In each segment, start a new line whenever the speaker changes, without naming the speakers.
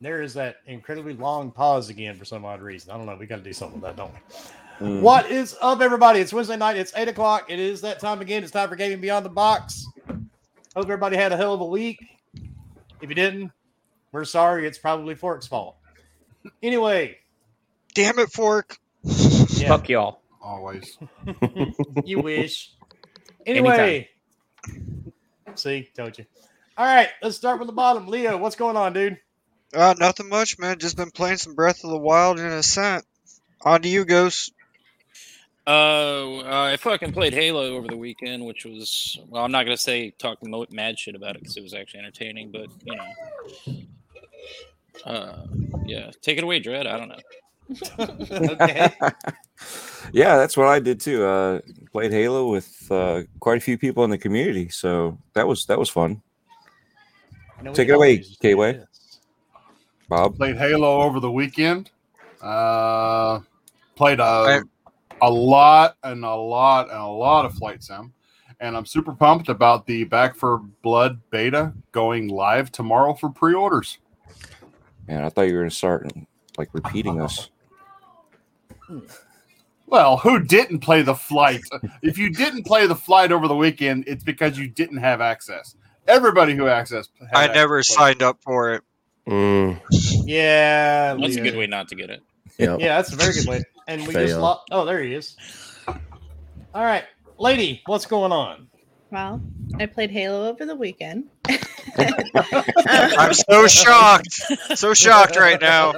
there is that incredibly long pause again for some odd reason. I don't know. We got to do something with that, don't we?
Hmm.
Mm. What is up, everybody? It's Wednesday night. It's eight o'clock. It is that time again. It's time for Gaming Beyond the Box. Hope everybody had a hell of a week. If you didn't, we're sorry. It's probably Fork's fault. Anyway,
damn it, Fork.
Yeah. Fuck y'all.
Always.
you wish. Anyway, Anytime. see, told you. All right, let's start with the bottom. Leo, what's going on, dude?
Uh, nothing much, man. Just been playing some Breath of the Wild and Ascent. On to you, Ghost.
Uh, I fucking played Halo over the weekend, which was well, I'm not gonna say talk mad shit about it because it was actually entertaining, but you know, uh, yeah, take it away, Dread. I don't know. okay.
yeah, that's what I did too. Uh, played Halo with uh, quite a few people in the community, so that was that was fun. No, take it away, K Way. Bob
played Halo over the weekend. Uh, played a a lot and a lot and a lot of flight sim, and I'm super pumped about the Back for Blood beta going live tomorrow for pre-orders.
Man, I thought you were going to start like repeating us.
Well, who didn't play the flight? if you didn't play the flight over the weekend, it's because you didn't have access. Everybody who accessed,
I never signed up for it.
Mm.
Yeah,
that's Leo. a good way not to get it.
Yep. Yeah, that's a very good way. And we Fail. just lost. Oh, there he is. All right, lady, what's going on?
Well, I played Halo over the weekend.
I'm so shocked. So shocked right now.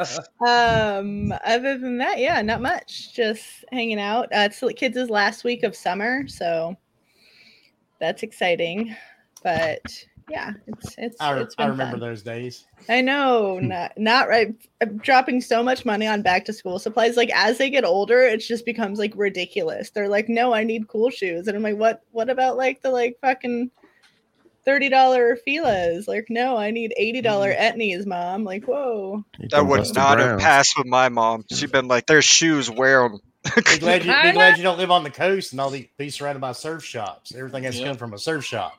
Um, other than that, yeah, not much. Just hanging out. Uh, it's kids' last week of summer, so that's exciting. But yeah, it's it's.
I,
it's
I remember fun. those days.
I know,
Hmm.
not not right. I'm dropping so much money on back to school supplies. Like as they get older, it just becomes like ridiculous. They're like, no, I need cool shoes, and I'm like, what? What about like the like fucking thirty dollar Fila's? Like, no, I need eighty dollar mm-hmm. Etnies, mom. Like, whoa.
That would not have passed with my mom. She'd been like, there's shoes, wear them.
be glad, you, be glad you don't live on the coast and all the be surrounded by surf shops. Everything has yeah. come from a surf shop.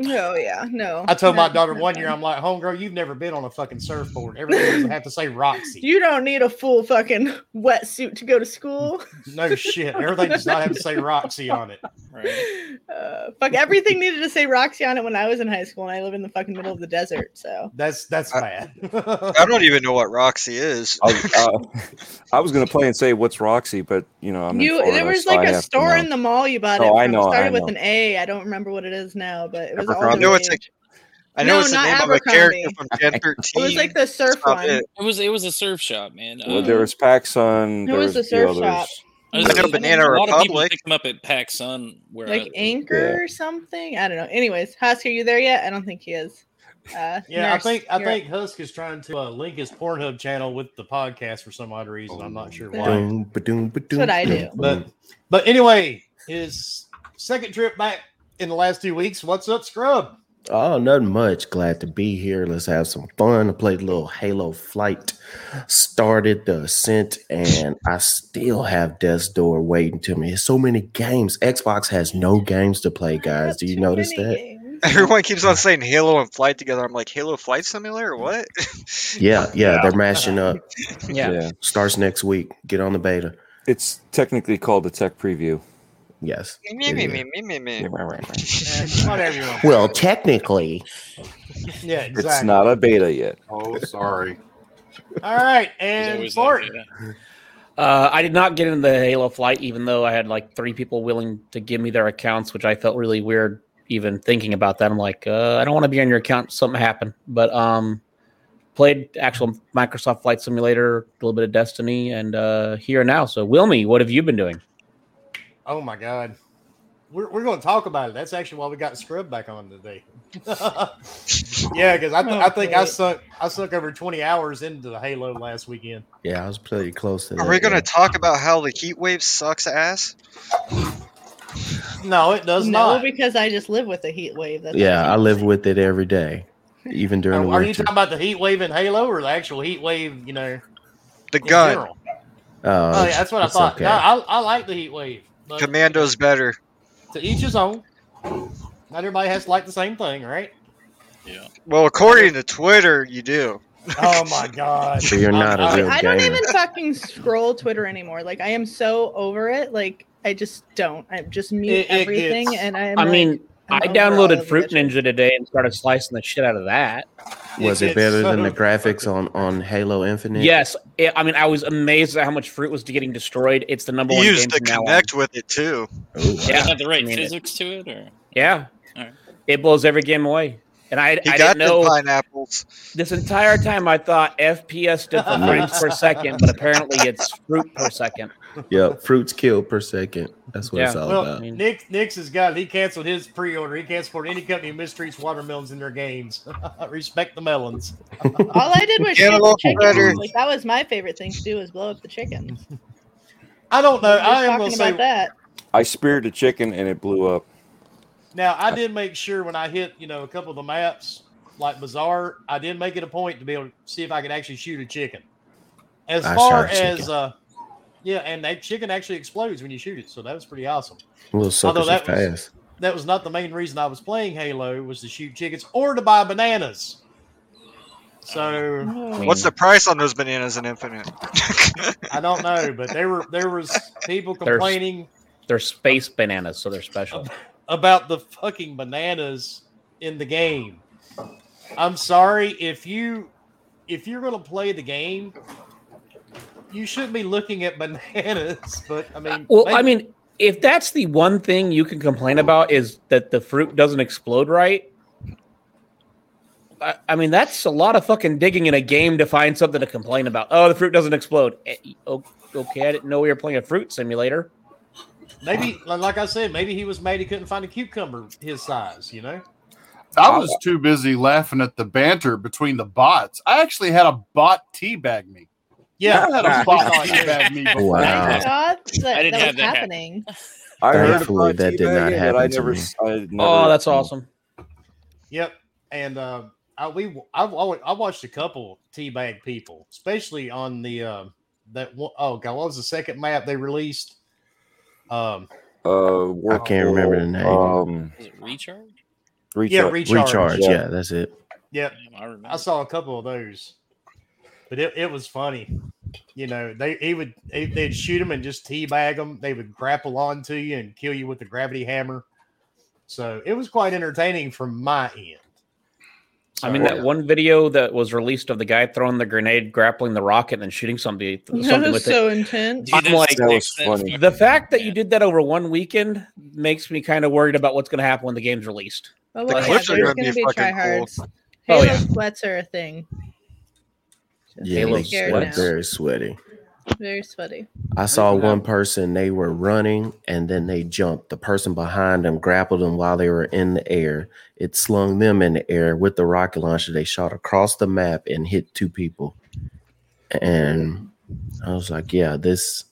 No, oh, yeah, no.
I told my daughter one year, I'm like, homegirl, you've never been on a fucking surfboard. Everything doesn't have to say Roxy.
You don't need a full fucking wetsuit to go to school.
no shit. Everything does not have to say Roxy on it.
Right. Uh, fuck, everything needed to say Roxy on it when I was in high school, and I live in the fucking middle of the desert. So
that's that's I, bad.
I don't even know what Roxy is.
I, was, uh, I was gonna play and say what's Roxy, but you know, I'm
you. there was like
I
a store in the mall you bought
oh,
it. From.
I know.
It started
know.
with an A. I don't remember what it is now, but it was.
I know it's like. I know no, it's the name of a character from Gen 13.
It was like the surf Stop one.
It. it. was it was a surf shop, man. Um,
Well, uh, there was PacSun.
There, there was the surf the shop.
I know like Banana
a
Republic.
Lot of people picked them up at PacSun. Where
like Anchor yeah. or something. I don't know. Anyways, Husk, are you there yet? I don't think he is.
Uh, yeah, nurse, I think I think up. Husk is trying to uh, link his Pornhub channel with the podcast for some odd reason. I'm not sure why.
That's what I do.
But but anyway, his second trip back in the last two weeks. What's up, Scrub?
Oh, nothing much. Glad to be here. Let's have some fun. I played a little Halo Flight, started the Ascent, and I still have Death's Door waiting to me. There's so many games. Xbox has no games to play, guys. Do you notice that? Games.
Everyone keeps on saying Halo and Flight together. I'm like, Halo Flight Simulator? What?
yeah, yeah, yeah. they're mashing up.
yeah. yeah.
Starts next week. Get on the beta.
It's technically called the tech preview.
Yes.
Me, me, me, me, me, me. Yeah, right, right,
right. Whatever
Well, technically.
yeah, exactly.
It's not a beta yet.
Oh, sorry.
All right, and Fort.
Uh, I did not get into the Halo flight, even though I had like three people willing to give me their accounts, which I felt really weird even thinking about that. I'm like, uh, I don't want to be on your account. Something happened, but um, played actual Microsoft Flight Simulator, a little bit of Destiny, and uh, here now. So, Wilmy, what have you been doing?
Oh my god. We're, we're going to talk about it. That's actually why we got Scrub back on today. yeah, because I, th- I think I sunk I sunk over twenty hours into the Halo last weekend.
Yeah, I was pretty close to.
Are
that,
we going to
yeah.
talk about how the heat wave sucks ass?
No, it does
no,
not.
because I just live with the heat wave.
That's yeah, I live with it every day, even during.
Oh, Are,
are
you talking about the heat wave in Halo or the actual heat wave? You know,
the gun. General?
Oh, oh yeah, that's what I thought. Okay. No, I, I like the heat wave.
But Commando's better.
To each his own. Not everybody has to like the same thing, right?
Yeah.
Well, according to Twitter, you do.
Oh my god.
So you're not a real
I don't
gamer.
even fucking scroll Twitter anymore. Like I am so over it. Like I just don't. I just mute
It- it
everything,
gets-
and I'm.
I mean,
I'm
I
over all of
downloaded
the
Fruit
bitches.
Ninja today and started slicing the shit out of that.
Was it
gets
better
so-
than the graphics on on Halo Infinite?
Yes, it, I mean, I was amazed at how much fruit was getting destroyed. It's the number
You
one game
used to
from now on.
connect with it too.
Ooh, wow.
Does
Yeah.
it have the right
I mean, it-
physics to it, or
Yeah,
Alright.
it blows every game away. And I,
He
I
got
didn't
the
know
pineapples.
this entire time. I thought FPS stood for frames per second, but apparently it's fruit per second.
Yeah, fruits killed per second. That's what it's all
Well,
about.
that.
Nick Nick's has got it. He canceled his pre-order. He can't support any company who mistreats watermelons in their games. Respect the melons.
All I did was
Get
shoot
a
the
little
chickens.
better.
Like that was my favorite thing to do was blow up the chickens.
I don't know.
We were
I am
talking
gonna
about
say
that.
I speared a chicken and it blew up.
now I did make sure when I hit, you know, a couple of the maps like Bazaar, I did make it a point to be able to see if I could actually shoot a chicken. As
I
far
shot a
as
chicken.
uh yeah, and that chicken actually explodes when you shoot it, so that was pretty awesome.
Little suckers are
that was-
fast.
that was not the main reason I was playing Halo was to shoot chickens or to buy bananas. So
I mean,
What's the price on those bananas in Infinite?
I don't know, but there were there was people complaining
They're space bananas, so they're special.
about the fucking bananas in the game. I'm sorry if you if you're going to play the game, you shouldn't be looking at bananas. But I mean,
Well, I
maybe-
mean, if that's the one thing you can complain about is that the fruit doesn't explode right. I, I mean, that's a lot of fucking digging in a game to find something to complain about. Oh, the fruit doesn't explode. Eh, o- Okay, I didn't know we were playing a fruit simulator.
maybe like I said, maybe he was mad he couldn't find a cucumber his size. You know,
I was too busy laughing at the banter between the bots. I actually had a bot teabag me. I had a bot teabag me before.
Wow.
I thought that,
Uh, I didn't
that
have
was
that happen.
happening.
I
Thankfully,
about
that did not
teabagging, but I
happen to
never,
me.
I never-
Oh, that's awesome.
Yep, and uh, I we I've always I watched a couple teabag people, especially on the uh, that one, oh god, what was the second map they released? Um,
Uh,
I can't remember the name.
Um,
is it recharge?
reach
yeah,
out.
recharge.
Recharge.
Yeah.
Yeah, that's it.
Yep,
Damn, I remember.
I saw a couple of those, but it, it was funny. You know, they he would they, they'd shoot them and just teabag them. They would grapple onto you and kill you with the gravity hammer. So it was quite entertaining from my end.
I mean, that one video that was released of the guy throwing the grenade, grappling the rocket, and then shooting somebody
That
something
was
with
so intense.
Dude,
I'm
that's
like-
sick.
That was
That's
funny.
fucking
it. The fact that
yeah.
you did that over one weekend makes me kind of worried about what's going to happen when the game's released.
Oh,
The
well, yeah,
clips are
there's
gonna
gonna
be
be
fucking cool.
tryhards.
Oh,
Halo
yeah.
sweats are a thing. Just
Yeah,
Halo
they
be scared
sweat
now.
very sweaty.
Very sweaty.
I saw one person, they were running and then they jumped. The person behind them grappled them while they were in the air. It slung them in the air with the rocket launcher. They shot across the map and hit two people. And I was like, yeah, this,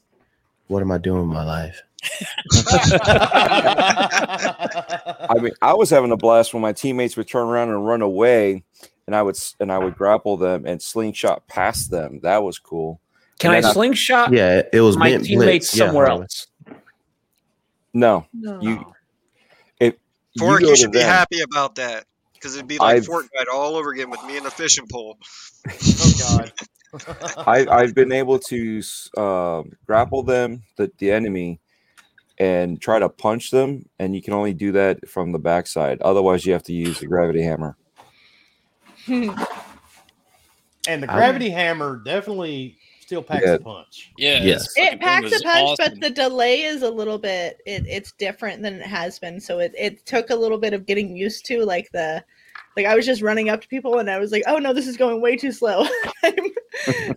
what am I doing with my life?
I mean, I was having a blast when my teammates would turn around and run away, and I would s- and I would grapple them and slingshot past them. That was cool.
Can
And
I
then I-
slingshot
Yeah, it was
my
meant
teammates
blitz. Yeah,
somewhere
Harlan.
else?
No,
No.
you if you
Fork,
go
you
to
should be
them-
happy about that. Because it'd be like
I've-
Fortnite all over again with me and a fishing pole.
oh god.
I, I've been able to s- um grapple them, the, the enemy, and try to punch them, and you can only do that from the backside. Otherwise, you have to use the gravity hammer.
and the
I-
gravity hammer definitely still packs
Yeah.
a punch.
Yeah,
Yes.
this fucking
it
thing
packs a
was
punch,
awesome.
but the delay is a little bit. It, it's different than it has been, so it, it took a little bit of getting used to. Like the, like I was just running up to people and I was like, oh no, this is going way too slow. I'm-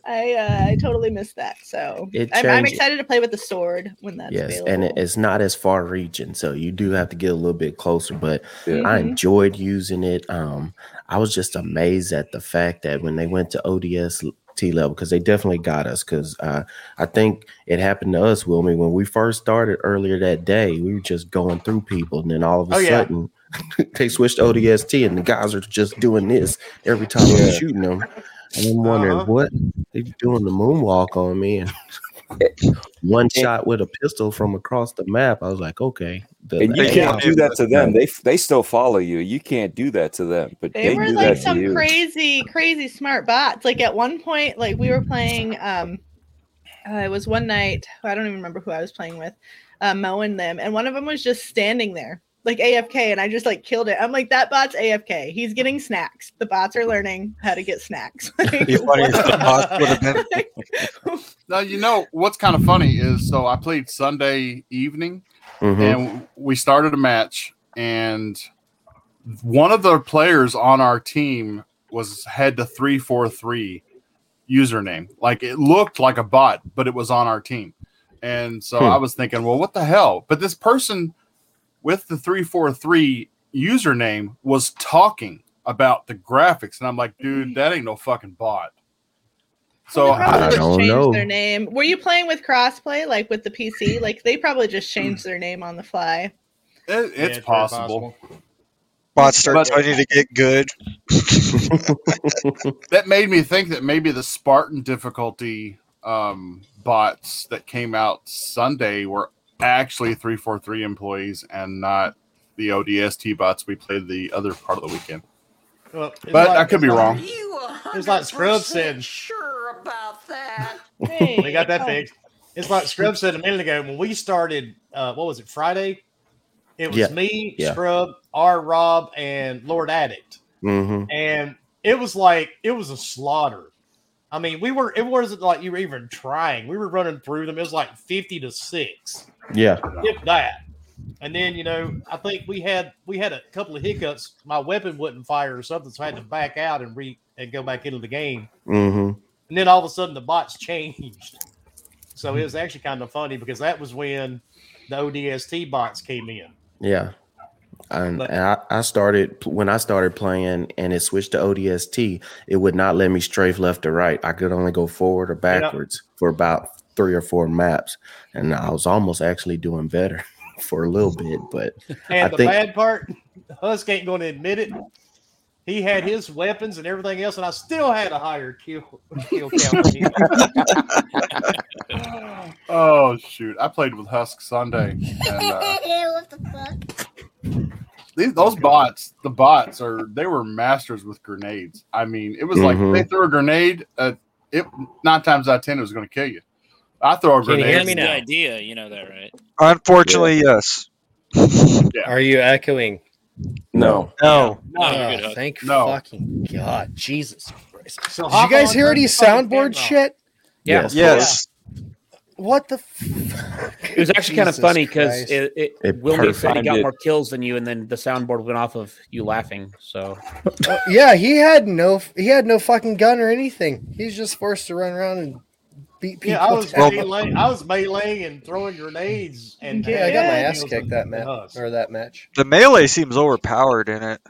I uh, I totally missed that. So
It
I'm, I'm
changed-
excited to play with the sword when that's
Yes,
available.
and it, it's not as far reaching, so you do have to get a little bit closer. But
Yeah.
I
Mhm.
enjoyed using it. Um, I was just amazed at the fact that when they went to ODS T level, because they definitely got us. Because uh, I think it happened to us, Wilmy, when we first started earlier that day. We were just going through people, and then all of a
Oh, yeah.
sudden they switched to ODST, and the guys are just doing this every time
Yeah.
I'm shooting them. And I'm wondering
Uh-huh.
what they're doing the moonwalk on me. And one shot with a pistol from across the map. I was like, okay. The-
And you
the-
can't do that to them. They they still follow you. You can't do that to them. But
They
they,
were
do
like
that to
some
you.
crazy, crazy smart bots. Like at one point, like we were playing. Um, uh, it was one night. I don't even remember who I was playing with. Uh, Mo and them, and one of them was just standing there, like AFK, and I just like killed it. I'm like, that bot's AFK. He's getting snacks. The bots are learning how to get snacks. Like,
Be funny if the bots would have been-
like,
Now you know what's kind of funny is so I played Sunday evening
Mhm.
and we started a match and one of the players on our team was had the 343 username. Like it looked like a bot, but it was on our team. And so
Hmm.
I was thinking, well, what the hell? But this person with the 343 username was talking about the graphics and I'm like, dude, that ain't no fucking bot. So
they probably
I
just
don't
changed
know.
their name. Were you playing with crossplay, like with the PC? Like they probably just changed their name on the fly.
It,
Yeah,
it's
very
possible.
Bots start
But-
telling you to get good.
That made me think that maybe the Spartan difficulty um, bots that came out Sunday were actually 343 employees and not the ODST bots we played the other part of the weekend.
Well, it's
But
like-
I could be
it's like-
wrong.
It's like Scrub said.
Sure about that.
Hey,
They got that
oh,
fixed. It's like Scrub said a minute ago when we started. Uh, what was it? Friday. It was
Yeah.
me,
Yeah.
Scrub, R. Rob, and Lord Addict, Mm-hmm.
Mhm.
and it was like it was a slaughter. I mean, we were. It wasn't like you were even trying. We were running through them. It was like fifty to six,
Yeah.
if that. And then you know, I think we had we had a couple of hiccups. My weapon wouldn't fire or something, so I had to back out and re and go back into the game.
hmm
Mm-hmm.
And then all of a sudden the bots changed. So it was actually kind of funny because that was when the ODST bots came in.
Yeah. And,
But-
and I, I started when I started playing and it switched to ODST, it would not let me strafe left or right. I could only go forward or backwards for about three or four maps. And I was almost actually doing better for a little bit, but
And
I
the
think-
bad part, Husk ain't going to admit it. He had his weapons and everything else, and I still had a higher kill, kill count. than him.
Oh, shoot. I played with Husk Sunday. And, uh,
what the fuck?
these, those bots, the bots are, they were masters with grenades. I mean, it was
Mhm.
like they threw a grenade, uh, it nine times out of 10, it was going to kill you. I throw a
Can you
grenade.
hear me
and-
now? Idea, you know that, right?
Unfortunately, yes.
Are you echoing?
No.
No.
No, you're good,
Oh,
Huck.
thank
No.
fucking God. Jesus Christ.
So
Did
hop
you guys
on
hear
the
any
fucking
soundboard
camera.
shit?
Yeah.
yes,
Yes.
What the fuck?
It was actually kind of
Jesus
funny because
Christ.
it, it,
It
Wilmy said he
perfected
got
it.
more kills than you, and then the soundboard went off of you laughing. So
Uh, yeah, he had no he had no fucking gun or anything. He's just forced to run around and beat people.
Yeah, I was
down.
melee, I was meleeing and throwing grenades, and
Yeah, I got my ass
Husk-
kicked that map
Husk.
or that match.
The melee seems overpowered in it.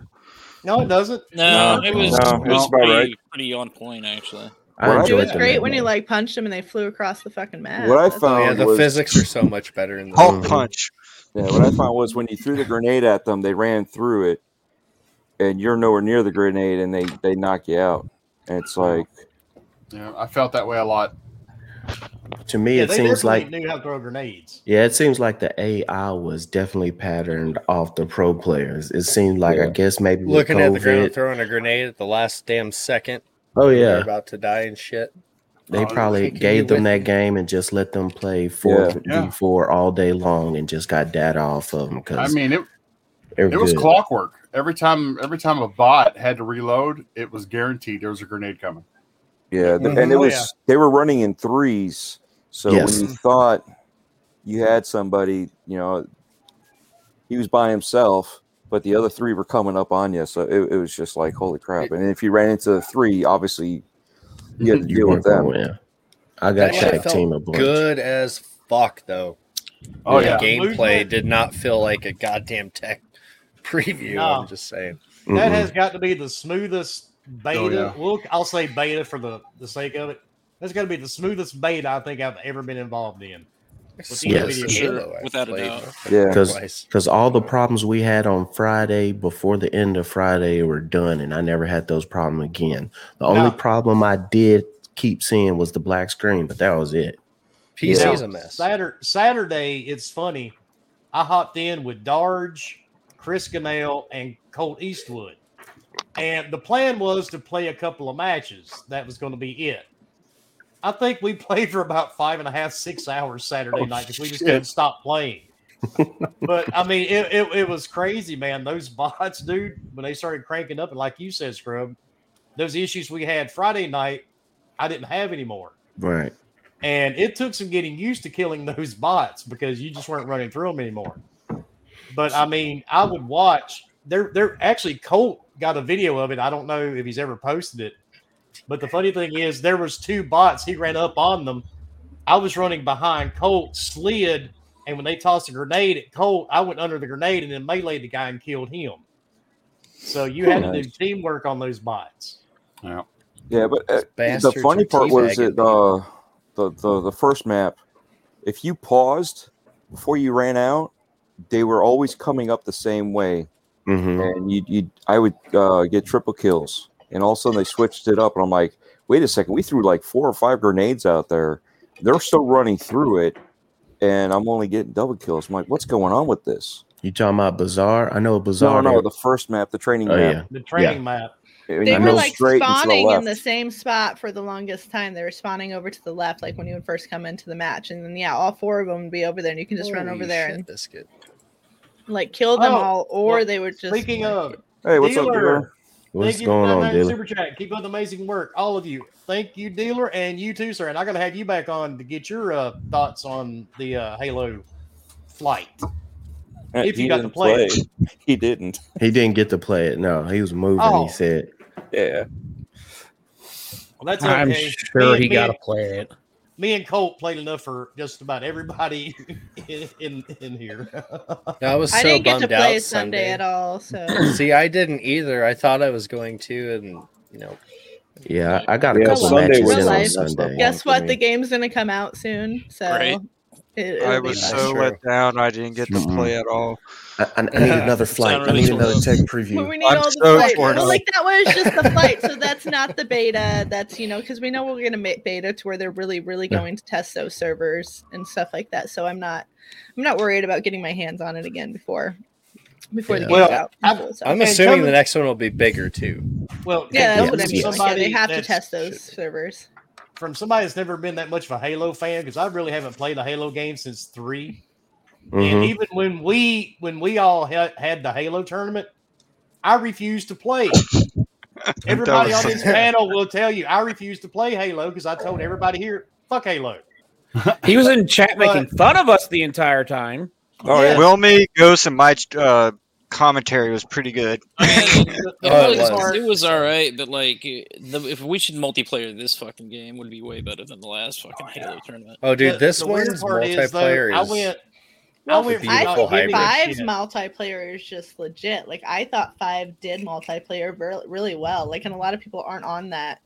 No, it doesn't.
No,
No,
it was,
no,
it was
it's about
pretty,
right.
pretty on point actually.
Well, I
I
It
enjoyed
was
the
great when you
map.
like punched them and they flew across the fucking map.
What I
That's-
found
yeah, the
was
physics are so much better in the
Mm-hmm.
Hulk punch.
Yeah, what I found was when you threw the grenade at them, they ran through it, and you're nowhere near the grenade, and they they knock you out. And it's like,
Yeah, I felt that way a lot.
to me
Yeah,
it
they
seems
definitely
like
knew how to throw grenades.
Yeah, it seems like the AI was definitely patterned off the pro players. It seemed like I
Yeah.
guess maybe with
looking at the ground,
COVID-
throwing a grenade at the last damn second.
Oh
They're
yeah,
about to die and shit.
they probably
Taking you
gave them
with
that game and just let them play four
Yeah.
v four all day long and just got data off of them
I
because
mean, it,
they were
It was
good.
clockwork. Every time, every time a bot had to reload, it was guaranteed there was a grenade coming.
yeah,
Mm-hmm.
th- and it
Mhm. Oh,
was
yeah.
they were running in threes, so
Yes.
when you thought you had somebody, you know, he was by himself, but the other three were coming up on you, so it, it was just like, holy crap! And if you ran into the three, obviously you had to
You
deal
weren't
with
gonna
them.
win. I got
That shit
tag team a
felt
bunch.
good as fuck though.
Oh
the
yeah,
gameplay did not feel like a goddamn tech preview.
No.
I'm just saying.
Mhm.
Mm-hmm.
That has got to be the smoothest beta.
Oh, yeah.
We'll, I'll say beta for the, the sake of it. That's got to be the smoothest beta I think I've ever been involved in.
Yes.
For
Halo
sure,
I've
without a
played
doubt.
Yeah.
Because-
twice.
Because all the problems we had on Friday before the end of Friday were done, and I never had those problems again. The only
Now-
problem I did keep seeing was the black screen, but that was it.
PC's
Now,
a mess.
Saturday, Saturday, it's funny. I hopped in with Darge, Chris Gannell, and Colt Eastwood. And the plan was to play a couple of matches. That was going to be it. I think we played for about five and a half, six hours Saturday
Oh,
night because we just
shit.
couldn't stop playing. but I mean, it, it, it was crazy, man. Those bots, dude, when they started cranking up, and like you said, Scrub, those issues we had Friday night, I didn't have anymore.
Right.
And it took some getting used to killing those bots because you just weren't running through them anymore. But I mean, I would watch. They're they're actually Colt got a video of it. I don't know if he's ever posted it. But the funny thing is, there was two bots. He ran up on them. I was running behind Colt, slid, and when they tossed a grenade at Colt, I went under the grenade and then meleeed the guy and killed him. So you had to do
Nice.
teamwork on those bots.
Yeah.
Yeah, but uh, the
bastards
funny
are
part was
teabagging
that uh, the, the the first map, if you paused before you ran out, they were always coming up the same way,
Mm-hmm.
and you you I would uh, get triple kills, and all of a sudden they switched it up, and I'm like, wait a second, we threw like four or five grenades out there, they're still running through it, and I'm only getting double kills. I'm like, what's going on with this?
You talking about Bazaar? I know a
No,
Bazaar.
no, the first map, the training
oh yeah.
map.
The training map.
and
They
you
were
go
like
straight and to the
spawning in
left.
the same spot for the longest time. They were spawning over to the left, like when you would first come into the match. And then, yeah, all four of them would be over there, and you can just run
Holy
over there
shit,
and
biscuit.
like kill them
Oh,
all, or
well,
they would just.
Speaking of,
Hey, what's up,
Dealer.
Dealer?
What's
Thank you
going
for
on,
99
Dylan?
Super chat. Keep up the amazing work, all of you. Thank you, dealer, and you too, sir. And I'm gonna have you back on to get your uh, thoughts on the uh, Halo flight.
Uh,
If
he
you got to
didn't
play it.
He didn't.
He didn't get to play it. No, he was moving.
Oh.
He said,
Yeah.
Well, that's okay.
I'm
Me
sure
and-
he
me
got to
and-
play it.
Me and Colt played enough for just about everybody in in, in here.
I was so
I didn't get
bummed
to play Sunday,
out Sunday
at all, so
See, I didn't either. I thought I was going to, and you know,
"Yeah, I I got a
Yeah,
couple
Sunday
matches
was-
in on
Realize-
Sunday."
guess
For
what?
me.
The game's gonna come out soon, so
Great.
it, it'll
I
be
was
fun.
so
Sure.
let down. I didn't get to
Mm-mm.
play at all.
I, I I need another flight. I
really
need
cool.
another tech
Well, we
preview.
need
I'm
all the
so
flight.
torn
Well,
up.
like that was just the flight, so that's not the beta. That's you know because we know we're gonna make beta to where they're really, really
Yeah.
going to test those servers and stuff like that. So I'm not, I'm not worried about getting my hands on it again before, before the
Yeah.
game's
Well,
out.
I'm-
So-
I'm
And
assuming
coming-
the next one will be bigger too.
well,
yeah,
coming
that's what I
from
mean. Like, yeah, they
somebody
have to
that's-
test those servers.
from somebody that's never been that much of a Halo fan because I really haven't played a Halo game since three. and
Mhm.
even when we when we all had, had the Halo tournament, I refused to play. Everybody on this panel will tell you I refused to play Halo because I told everybody here, fuck Halo.
He was in chat making fun of us the entire time.
Oh yeah.
Wilmy, Ghost, and my uh, commentary was pretty good.
I mean, the
Oh, it
Holy
was.
Spirit was all right, but like, the, if we should multiplayer this fucking game, would be way better than the last fucking Halo tournament.
Oh, dude,
The-
this
the weird
one's
part is, though,
multiplayer
I
is.
went.
Well,
I went from
I
not
think
giving a
Five's
shit.
multiplayer is just legit. Like I thought Five did multiplayer ver- really well. Like, and a lot of people aren't on that.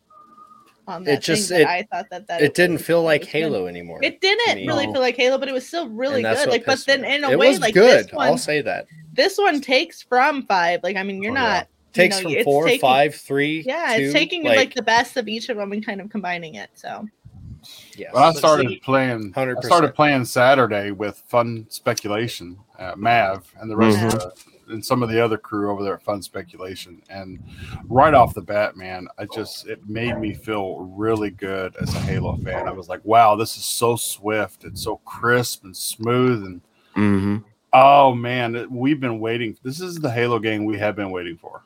On that
It just-
thing, but
it-
I thought that that
it didn't
was-
feel
it
like
was good.
Halo anymore.
It didn't
me.
really
No.
feel like Halo, but it was still really
and that's
good.
what
Like, but
pissed me
then
off.
in a
it
way,
was
like
good.
this one,
I'll say that
this one takes from five. Like, I mean, you're
Oh, yeah.
not you
takes
know,
from
it's
four,
taking-
five, three.
Yeah,
two,
it's taking like, the best of each of them and kind of combining it. So
yes.
But I
But
started
see-
playing.
100%.
I started playing Saturday with Fun Speculation at Mav and the rest of the, and some of the other crew over there at Fun Speculation. And right off the bat, man, I just it made me feel really good as a Halo fan. I was like, wow, this is so swift. It's so crisp and smooth. And
Mhm.
oh man, it- we've been waiting. This is the Halo game we have been waiting for.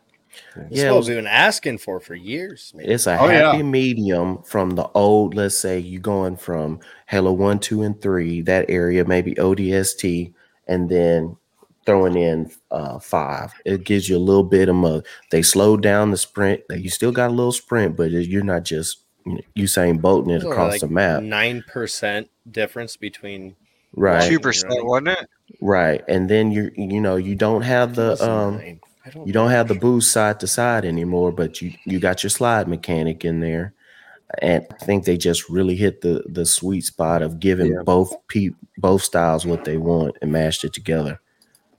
That's
Yeah,
what
it
we've
was-
been asking for for years. man.
it's a
Oh, yeah.
happy medium from the old. Let's say you going from Halo one, two, and three that area, maybe ODST, and then throwing in uh five. It gives you a little bit of mo- They slowed down the sprint. Now, You still got a little sprint, but it- you're not just you know, Usain Bolton it
There's only,
across
like,
the map,
Nine percent difference between
right?
Two percent, wasn't it?
Right, and then you you know you don't have the um
Nine. I
you don't have the boost side to side anymore, but you you got your slide mechanic in there, and I think they just really hit the the sweet spot of giving
Yeah.
both pe- both styles what they want and mashed it together.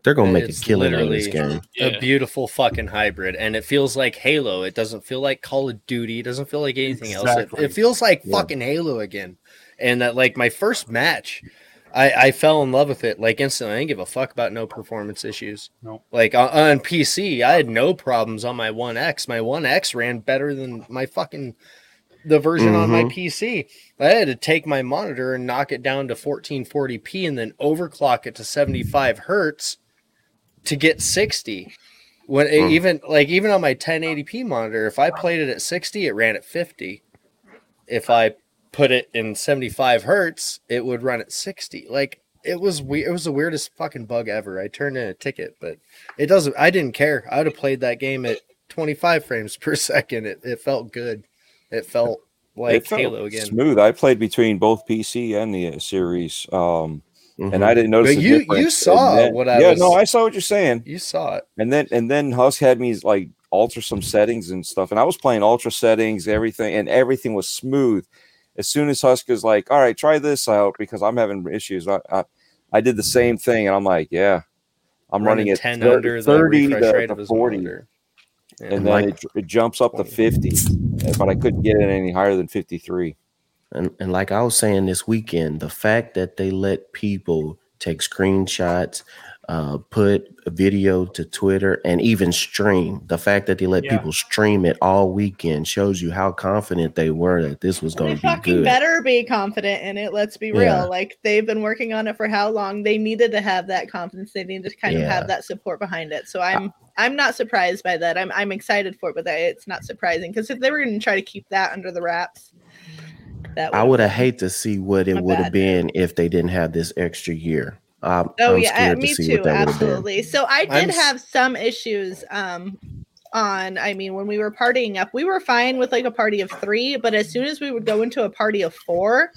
They're gonna make
It's
a killing in this
literally-
game.
Yeah.
a beautiful fucking hybrid and it feels like halo it doesn't feel like call of duty it doesn't feel like anything else it-
Exactly.
it, feels like
Yeah.
fucking halo again and that like my first match, I, I fell in love with it like instantly. I didn't give a fuck about no performance issues.
Nope.
Like on, on PC, I had no problems on my One X. My One X ran better than my fucking the version on my
Mm-hmm.
Mhm.
PC. I had to take my monitor and knock it down to 1440p and then overclock it to 75 hertz to get 60. When it
Mm.
even like even on my 1080p monitor, if I played it at 60, it ran at 50. If I put it in 75 hertz, it would run at 60. Like it was weird. It was the weirdest fucking bug ever. I turned in a ticket, but it doesn't. I didn't care. I would have played that game at 25 frames per second. It, it felt good. It felt like
It felt
Halo again.
Smooth. I played between both PC and the uh, series, um, and I didn't notice.
Mm-hmm. But
the
you- you
difference. And
saw
then-
what I
Yeah,
was-
no, I saw what you're saying.
You saw it.
And then and then Husk had me like alter some settings and stuff. And I was playing ultra settings, everything, and everything was smooth. As soon as Husk is like, "All right, try this out," because I'm having issues. I I, I did the same thing, and I'm like, "Yeah, I'm running,
Running
at
10
thir-
under the
30
refresh
to,
rate
to
of his
40,
monitor. Yeah.
and
Like-
then it, it jumps up to 50, but I couldn't get it any higher than 53."
And, and like I was saying this weekend, the fact that they let people take screenshots, uh, put a video to Twitter, and even stream, the fact that they let
Yeah.
people stream it all weekend shows you how confident they were that this was
They
going to be
fucking
good.
better be confident in it. Let's be real.
Yeah.
Like they've been working on it for how long? They needed to have that confidence. They needed to kind of
Yeah. Ah.
have that support behind it. So I'm I'm not surprised by that. I'm I'm excited for it, but that it's not surprising because if they were going to try to keep that under the wraps, that
I would have hate to see what
My
it would
bad.
have been if they didn't have this extra year. I'm,
Oh
I'm
yeah, uh,
scared
me
to see
too.
what that would have been.
Absolutely. So I
I'm
did
s-
have some issues um on I mean when we were partying up, we were fine with like a party of 3, but as soon as we would go into a party of 4,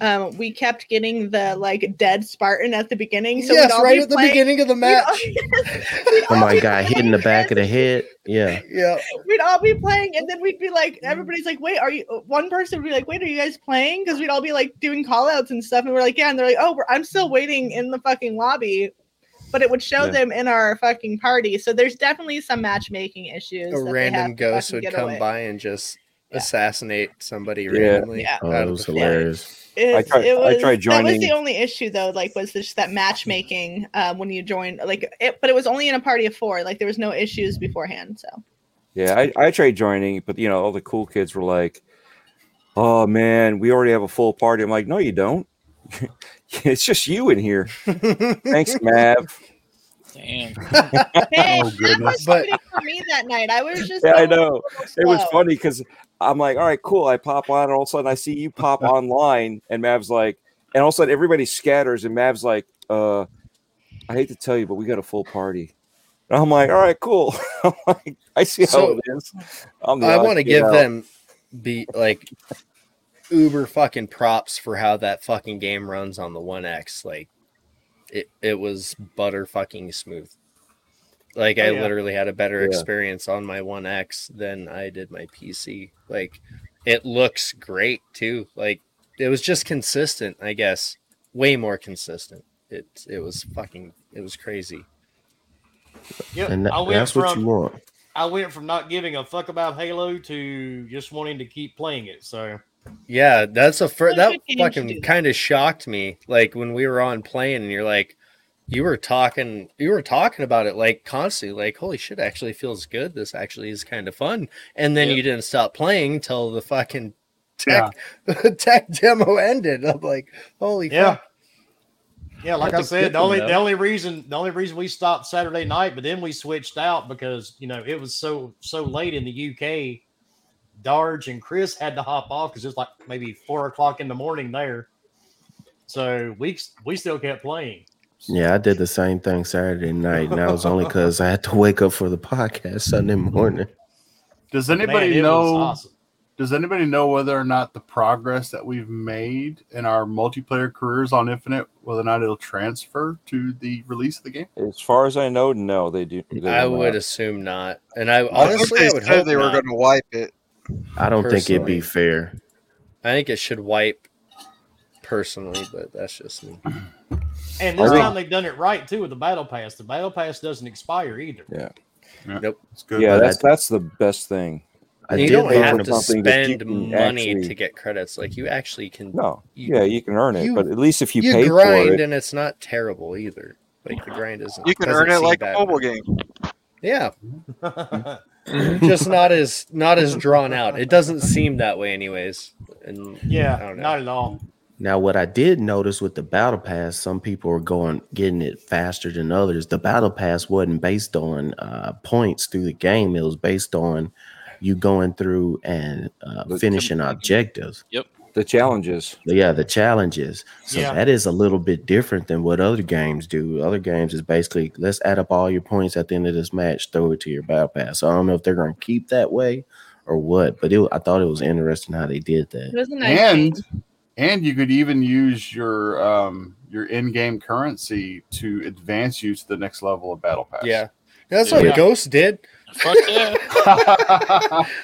um we kept getting the like dead Spartan at the beginning. So
yes,
we'd all
right
be
at the
playing-
beginning of the
we'd all-
match.
we'd all
Somebody
be
got hit in the
playing
back of the
this-
head. Yeah.
Yeah.
We'd all be playing, and then we'd be like,
Mm.
everybody's like, "Wait, are you?" One person would be like, "Wait, are you guys playing?" Because we'd all be like doing call outs and stuff, and we're like, "Yeah," and they're like, "Oh, we're, I'm still waiting in the fucking lobby," but it would show
Yeah.
them in our fucking party. So there's definitely some matchmaking issues. that
A
they have
random
to
ghost
fucking
would
get
come
away.
by and just
Yeah.
assassinate somebody
Yeah.
randomly.
Yeah.
Oh,
out
that
of
was
the-
hilarious.
It,
I tried-
it
I
was,
tried
That was
joining-
the only issue, though. Like, was just that matchmaking um, when you joined, like, it, but it was only in a party of four. Like, there was no issues beforehand. So
Yeah, I, I tried joining, but you know, all the cool kids were like, "Oh man, we already have a full party." I'm like, "No, you don't. it's just you in here." Thanks, Mav.
hey,
Damn.
that
goodness.
was
But-
pretty for me that night. I was just
Oh, Yeah, I
going a
know.
little
It was
slow.
funny because I'm like, "All right, cool." I pop on, and all of a sudden, I see you pop online, and Mav's like, and all of a sudden, everybody scatters, and Mav's like, "Uh, I hate to tell you, but we got a full party." And I'm like, "All right, cool." I'm like, I see how
So,
it is. I'm the
I
odd
want to
kid
give
out.
them be like uber fucking props for how that fucking game runs on the One X. Like it, it was butter fucking smooth. Like I
Oh, yeah.
literally had a better
Yeah.
experience on my One X than I did my PC. Like it looks great too. Like it was just consistent, I guess. Way more consistent. It it was fucking it was crazy.
Yep.
And tha-
I went
that's
from
what you want.
I went from not giving a fuck about Halo to just wanting to keep playing it. So
Yeah, that's a fir-
That's
that
what games do.
fucking kind of shocked me. Like when we were on plane, and you're like, you were talking, you were talking about it like constantly. Like, holy shit, actually feels good. This actually is kind of fun. And then
Yep.
you didn't stop playing till the fucking
Yeah.
tech tech demo ended. I'm like, holy
yeah.
fuck.
Yeah, like I
That's a good
said, the
one,
only
though.
the only reason the only reason we stopped Saturday night, but then we switched out because you know it was so so late in the UK. Darge and Chris had to hop off because it's like maybe four o'clock in the morning there. So we we still kept playing.
Yeah, I did the same thing Saturday night, and that was only because I had to wake up for the podcast Sunday morning.
Does
Man,
anybody
it was
know?
awesome.
Does anybody know whether or not the progress that we've made in our multiplayer careers on Infinite, whether or not it'll transfer to the release of the game?
As far as I know, no, they do. they do
I
not.
would assume not. And I
I think
honestly,
they
I would
said
hope
they were
not.
going to wipe it.
I don't think it'd
Personally.
be fair.
I think it should wipe personally, but that's just me.
And this
I think-
time they've done it right too with the battle pass. The battle pass doesn't expire either.
It's good.
Yeah,
But
that's
I-
that's the best thing.
I
you
did
don't
vote
have
for
to
something that you
spend
can
money
actually-
to get credits. Like you actually can.
No,
you-
yeah, you can earn it,
you-
but at least if you,
you
pay
grind
for it,
and it's not terrible either. Like the grind isn't.
You can
doesn't
earn it
seem
like
bad.
a mobile game.
Yeah,
Mm-hmm.
just not as not as drawn out. It doesn't seem that way, anyways. And I
yeah,
don't know.
not at all.
Now, what I did notice with the battle pass, some people are going getting it faster than others. The battle pass wasn't based on uh, points through the game; it was based on you going through and uh,
The-
finishing objectives.
the challenges.
Yeah, the challenges. So
Yeah.
that is a little bit different than what other games do. Other games is basically let's add up all your points at the end of this match, throw it to your battle pass. So I don't know if they're going to keep that way or what, but it, I thought it was interesting how they did that.
It was a nice
and
change.
and you could even use your um your in-game currency to advance you to the next level of battle pass.
Yeah, that's what
Yeah.
Ghost did.
Fuck yeah.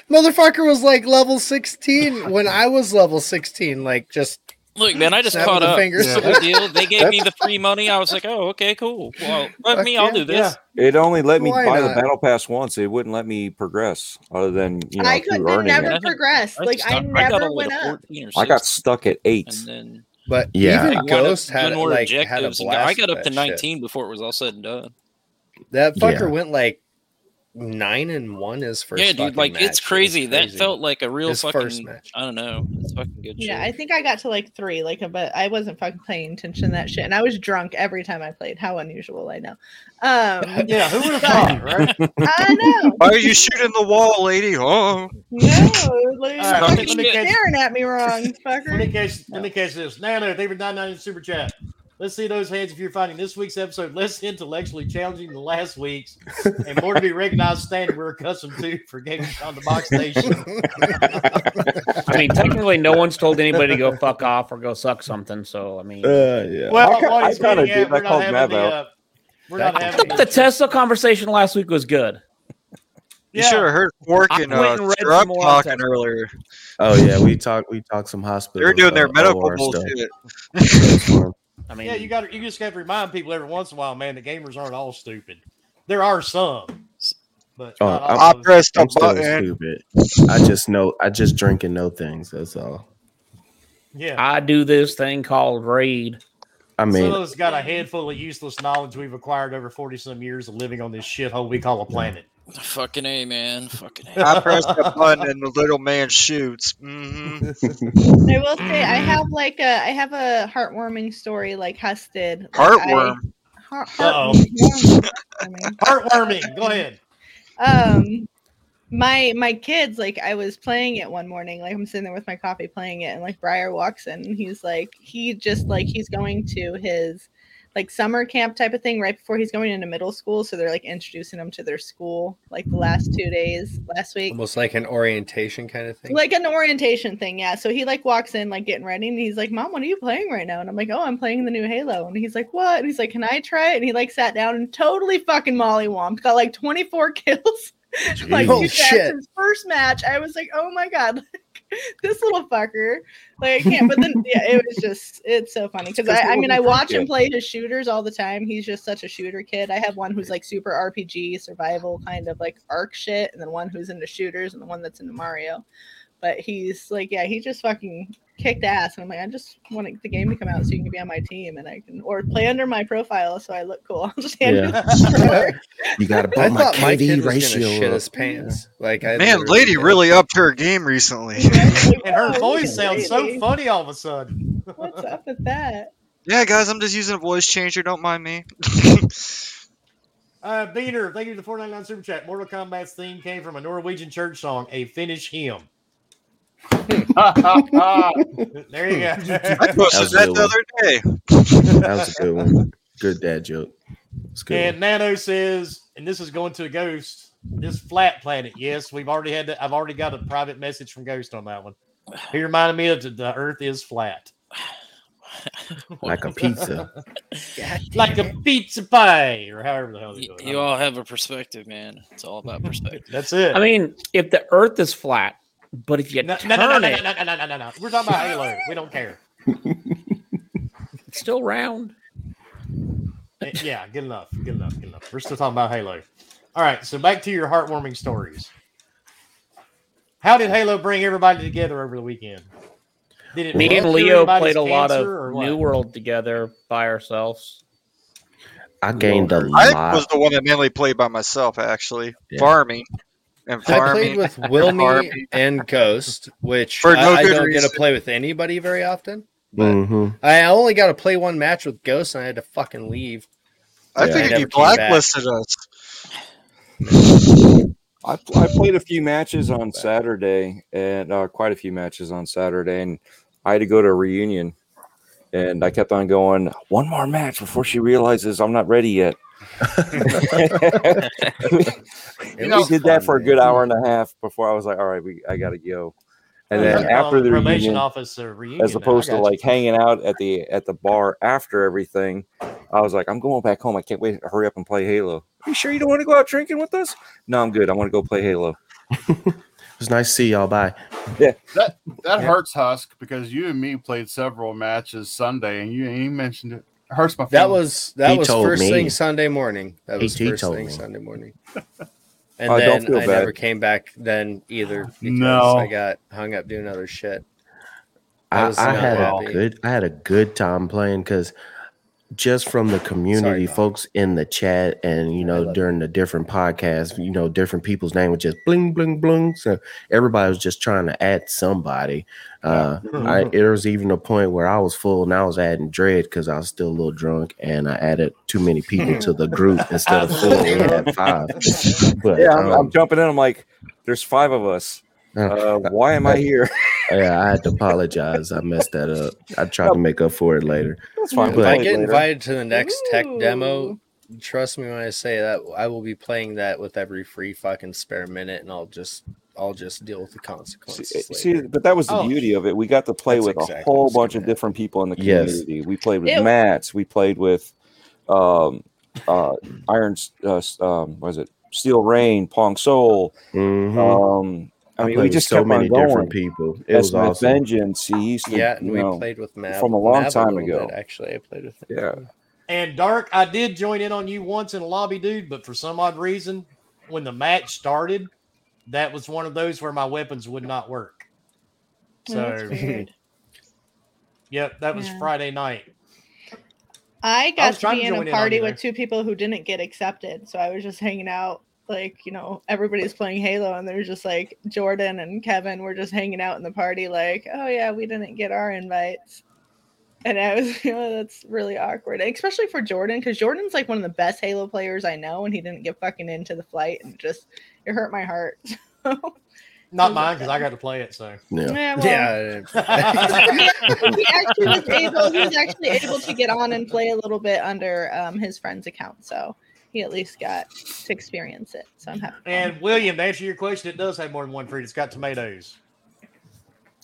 Motherfucker was like level sixteen when I was level sixteen. Like just
Look, man, I just
Snap of
caught
the
up.
fingers.
It's no big deal. They gave me the free money. I was like, oh, okay, cool. Well, let
Fuck
me, I'll
yeah.
do this.
It only let me
Why
buy the
not?
battle pass once. It wouldn't let me progress other than you know
I
through
couldn't have
earning
never
it.
I think-
progressed. like
just
I
got-
never
got all the way
went
to
up.
14 or
I got
16,
stuck at eight.
And then
but
Yeah.
even
wound up
Ghost had
doing more
like had a
objectives
blast.
and got- I got
with
up to
that shit.
19 before it was all said and done.
That fucker
Yeah.
went like nine and one his first.
yeah, dude,
fucking
like
match. It was
it's crazy. That felt like a real
His
fucking.
first match.
I don't know. It's fucking good.
Yeah, I
shit.
think I got to like three, like, uh, but I wasn't fucking paying attention to that shit, and I was drunk every time I played. How unusual, I know. Um,
Yeah, who would have thought, right?
I know.
Why are you shooting the wall, lady? Oh,
No, like,
All right,
let me-
fucking
let me
catch-
staring at me wrong,
Let me
fucker.
catch, let me catch this. Nano, thank you for 999 super chat. Let's see those hands if you're finding this week's episode less intellectually challenging than last week's and more to be recognized standard we're accustomed to for gaming on the box station.
I mean, technically, no one's told anybody to go fuck off or go suck something. So I mean,
Uh, yeah.
Well,
I ca-
what
I
he's
kinda
getting
did.
at, we're
I
not
called
having
Mav
the,
out.
uh, we're not having
the Tesla conversation last week was good.
you should have heard Quark and
I went
uh,
and read some
Rob
more on
talking
Tesla.
earlier.
Oh yeah, we talked. We talked some hospital.
They're doing their
uh,
medical
OR stuff.
bullshit.
That's fun.
I mean,
Yeah, you got. You just got to remind people every once in a while, man. The gamers aren't all stupid. There are some, but
Oh,
not all
Uh, I
of them.
pressed a
I'm still
button.
stupid. I just know. I just drink and know things. That's all.
yeah.
I do this thing called read.
I
Some
mean,
of us got a handful of useless knowledge we've acquired over forty some years of living on this shithole we call a planet.
Fucking a man. Fucking a.
I pressed a button and the little man shoots. hmm
I will say I have like a I have a heartwarming story like Hus did. Like,
Heartworm.
I, heart,
Oh,
Uh-oh.
heartwarming. I mean,
Heartwarming. Go ahead.
um my my kids like i was playing it one morning like i'm sitting there with my coffee playing it and like briar walks in and he's like he just like he's going to his like summer camp type of thing right before he's going into middle school so they're like introducing him to their school like the last two days last week
almost like an orientation kind of thing.
like an orientation thing yeah so he like walks in like getting ready and he's like mom what are you playing right now and i'm like oh i'm playing the new halo and he's like what and he's like can i try it and he like sat down and totally fucking mollywomped got like 24 kills like
Holy
two
shit.
Jackson's first match i was like oh my god like, this little fucker like i can't but then yeah it was just it's so funny because I, I mean i watch him play his shooters all the time he's just such a shooter kid i have one who's like super rpg survival kind of like arc shit and then one who's into shooters and the one that's into mario but he's like, yeah, he just fucking kicked ass. And I'm like, I just want the game to come out so you can be on my team and I can, or play under my profile so I look cool. I'll just hand you
Yeah.
the
you got to
I
bump my
thought my
KD
kid was
ratio.
gonna shit
up.
his pants. Like I
Man,
literally
lady
did.
really upped her game recently.
score.
And her
Whoa,
voice sounds so
lady.
funny all of a sudden.
What's up with that?
yeah, guys, I'm just using a voice changer. Don't mind me.
Uh, Beater, thank you for the 499 super chat. Mortal Kombat's theme came from a Norwegian church song, a Finnish hymn. There you go.
I posted
That
that,
was
the other day.
That was a good one. Good dad joke. It's good.
And Nano says, and this is going to a ghost. This flat planet. Yes, we've already had. To, I've already got a private message from Ghost on that one. He reminded me of the, the Earth is flat,
one. like a pizza.
like a pizza pie, or however the hell they
You,
do
you
it.
all have a perspective, man. It's all about perspective.
That's it.
I mean, if the Earth is flat, but if you
no,
turn
no, no, no, no,
it,
no, no, no, no, no, no. We're talking about Halo. We don't care.
it's still round.
Eh, Yeah, good enough. Good enough. Good enough. We're still talking about Halo. All right. So back to your heartwarming stories. How did Halo bring everybody together over the weekend? Did it
Me
work
and
through
Leo
everybody's
played a lot
cancer or
of
what?
New World together by ourselves.
I gained a
I was
lot.
the one that mainly played by myself, actually.
Yeah.
Farming. And
I
farming.
played with
Farming.
Wilmy and Ghost, which
For no
I, I
good
don't get
reason.
to play with anybody very often.
hmm
I only got to play one match with Ghost, and I had to fucking leave.
I
Yeah.
figured
I
you
never came back.
blacklisted us.
I, I played a few matches on Saturday, and uh, quite a few matches on Saturday, and I had to go to a reunion, and I kept on going one more match before she realizes I'm not ready yet.
It
we
was
did
fun,
that for a
man.
good hour and a half before I was like, all right, we I gotta go. And
Well,
then
that's called
after the
um, probation
reunion,
office uh, reunion,
as
then. I
opposed to
got
like hanging out at the at the bar after everything, I was like, I'm going back home. I can't wait to hurry up and play Halo. Are you sure you don't want to go out drinking with us? No, I'm good. I want to go play Halo.
It was nice to see y'all. Bye.
That
Yeah.
hurts, Husk, because you and me played several matches Sunday, and you ain't even mentioned it. It hurts my
That
feelings.
was that
He
was
told
first
me.
thing Sunday morning. That
He-
was
he
first
told
thing
me.
Sunday morning. And
I don't
then
feel
I never
bad.
came back then either. because
No.
I got hung up doing other shit. That
I,
was
I
not
had
happy.
a good I had a good time playing because just from the community
Bob.
folks in the chat and you know
love
during the different podcasts, you know, different people's name was just bling bling bling. So everybody was just trying to add somebody. Uh I there was even a point where I was full and I was adding dread because I was still a little drunk and I added too many people to the group instead of four. We had five. But
Yeah, I'm, I'm
um,
jumping in. I'm like, there's five of us. Uh, why am I here?
Oh, yeah, I had to apologize. I messed that up. I tried to make up for it later.
That's fine.
If
But-
I
Play it
get
later.
invited to the next tech demo,
Ooh.
trust me when I say that I will be playing that with every free fucking spare minute, and I'll just I'll just deal with the
See,
consequences.
Eh, see,
later.
but that was the
Oh.
beauty of it. We got to play
That's
with
exactly
a whole
what's gonna
bunch of
happen.
different people in the
Yes.
community. We played with
Ew.
Mats. We played with um, uh, Iron, uh, s- um, what is it? Steel Rain, Pong Soul.
Mhm.
Um, I,
I
mean,
played
we
with
just
so
kept on
many different
going.
people. It was
That's my
awesome.
vengeance. He used to,
yeah, and
you
we
know,
played with Mav
from a long
Mav
time
little
ago.
bit, actually, I played with him.
yeah.
And Dark, I did join in on you once in a lobby, dude, but for some odd reason, when the match started, that was one of those where my weapons would not work.
Oh, That's
So,
weird.
yep, that was
Yeah.
Friday night.
I
I
got
was
to
trying
be
to
in
join
a
in on
party
you
with two people who didn't get accepted, so I was just hanging out. Like you know, everybody's playing Halo, and there's just like Jordan and Kevin were just hanging out in the party. Like, oh yeah, we didn't get our invites, and I was, you know, that's really awkward, especially for Jordan because Jordan's like one of the best Halo players I know, and he didn't get fucking into the flight, and just it hurt my heart. yeah,
Not mine because I got to play it. So,
Yeah.
well,
Yeah,
he actually was able he was actually able to get on and play a little bit under um, his friend's account so he at least got to experience it so i'm happy
and William, to answer your question, it does have more than one fruit. It's got tomatoes.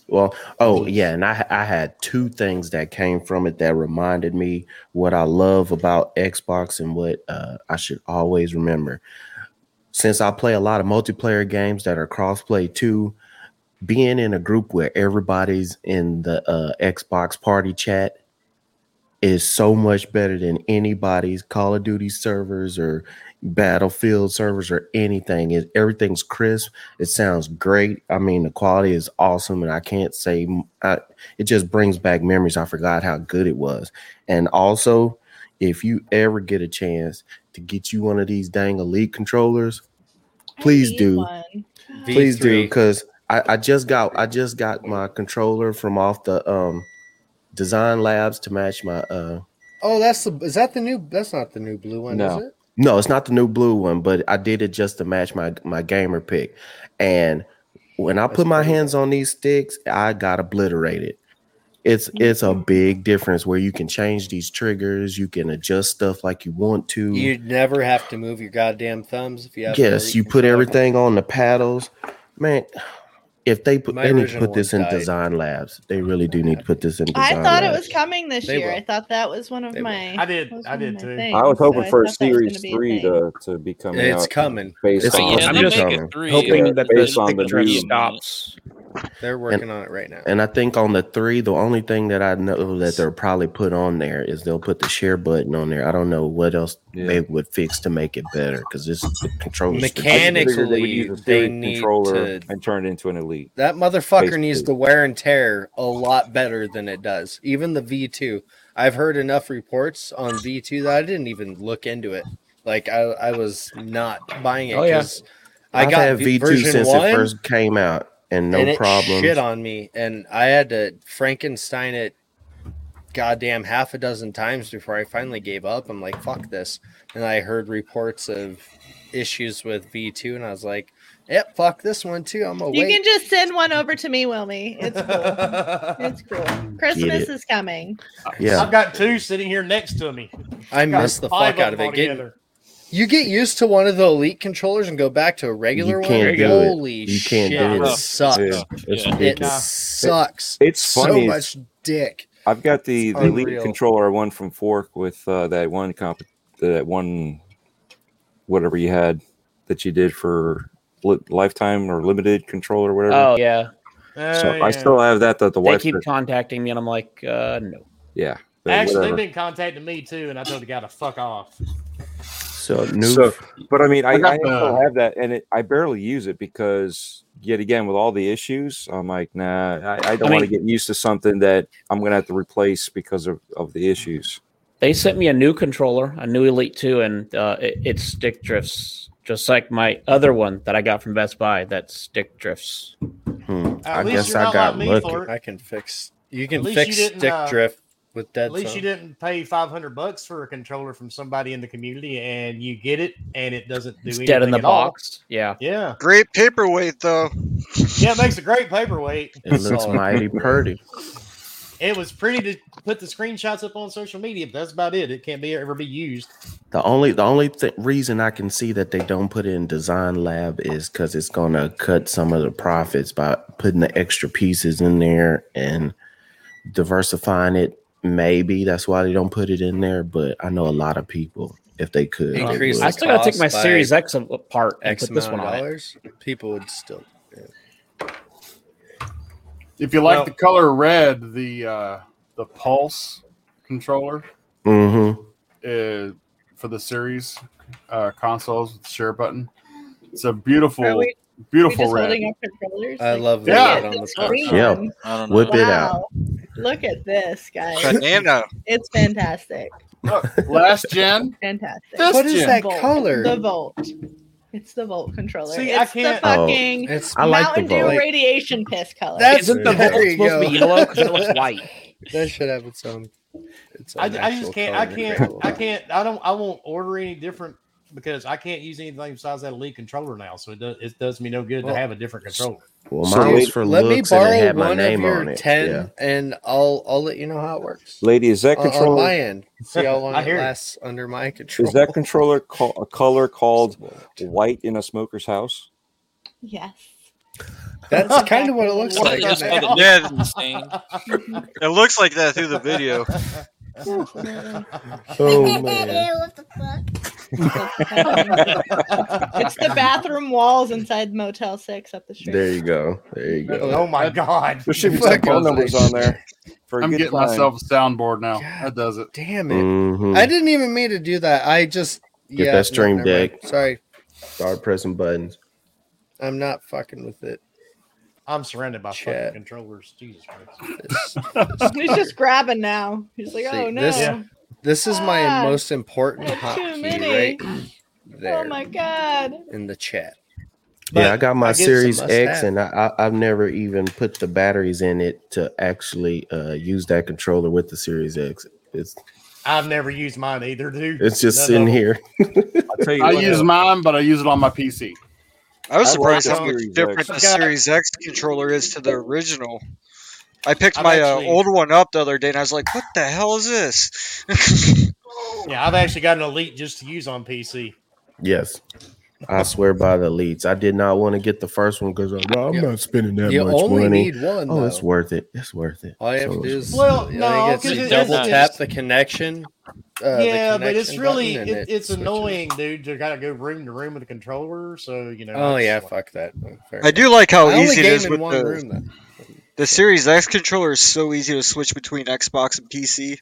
Well, oh yeah, and I I had two things that came from it that reminded me what I love about Xbox and what uh, I should always remember. Since I play a lot of multiplayer games that are cross-play too, being in a group where everybody's in the uh, Xbox party chat is so much better than anybody's Call of Duty servers or Battlefield servers or anything. It, everything's crisp. It sounds great. I mean, the quality is awesome, and I can't say m- I, it just brings back memories. I forgot how good it was. And also, if you ever get a chance to get you one of these dang elite controllers,
I
Please
need
do.
one.
please do
V3.
because I, I just got I just got my controller from off the um design labs to match my uh
Oh, that's the is that the new? That's not the new blue one,
No.
is it?
No, it's not the new blue one, but I did it just to match my my gamer pick. And when I
That's
put my
pretty
hands on these sticks, I got obliterated. It's
Hmm.
it's a big difference where you can change these triggers, you can adjust stuff like you want to.
You never have to move your goddamn thumbs if you have.
yes,
elite
you put
controller.
everything on the paddles. Man, if they put
My
they need to
original
put this
one
in
died.
design labs, they really do need to put this in
i
design
thought it
labs.
was coming this
They
year
will.
i thought that was one of
They will.
my
I did-
that was
I
one of
did
my
too. I
I
things,
was
so
hoping
I
for
thought that was
Series
gonna be a
3
thing.
to, to be coming
It's
out
coming.
based
It's
But
on
yeah,
I'm
they'll
just
make
on-
it three.
Yeah,
Hoping that the
based on the
picture
new-
stops.
They're working on it right now.
And I think on the three, the only thing that I know that they'll probably put on there is they'll put the share button on there. I don't know what else they would fix to make it better because this the controller
They would
Mechanically,
use a
they
big
need
controller
to.
and turn it into an elite.
That motherfucker
Basically.
needs to wear and tear a lot better than it does. Even the V2. I've heard enough reports on V2 that I didn't even look into it. Like I, I was not buying it
Oh, yeah.
'cause I got
V two
version
since
one,
it first came out and no
and it
problem.
shit on me, and I had to Frankenstein it, goddamn half a dozen times before I finally gave up. I'm like, fuck this, and I heard reports of issues with V2, and I was like, yep, fuck this one too. I'm gonna
You
wait.
can just send one over to me, Wilmy. It's cool. it's cool. Christmas
it.
is coming.
yeah,
I've got two sitting here next to me.
I
Got
missed the
five
fuck out of
them
it. Get-
altogether.
You get used to one of the elite controllers and go back to a regular
You can't
one.
do it.
Holy
You can't
shit,
do
it
it.
sucks.
Yeah, it's
Yeah.
It
ridiculous.
sucks.
It's funny.
so much dick.
I've got the,
It's
the elite
unreal.
controller one from Fork with uh, that one comp that one whatever you had that you did for li- lifetime or limited control or whatever.
Oh yeah,
Oh,
so I
yeah.
still have that that the
they
wife
keep
said-
contacting me, and I'm like, uh, no.
yeah. but
Actually,
whatever.
they've been contacting me too, and I told the guy to fuck off.
so new.
So, but I mean, I,
I got
I still
the-
have that, and it, I barely use it because, yet again, with all the issues, I'm like, nah, I, I don't
I
want to
mean-
get used to something that I'm going to have to replace because of, of the issues.
They sent me a new controller, a new Elite Two, and uh, it, it stick drifts just like my other one that I got from Best Buy. That stick drifts.
hmm,
At
I
least
guess
you're
I
not
got
like me
lucky.
for it.
I can fix. You can
least
fix
you didn't,
stick
uh,
drift with dead.
At least you didn't pay five hundred bucks for a controller from somebody in the community, and you get it, and it doesn't do
It's
anything
dead in the
at all.
box. Yeah.
Yeah,
Great paperweight, though.
yeah, it makes a great paperweight.
It looks
Oh.
Solid.
mighty pretty.
It was pretty to put the screenshots up on social media, but that's about it. It can't be ever be used.
The only the only th- reason I can see that they don't put it in design lab is because it's gonna cut some of the profits by putting the extra pieces in there and diversifying it. Maybe that's why they don't put it in there. But I know a lot of people, if they could, they
Increase
would.
I still gotta take my
cost by
Series X apart and
X
put this
amount
one
of
on it.
dollars. People would still.
If you like
Well-
the color red, the uh, the Pulse controller
Mhm.
is for the series uh, consoles with the share button. It's a beautiful,
Are we, we just
beautiful red.
holding up controllers?
I
Like,
love
look
Yeah.
that
at
on the
this
screen.
green
Yeah.
one.
I don't know.
Whip it out.
Wow. Look at this, guys.
Banana.
It's fantastic.
Look, last gen.
Fantastic.
This
What is
Question.
that
Volt.
color?
The Volt. It's the Volt controller.
See, I
it's the
can't-
Oh.
fucking
It's
I like
Mountain
the
Dew
Volt.
radiation piss color.
That's-
Isn't the
There
Volt
you
supposed to be
go.
yellow because it looks white?
that should have its own. Its
I,
own
I just
actual
can't.
color
I can't.
control.
I can't. I don't. I won't order any different because I can't use anything besides that elite controller now. So it does. It does me no good
Well,
to have a different controller.
Well,
So
mine was
wait,
for
let me
looks and it
borrow
had my
one of
name on
your
it.
ten,
Yeah.
and I'll I'll let you know how it works.
Lady, is that
On- on my
controller?
end, see how long
I
it
hear you.
lasts under my control.
Is that controller call, a color called white in a smoker's house?
yes.
That's kind of what it
I
looks
thought
like.
they just
isn't it?
called it
Yeah.
insane.
It looks like that through the video.
Absolutely.
Oh man.
what the fuck?
it's the bathroom walls inside Motel 6 up the street.
There you go. There you go.
oh my god!
There should be some
Fuck, I
phone
was
numbers
like-
on there. For a
I'm
good
getting
time.
myself a soundboard now.
God.
That does it.
Damn it!
Mhm.
I didn't even mean to do that. I just
Get
yeah,
that
no,
stream
never mind.
deck.
Sorry,
Start pressing buttons.
I'm not fucking with it.
I'm surrounded by
Chat.
fucking controllers. Jesus Christ!
This,
He's just grabbing now. He's like,
See,
oh no.
this-
Yeah.
this is my
Ah,
most important
that's
hot
too
key
many.
right there
Oh my god.
in the chat.
yeah, I got my
I guess it
Series
must
X,
have.
and I, I, I've never even put the batteries in it to actually uh, use that controller with the Series X. It's
I've never used mine either, dude.
it's just in
None of them.
here.
I'll tell you
I
what,
use mine, but I use it on my PC.
I was
I like
surprised how
the
much
Series
different
X.
the
Got-
Series X controller is to the original. I picked
I've
my
actually-
uh, old one up the other day, and I was like, "What the hell is this?"
Yeah, I've actually got an elite just to use on PC.
Yes, I swear by the leads. I did not want to get the first one because I'm, well, I'm
Yeah.
not spending that
You
much
only
money.
need one.
oh,
though.
it's worth it. It's worth it.
All you have
So
to do
it's-
is
Well,
I think
no,
it's
'cause
you
it-
double
it's-
tap the connection uh, the
yeah, but it's
connection
really
button
it,
and it
it's
switches.
annoying, dude. You gotta go room to room with the controller, so you know.
Oh
that's
yeah,
like-
fuck that. Fair
I do like how
I only
easy it
game
is
in
with
one
the
room, though.
the Series X controller is so easy to switch between Xbox and PC.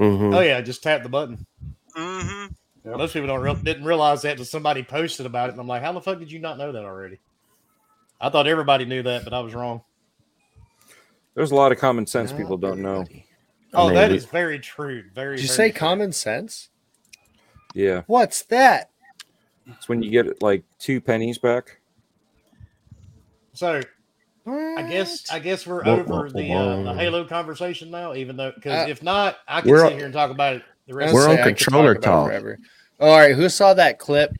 Mhm.
Oh yeah, just tap the button.
Mm-hmm.
Most people don't real didn't realize that until somebody posted about it, and I'm like, how the fuck did you not know that already? I thought everybody knew that, but I was wrong.
There's a lot of common sense people don't know.
Oh,
mean,
that
we-
is very true. Very.
Did you
very
say
true.
common sense?
Yeah,
What's that?
it's when you get like two pennies back.
So I guess I guess we're
Wah, wah,
over
wah,
the, uh,
wah.
the Halo conversation now, even though because
Uh,
if not, I can
we're
sit
on-
here and talk about it. The
I was
rest
We're
gonna
on
say, I could
controller
about it
talk.
forever. all right, who saw that clip?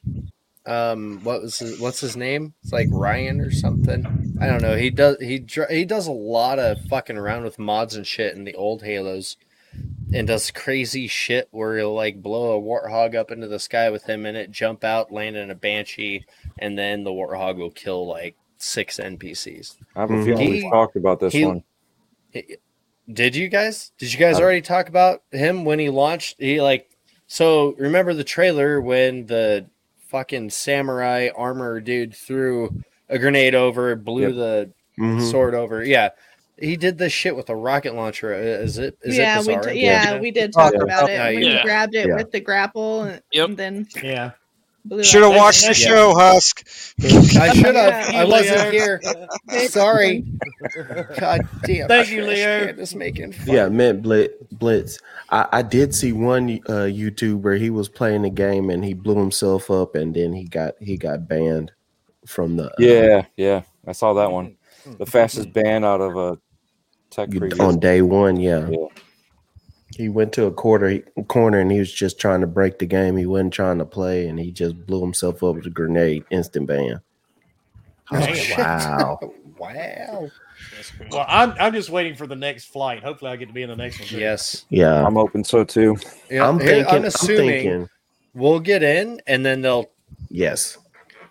Um, what was his, what's his name? It's like Ryan or something. I don't know. He does he dr- he does a lot of fucking around with mods and shit in the old Halos, and does crazy shit where he'll like blow a warthog up into the sky with him and it jump out, land in a banshee, and then the warthog will kill like six NPCs.
I have a
Mhm.
feeling
He-
we've talked about this
he-
one.
Did you guys? Did you guys
Uh,
already talk about him when he launched? He like so remember the trailer when the fucking samurai armor dude threw a grenade over, blew
Yep.
the
Mhm.
sword over. Yeah. He did this shit with a rocket launcher. Uh, Is it is
yeah,
it
we
Bizarro?
d- Oh, yeah, we did talk about it
Yeah,
when
yeah.
he grabbed it
Yeah.
with the grapple and,
Yep.
and then
yeah.
blew.
Should
up.
have watched the
Yeah.
show, Husk.
I should have.
Yeah.
I wasn't here. Sorry. God damn.
Thank you,
trash
Leo.
can is making fun.
Yeah, Mint Blitz. Blitz. I, I did see one uh, YouTuber. He was playing the game and he blew himself up, and then he got he got banned from the uh,
Yeah, yeah, I saw that one.
Hmm.
The fastest ban out of a tech
you-
preview.
on day one. Yeah.
Yeah.
he went to a quarter he, corner and he was just trying to break the game. He wasn't trying to play, and he just blew himself up with a grenade. Instant ban. I was
Damn.
like, wow.
Wow.
Well, I'm I'm just waiting for the next flight. Hopefully, I get to be in the next one. too.
Yes.
Yeah,
I'm open so too.
Yeah,
I'm
here-
thinking.
I'm assuming
I'm thinking.
we'll get in and then they'll
Yes.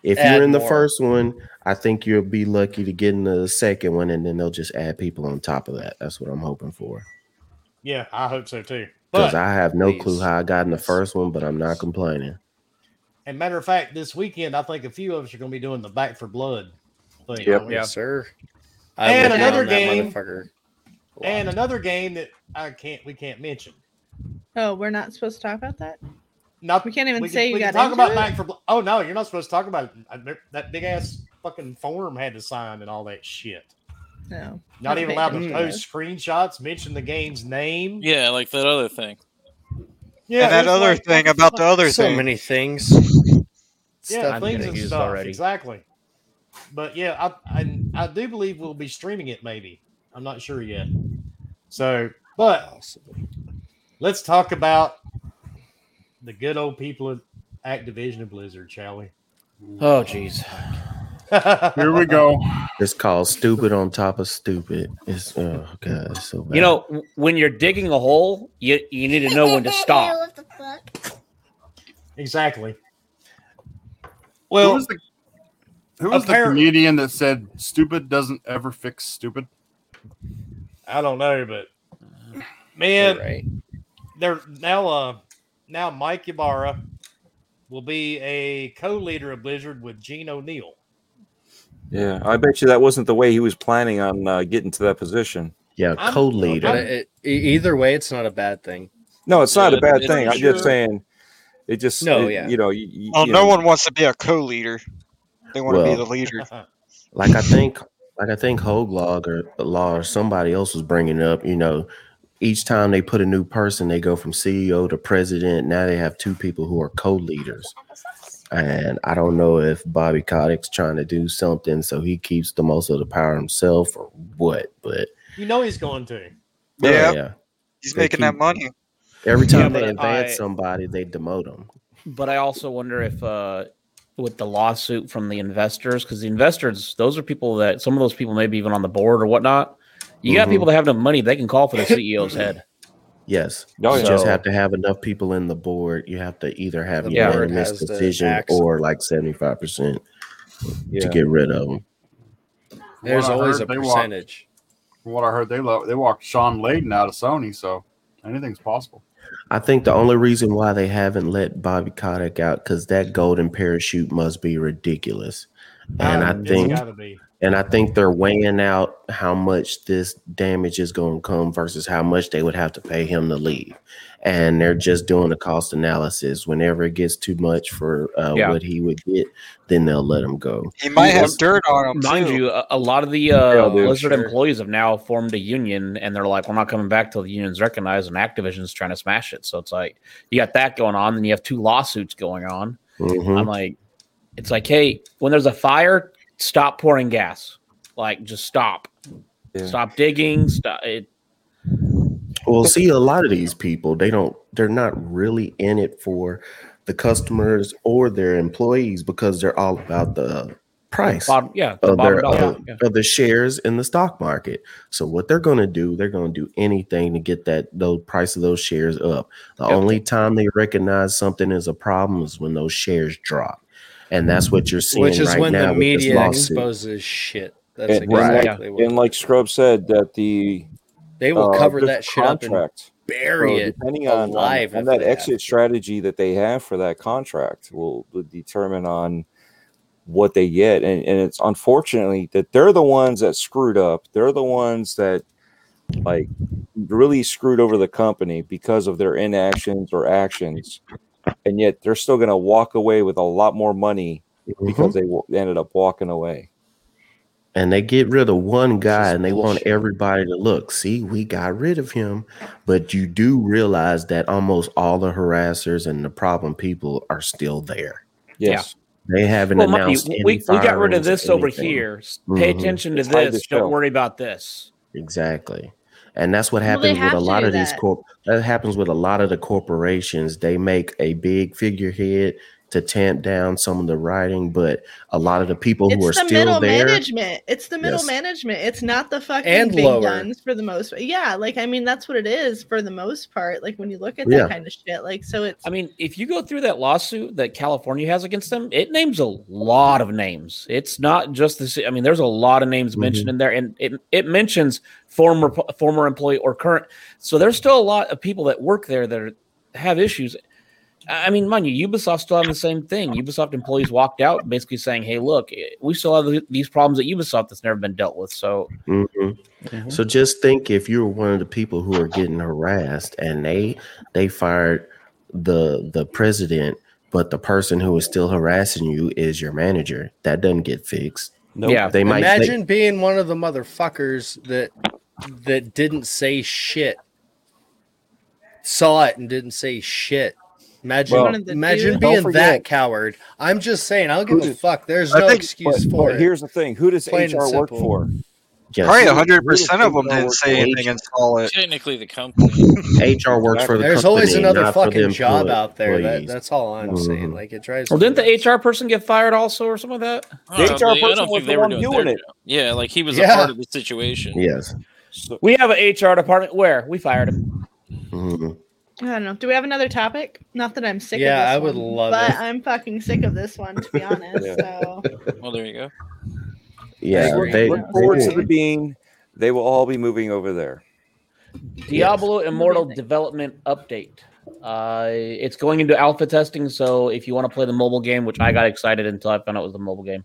If
Add
you're in the
more.
first one, I think you'll be lucky to get in the second one, and then they'll just add people on top of that. That's what I'm hoping for.
Yeah, I hope so too.
Because
But
I have no clue
please.
how I got in the first one, but I'm not complaining.
and matter of fact, this weekend I think a few of us are going to be doing the Back for Blood thing.
Yep.
aren't we?
Yes, sir.
And
would
another
down that
game.
motherfucker.
And another game that I can't we can't mention.
Oh, we're not supposed to talk about that.
Not
We can't even
we can-
say you
we can
got
talk
into
about
it?
Back for Blood. Oh no, you're not supposed to talk about it. I- there- that big ass fucking form had to sign and all that shit.
No,
Not
I
even
paid
allowed to
attention
post screenshots, mention the game's name.
Yeah, like that other thing.
Yeah,
and that
it's
other
like-
thing about the other
so
thing.
many things.
yeah,
Stuff.
things
gonna
and
use
stuff.
already.
Exactly. But yeah, I, I I do believe we'll be streaming it. Maybe I'm not sure yet. So, but let's talk about the good old people at Activision and Blizzard, shall we?
Oh, jeez.
Here we go.
It's called stupid on top of stupid. It's oh god, it's so bad.
You know, w- when you're digging a hole, you you need to know when to stop.
What the fuck?
exactly.
Who
Well,
was the, who was the
apparently-
comedian that said stupid doesn't ever fix stupid?
I don't know, but
You're
man,
right.
they're now uh now Mike Ybarra will be a co-leader of Blizzard with Gene O'Neill.
Yeah, I bet you that wasn't the way he was planning on uh, getting to that position.
yeah,
I'm-
co leader.
But it, it- e, either way, it's not a bad thing.
No, it's not
Yeah,
a bad
it's
thing. I'm
sure.
just saying, it just
No,
it-
yeah.
you know, you, you-
Well,
you
Oh, no
know,
one wants to be a co-leader. They want to be
Well,
the leader.
like I think like I think Hoglog or Law or somebody else was bringing up, you know, each time they put a new person, they go from CEO to president. Now they have two people who are co-leaders. And I don't know if Bobby Kotick's trying to do something so he keeps the most of the power himself or what, but
You know he's going to.
Yeah.
yeah.
He's
They
making that
keep-
money.
Every
Yeah,
time
but
they advance
I-
somebody, they demote them.
But I also wonder if uh, with the lawsuit from the investors, because the investors, those are people that some of those people maybe even on the board or whatnot. You got
Mhm.
people that have no money; they can call for the CEO's head.
Yes.
Oh,
you
yeah.
just have to have enough people in the board. You have to either have
The
unanimous
board has to
decision
axe 'em.
or like 75%
yeah.
to get rid of them.
From
There's
what I
always
heard,
a
they walked-
percentage.
From what I heard, they lo- they walked Sean Layden out of Sony, so anything's possible.
I think the only reason why they haven't let Bobby Kotick out because that golden parachute must be ridiculous, and I
It's
think
gotta be.
and I think they're weighing out how much this damage is going to come versus how much they would have to pay him to leave, and they're just doing a cost analysis. Whenever it gets too much for uh,
Yeah.
what he would get, then they'll let him go.
He might have dirt on him.
Mind
too.
you, a, a lot of the uh,
They'll do,
Blizzard
sure.
employees have now formed a union, and they're like, "We're not coming back till the union's recognized." And Activision's trying to smash it, so it's like you got that going on, then you have two lawsuits going on.
Mhm.
I'm like, it's like, hey, when there's a fire, stop pouring gas. Like, just stop,
Yeah.
stop digging. Stop. It,
Well, see, a lot of these people, they don't, they're not really in it for the customers or their employees because they're all about the price
bottom, yeah, the
of
bottom
their
dollar.
of,
yeah.
of the shares in the stock market. So what they're going to do, they're going to do anything to get that the price of those shares up. The only time they recognize something is a problem is when those shares drop, and that's what you're seeing.
which is
right
when
now with this
the media
lawsuit.
exposes shit. That's
And,
exactly
and like,
what
and like Scrub said, that the
they will
uh,
cover
this
that shit up and
contract,
bury
so
it.
depending on,
alive
on, on
if
that
they have
exit strategy that they have for that contract will, will determine on what they get and, and it's unfortunately that they're the ones that screwed up they're the ones that like really screwed over the company because of their inactions or actions and yet they're still going to walk away with a lot more money because they wa- they ended up walking away
and they get rid of one guy and they want
bullshit.
everybody to look see we got rid of him but you do realize that almost all the harassers and the problem people are still there
yes
they haven't
Well, Monty,
announced any
we, we got rid of
firings,
this over
anything.
here. S- Pay
Mhm.
attention to
Let's hide
this.
this show.
Don't worry about this.
exactly and that's what
Well, they
happens with
have
a
to
lot
do
of these
that.
corp that happens with a lot of the corporations they make a big figurehead to tamp down some of the writing but a lot of the people who are
It's the
still
middle
there
management. It's the middle
Yes.
management. It's not the fucking
And
big
lower.
guns for the most. Yeah, like I mean, that's what it is for the most part. Like when you look at
Yeah.
that kind of shit, like so it's
I mean, if you go through that lawsuit that California has against them, it names a lot of names. It's not just this. I mean, there's a lot of names mentioned in there, and it, it mentions former former employee or current. So there's still a lot of people that work there that are, have issues. I I mean, mind you, Ubisoft still having the same thing. Ubisoft employees walked out, basically saying, "Hey, look, eh, we still have these problems at Ubisoft that's never been dealt with." So
Mhm.
Mm-hmm.
So just think if you're one of the people who are getting harassed and they they fired the the president, but the person who is still harassing you is your manager. That doesn't get fixed.
Nope.
yeah,
They might they-
Imagine being one of the motherfuckers that that didn't say shit. Saw it and didn't say shit. Imagine,
Well, One
of the
imagine
dudes.
being
Don't forget-
that coward. I'm just saying, I don't give
Who
a
did-
fuck. There's
I
no
think-
excuse
but,
for
but
it.
here's the thing who does
Plain and
hr work
simple.
for
yes.
Probably hundred percent of
Who
them
did
didn't say
H-
anything and call it.
Technically, the company.
HR works for the
There's
company,
always another
not for the
fucking job
employ-
out there. That,
employees. Mm-hmm.
that's all I'm saying. Like it drives.
Well, didn't
me nuts.
the HR person get fired also, or something like that?
I don't
HR
know, I don't
person
think
was
they
the
were
one
doing
doing
their
it.
job. Yeah, like he was
Yeah.
a part of the situation.
yes.
so,
We have an HR department where we fired him.
Mhm.
I don't know. Do we have another topic? Not that I'm sick.
Yeah, I
of
would
this one,
love
but
it.
I'm fucking sick of this one to be honest.
Yeah.
So
Well, there you go.
Yeah.
Agree.
They,
look forward
they-
to the bean they will all be moving over there
Diablo Immortal
Amazing.
development update. Uh, it's going into alpha testing, so if you want to play the mobile game, which I got excited until I found out it was the mobile game,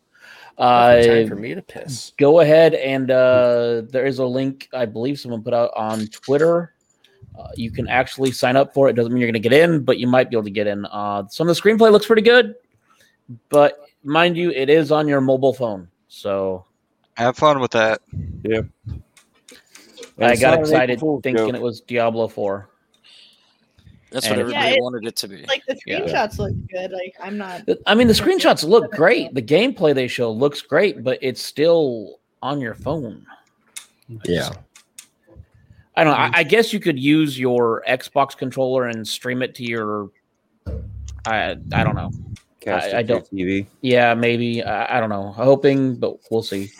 uh,
time for me to piss.
go ahead and uh, there is a link I believe someone put out on Twitter. Uh, you can actually sign up for it. Doesn't mean you're going to get in, but you might be able to get in. Uh, some of the screenplay looks pretty good, but mind you, it is on your mobile phone, so
Have fun with that.
And
I
it's
got
not an April
excited
Fool's
thinking
joke.
it was Diablo Four.
That's
And-
what
Yeah,
everybody
it-
wanted it to be.
like the
Yeah.
screenshots look good. Like I'm not.
The- I mean, the screenshots look great. The gameplay they show looks great, but it's still on your phone.
yeah.
I don't. know,
Mm.
I, I guess you could use your Xbox controller and stream it to your. I I don't know.
Cast
I-
it
I
to
don't-
TV.
Yeah, maybe. I, I don't know. Hoping, but we'll see.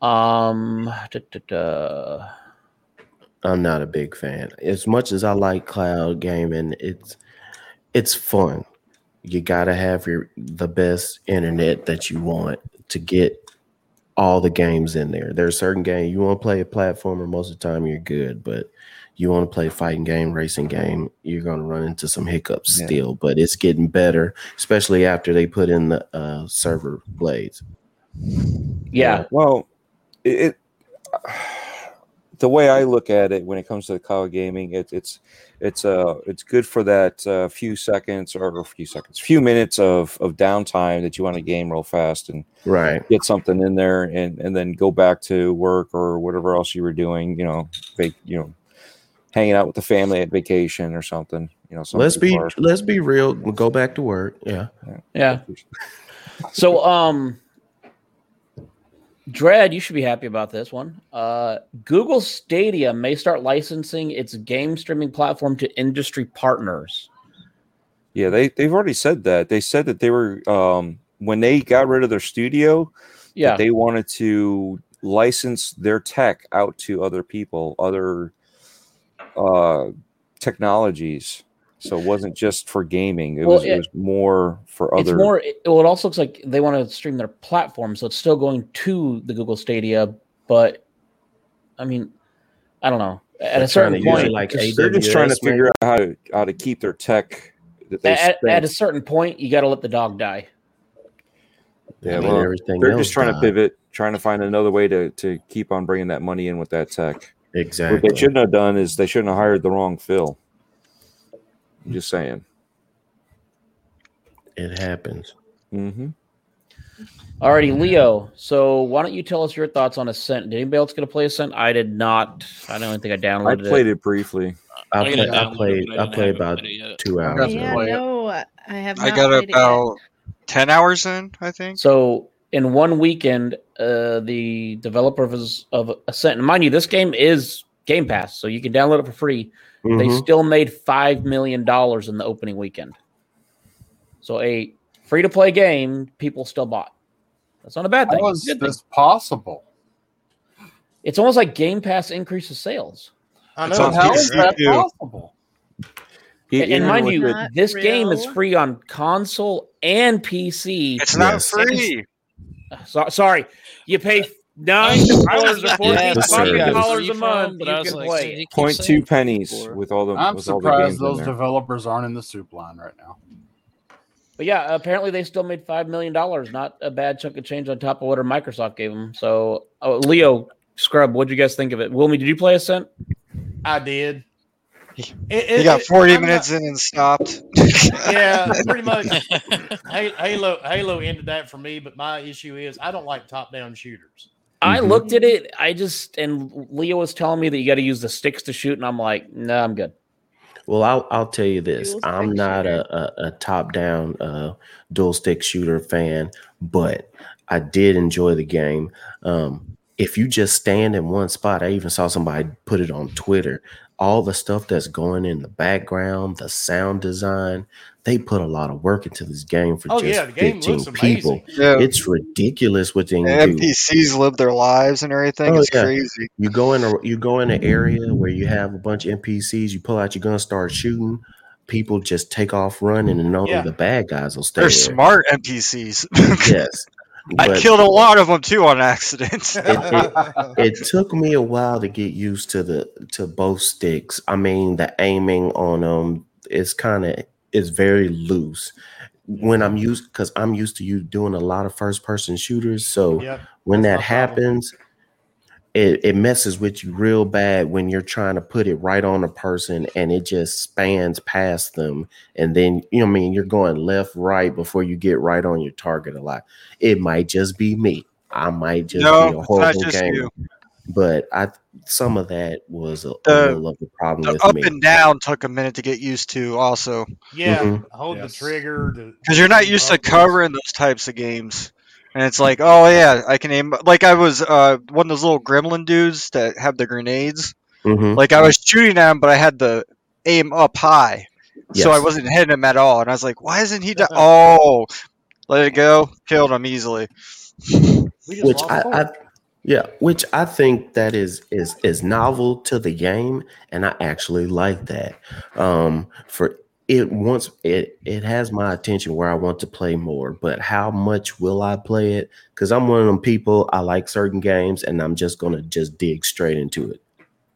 Um. duh, duh, duh.
I'm not a big fan. As much as I like cloud gaming, it's it's fun. You gotta have your the best internet that you want to get all the games in there. There's certain game you want to play a platformer, most of the time you're good, but you want to play fighting game, racing game, you're going to run into some hiccups
Yeah.
still, but it's getting better, especially after they put in the uh, server blades.
Yeah.
Well, it, it the way I look at it when it comes to the cloud gaming, it, it's it's uh it's good for that uh, few seconds or a few seconds, few minutes of of downtime that you want to game real fast and
Right.
get something in there and and then go back to work or whatever else you were doing. You know, vac- you know, hanging out with the family at vacation or something. You know, some
let's be
people are-
let's be real. We'll go back to work. Yeah.
Yeah. So, um, Dread, you should be happy about this one. Uh, Google Stadia may start licensing its game streaming platform to industry partners.
Yeah, they they've already said that. They said that they were um, when they got rid of their studio, that
Yeah.
they wanted to license their tech out to other people, other uh, technologies. So it wasn't just for gaming. It
Well,
was it,
it-
was more for
It's
other.
more. It, well, it also looks like they want to stream their platform, so it's still going to the Google Stadia. But I mean, I don't know. At
They're
a certain
trying to use it
point,
like
they're just trying to
AWS, maybe?
figure out how to how to keep their tech that they
at,
spent.
at a certain point, you got to let the dog die.
yeah,
I mean,
well,
everything
they're just
else
trying to
died.
pivot, trying to find another way to to keep on bringing that money in with that tech. What
Exactly.
they shouldn't have done is they shouldn't have hired the wrong Phil. I'm just saying.
it happens.
Mm-hmm.
Alrighty, Leo. So why don't you tell us your thoughts on Ascent? Did anybody else get to play Ascent? I did not. I don't even think I
I
downloaded
played it briefly.
I,
I gotta
play, I
download
played
it, but I
I
didn't
played
have it
about
ready yet.
two
I got
hours.
to
in.
Yeah,
play it.
no, I have. Not
I got
played it yet.
about ten hours in, I
it.
think.
So in one weekend, uh, the developer of, of Ascent, and mind you, this game is Game Pass, so you can download it for free. They
Mhm.
still made five million dollars in the opening weekend. So a free to play game, people still bought. That's not a bad thing.
How
It's
is
a good thing.
this possible?
It's almost like Game Pass increases sales.
I
It's
know.
on
How
it's-
is that
Too.
possible?
E-
And,
even
and mind
with
you,
the-
Not
this game is
real.
free on console and PC.
It's not
Yes.
free.
Uh, so- sorry, you pay nine dollars or fourteen
The service.
fucking dollars a
Free
month.
from,
You
but I was
can
like,
play. it.
you keep
point
saying
two
it
pennies
before.
with all the
I'm
with all the games
surprised
in
those
there.
developers aren't in the soup line right now.
But yeah, apparently they still made five million dollars. Not a bad chunk of change on top of whatever Microsoft gave them. So, oh, Leo Scrub, what'd you guys think of it? Wilmy, did you play Ascent?
I did. It,
He
it-
got
it-
forty
I'm not-
minutes in and stopped.
yeah, pretty much. Ha- Halo Halo ended that for me, but my issue is I don't like top down shooters.
I
Mhm.
looked at it. I just and Leo was telling me that you got to use the sticks to shoot, and I'm like, no, I'm good.
Well, I'll I'll tell you this.
Dual stick
I'm not
shooter.
a, a, a top down uh, dual stick shooter fan, but I did enjoy the game. Um, if you just stand in one spot, I even saw somebody put it on Twitter. All the stuff that's going in the background, the sound design, they put a lot of work into this game for
Oh
just
yeah, the game
15
looks
people.
amazing.
Yeah.
It's ridiculous what they can do.
NPCs live their lives and everything.
Oh,
it's
yeah.
crazy.
You go in a you go in an area where you have a bunch of NPCs. You pull out your gun, start shooting. People just take off running, and only
Yeah.
the bad guys will stay
They're
there.
smart NPCs.
Yes,
I killed a lot of them too on accident.
It took me a while to get used to the to both sticks. I mean, the aiming on them is kind of is very loose when I'm used because I'm used to you doing a lot of first person shooters. So
Yep.
when
That's
that
my problem.
happens, it, it messes with you real bad when you're trying to put it right on a person and it just spans past them. And then, you know, what I mean, you're going left, right before you get right on your target a lot. It might just be me. I might just be
no,
a
it's not
horrible
just
gamer.
you.
But I some of that was a, a
The-
little of the problem
The
with
up
me.
and down took a minute to get used to, also,
Yeah,
Mhm.
hold
Yes.
the trigger
because you're not used to covering those types of games. And it's like, oh yeah, I can aim. Like I was uh, one of those little gremlin dudes that have the grenades.
Mhm.
Like I was shooting at him, but I had the aim up high, so I
Yes.
wasn't hitting him at all. And I was like, why isn't he? Di- oh, let it go, killed him easily.
We just
which
lost
I,
four.
I yeah which i think that is is is novel to the game and i actually like that um for it once it it has my attention where i want to play more but how much will i play it because i'm one of them people i like certain games and i'm just gonna just dig straight into it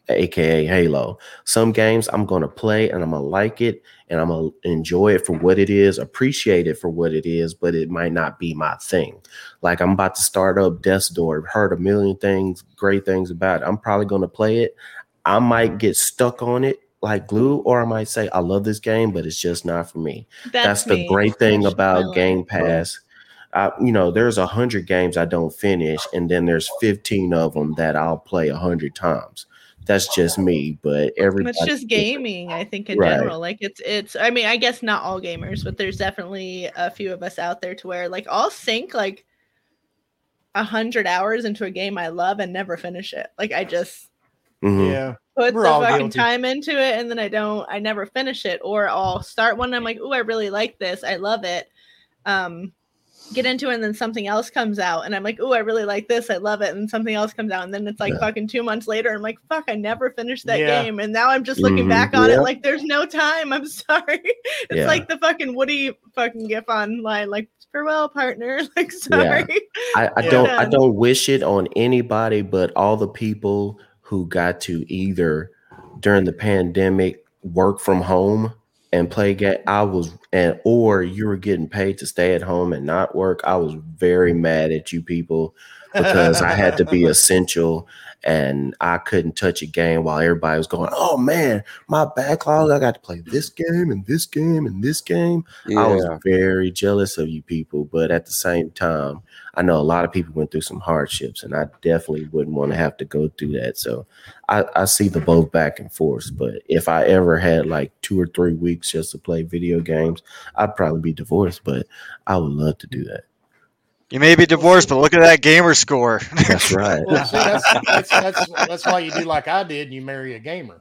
aka Halo. Some games I'm gonna play and I'm gonna like it and I'm gonna enjoy it for what it is, appreciate it for what it is, but it might not be my thing. Like I'm about to start up Death's Door, heard a million things, great things about it. I'm probably gonna play it. I might get stuck on it like glue, or I might say, I love this game, but it's just not for me.
That's
That's, the
me.
great thing
That's my
about
life.
Game Pass. I, you know, there's a hundred games I don't finish, and then there's 15 of them that I'll play a hundred times. That's just me, but everybody.
It's just gaming, I think, in
Right.
general. Like it's it's I mean, I guess not all gamers, but there's definitely a few of us out there to where like I'll sink like a hundred hours into a game I love and never finish it. Like I just
Mhm.
Yeah.
put
We're
the
all
fucking
guilty.
time into it and then I don't I never finish it. Or I'll start one and I'm like, oh, I really like this, I love it. Um get into it and then something else comes out and I'm like, oh, I really like this, I love it, and something else comes out, and then it's like
Yeah.
fucking two months later, I'm like, fuck, I never finished that
Yeah.
game. And now I'm just looking
Mhm.
back on
Yeah.
it like there's no time. I'm sorry. it's
Yeah.
like the fucking Woody fucking gif online, like farewell, partner. Like sorry.
I, I
Yeah.
don't I don't wish it on anybody but all the people who got to either during the pandemic work from home and play game I was and or you were getting paid to stay at home and not work. I was very mad at you people because I had to be essential and I couldn't touch a game while everybody was going, "Oh man, my backlog, I got to play this game and this game and this game." I was
Yeah.
very jealous of you people, but at the same time, I know a lot of people went through some hardships, and I definitely wouldn't want to have to go through that. So I, I see the both back and forth. But if I ever had like two or three weeks just to play video games, I'd probably be divorced. But I would love to do that.
You may be divorced, but look at that gamer score.
That's right.
Well, see, that's, that's, that's, that's why you do like I did and you marry a gamer.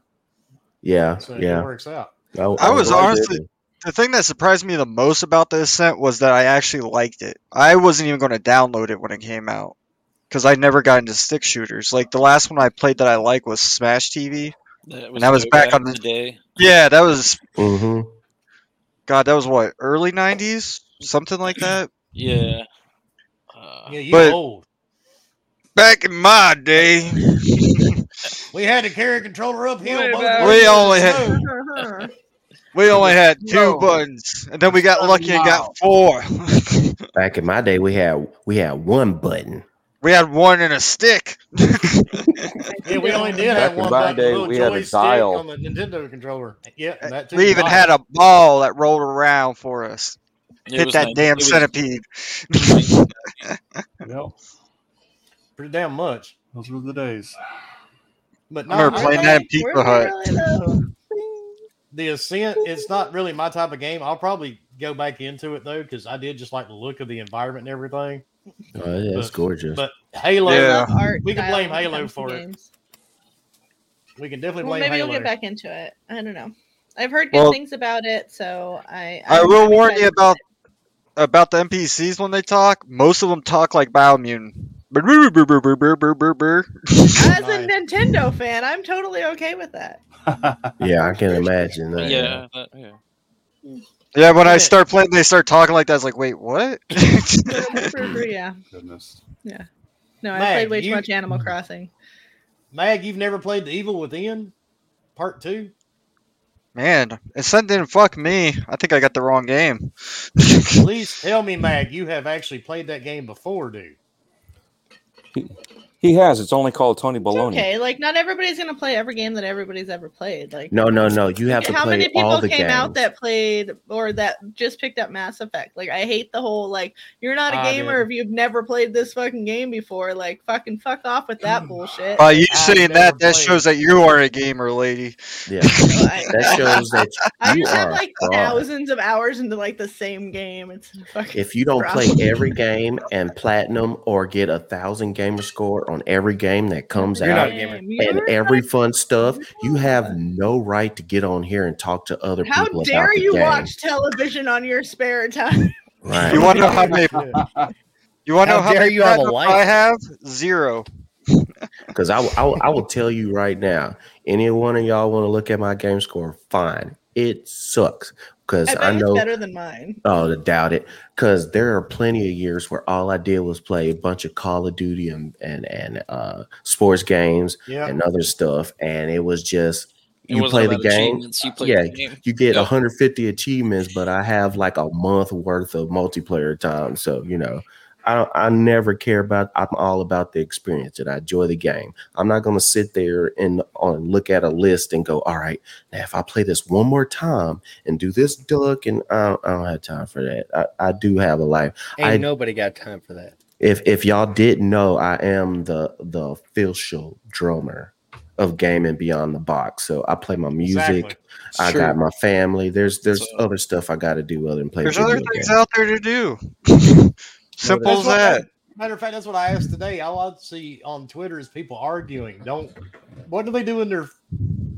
Yeah,
So it
yeah.
works out.
I was
would like
honestly-
that.
the thing that surprised me the most about the Ascent was that I actually liked it. I wasn't even going to download it when it came out because I never got into stick shooters. Like the last one I played that I liked was Smash TV.
That
that was
way
back on the-
day.
Yeah, that was
Mhm.
God. That was what early '90s, something like that.
Yeah. Uh,
Yeah, you
But-
old.
Back in my day,
We had to carry a controller uphill.
Way
both
back-
ways in
We
the
only had-
snow.
we only had two
No.
buttons, and then we got
Oh,
lucky
no.
and got four.
back in my day, we had we had one button.
we had one and a stick.
Yeah, we only did
Back
have
in
one
my
button,
day,
little
we had a
joystick
dial.
on the Nintendo controller. Yeah, and that too.
We even had a ball that rolled around for us.
it
Hit
was
that
like-
damn
it was-
centipede.
Yep. Pretty damn much.
Those were the days.
But
I remember
no, I-
playing that in Pizza Hut.
the Ascent, it's not really my type of game. I'll probably go back into it though, because I did just like the look of the environment and everything.
Oh, yeah, it's
But-
gorgeous.
But Halo,
Yeah.
We can blame Halo for it. we can definitely
Well,
blame
maybe
Halo.
we'll get back into it. I don't know. I've heard good
Well-
things about it, so I.
I
I'm-
will
I'm
warn you
excited.
about about the NPCs when they talk. Most of them talk like Biomune. Brr, brr, brr, brr, brr, brr, brr, brr, brr.
As a
Nice.
Nintendo fan, I'm totally okay with that.
yeah, I can imagine that.
yeah, that, yeah.
Yeah, when I
Yeah.
start playing, they start talking like that. I was like, wait, what?
yeah.
Goodness.
No, I
Mag,
played way too
you-
much Animal Crossing.
Mag, you've never played The Evil Within Part Two?
Man, Ascent didn't fuck me. I think I got the wrong game.
Please tell me, Mag, you have actually played that game before, dude.
He has. It's only called Tony
It's
Baloney.
okay. Like, not everybody's gonna play every game that everybody's ever played. Like,
No, no, no. Oh, You have to
how
play
many
all
people
the
came
games.
out that played or that just picked up Mass Effect? Like, I hate the whole like you're not a
I
gamer
did.
if you've never played this fucking game before. Like, fucking fuck off with that bullshit.
By you
I
saying
never
that, that
played.
shows that you are a gamer, lady.
yeah,
So I-
that shows that
I
you
just have
are
like
fraud.
thousands of hours into like the same game. It's fucking
If you don't play
Probably.
every game and platinum or get a thousand gamer score on every game that comes
You're not
out
a gamer.
Damn, you're
and
not-
every fun stuff, you have no right to get on here and talk to other
How
people
dare
about the
you
game.
watch television on your spare time?
Right.
You want to know how many? You want to
How
know how
dare
many
you have a
platinums
life?
I have? Zero.
Because I, will- I, will- I will tell you right now, any one of y'all want to look at my game score, fine. It sucks. because
I
I,
bet it's
know.
better than mine.
Oh, I doubt it. Because there are plenty of years where all I did was play a bunch of Call of Duty and and, and uh, sports games
Yeah.
and other stuff, and it was just
It
you
wasn't
play the
about
game.
achievements, You played
yeah,
the game.
You get
Yeah.
150 achievements, but I have like a month worth of multiplayer time. So you know, I don't, I never care about. I'm all about the experience, and I enjoy the game. I'm not gonna sit there and on look at a list and go, all right, now if I play this one more time and do this duck, and I don't, I don't have time for that. I, I do have a life.
Ain't
I-
nobody got time for that.
If if y'all didn't know, I am the the official drummer of Game and Beyond the Box. So I play my music.
Exactly.
I
Sure.
got my family. There's there's
So-
other stuff I got to do other than play.
There's
video
other things
games.
out there to do. Simple
That's
as
what-
that.
Matter of fact, that's what I asked today. All I see on Twitter is people arguing. Don't what do they do in their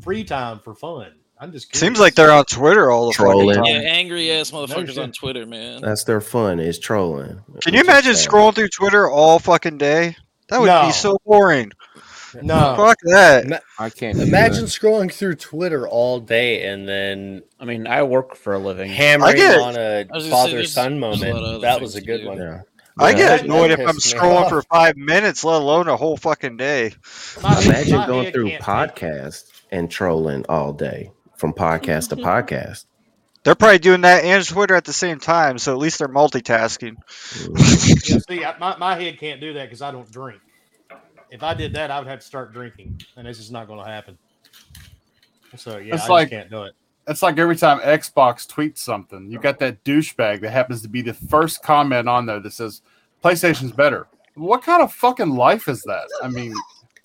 free time for fun? I'm just curious.
Seems like they're on Twitter all the fucking
Trolling.
time.
Yeah, angry ass motherfuckers
shit.
on Twitter, man.
That's their fun is trolling.
Can you
which is
imagine
sad.
scrolling through Twitter all fucking day? That would
No.
be so boring.
no.
Fuck that.
I can't do that.
Imagine scrolling through Twitter all day and then
I mean, I work for a living.
hammering
get-
on
I
a
was gonna say,
father
there's-
son
there's a lot of
moment.
other
That was a
things to
good
do.
one.
Yeah.
I get
that-
annoyed if
that
I'm
pissed me
scrolling
off.
for five minutes, let alone a whole fucking day.
My-
Imagine
my
going
head
through
can't take it.
podcasts and trolling all day from podcast to podcast.
They're probably doing that and Twitter at the same time, so at least they're multitasking.
Mm-hmm.
Yeah, see, I, my, my head can't do that because I don't drink. If I did that, I would have to start drinking, and it's just not going to happen. So yeah,
It's
I
like-
just can't do it. Uh-huh.
It's like every time Xbox tweets something, you got that douchebag that happens to be the first comment on there that says PlayStation's better. What kind of fucking life is that? I mean,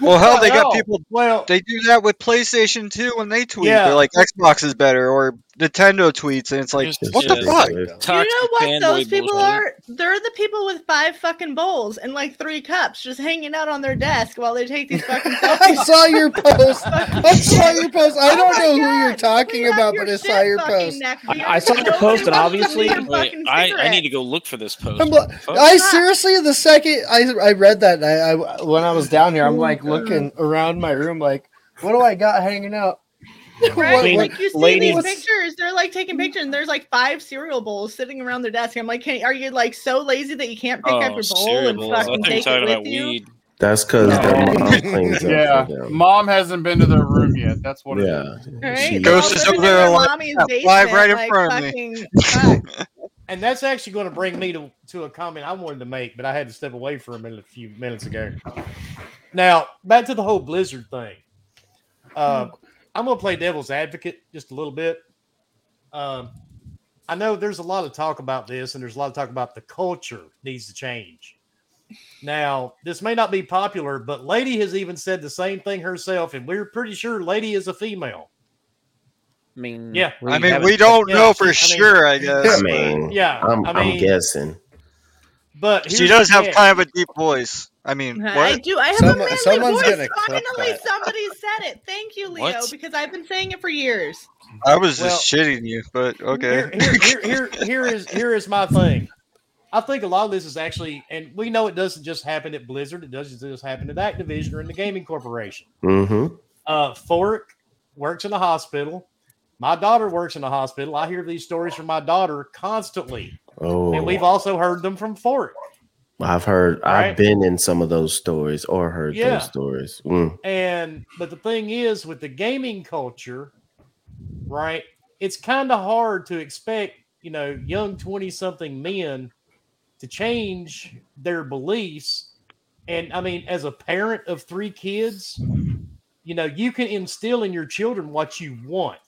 Well, hell, they got
hell?
people.
Well,
They do that with PlayStation 2 when they tweet.
Yeah.
They're like, Xbox is better, or Nintendo tweets, and it's like,
Just-
what
yeah.
the fuck?
Toxic
you know what
fanboy
those people
bullshit.
are? They're the people with five fucking bowls and like three cups just hanging out on their desk while they take these fucking
I
selfies.
saw your post. I saw your post. I
Oh
don't
my
know who
God,
you're talking
clean up
about, but I
your
saw
shit,
your
fucking
post.
neck.
I-
You
I saw the
don't
post, and
have to
obviously-
leave a
Wait,
fucking
I, I
cigarette.
need to go look for this post.
I'm
What
like-
the fuck?
I seriously, the second I, I read that, I, I when I was down here, I'm like looking around my room, like, what do I got hanging out?
Right?
Clean-
like you see
ladies-
these pictures, they're like taking pictures, and there's like five cereal bowls sitting around their desk. I'm like, can, are you like so lazy that you can't pick
oh,
up your bowl
cereal
and
bowls. I
fucking
thought you were
take it
talking about
with you?
weed.
That's because their
No.
mom cleans up
yeah,
for them.
mom hasn't been to their room yet. That's what it is.
Yeah.
Right?
She-
They're all
Ghost is
living
over
in
there
their
like,
mommy's
"Yeah, live right in front of
me. Fuck.
and that's actually going to bring me to, to a comment I wanted to make, but I had to step away for a minute a few minutes ago. Now back to the whole Blizzard thing. Uh, I'm going to play devil's advocate just a little bit. Um, I know there's a lot of talk about this, and there's a lot of talk about the culture needs to change. Now, this may not be popular, but Lady has even said the same thing herself, and we're pretty sure Lady is a female.
I mean,
Yeah.
we
I mean,
haven't-
we don't
yeah,
know
she- I
for
mean-
sure, I
I
guess. but
mean,
Yeah,
Mm, I'm,
I
I am
mean,
guessing.
but
She
here's
does
the
have
catch.
kind of a deep voice. I mean,
I
what?
do. I have
Some-
a manly
someone's
voice.
gonna clip
Finally,
that.
somebody said it. Thank you, Leo,
What?
because I've been saying it for years.
I was just
Well-
shitting you, but okay.
Here, here, here, here, here is here is my thing. I think a lot of this is actually, and we know it doesn't just happen at Blizzard. It doesn't just happen at Activision or in the gaming corporation.
Mm-hmm.
Uh, Fork works in a hospital. My daughter works in a hospital. I hear these stories from my daughter constantly,
Oh,
and we've also heard them from Fork.
I've heard.
Right.
I've been in some of those stories or heard
Yeah.
those stories. Mm.
And but the thing is, with the gaming culture, right? It's kind of hard to expect, you know, young 20 something men to change their beliefs. And I mean, as a parent of three kids, you know, you can instill in your children what you want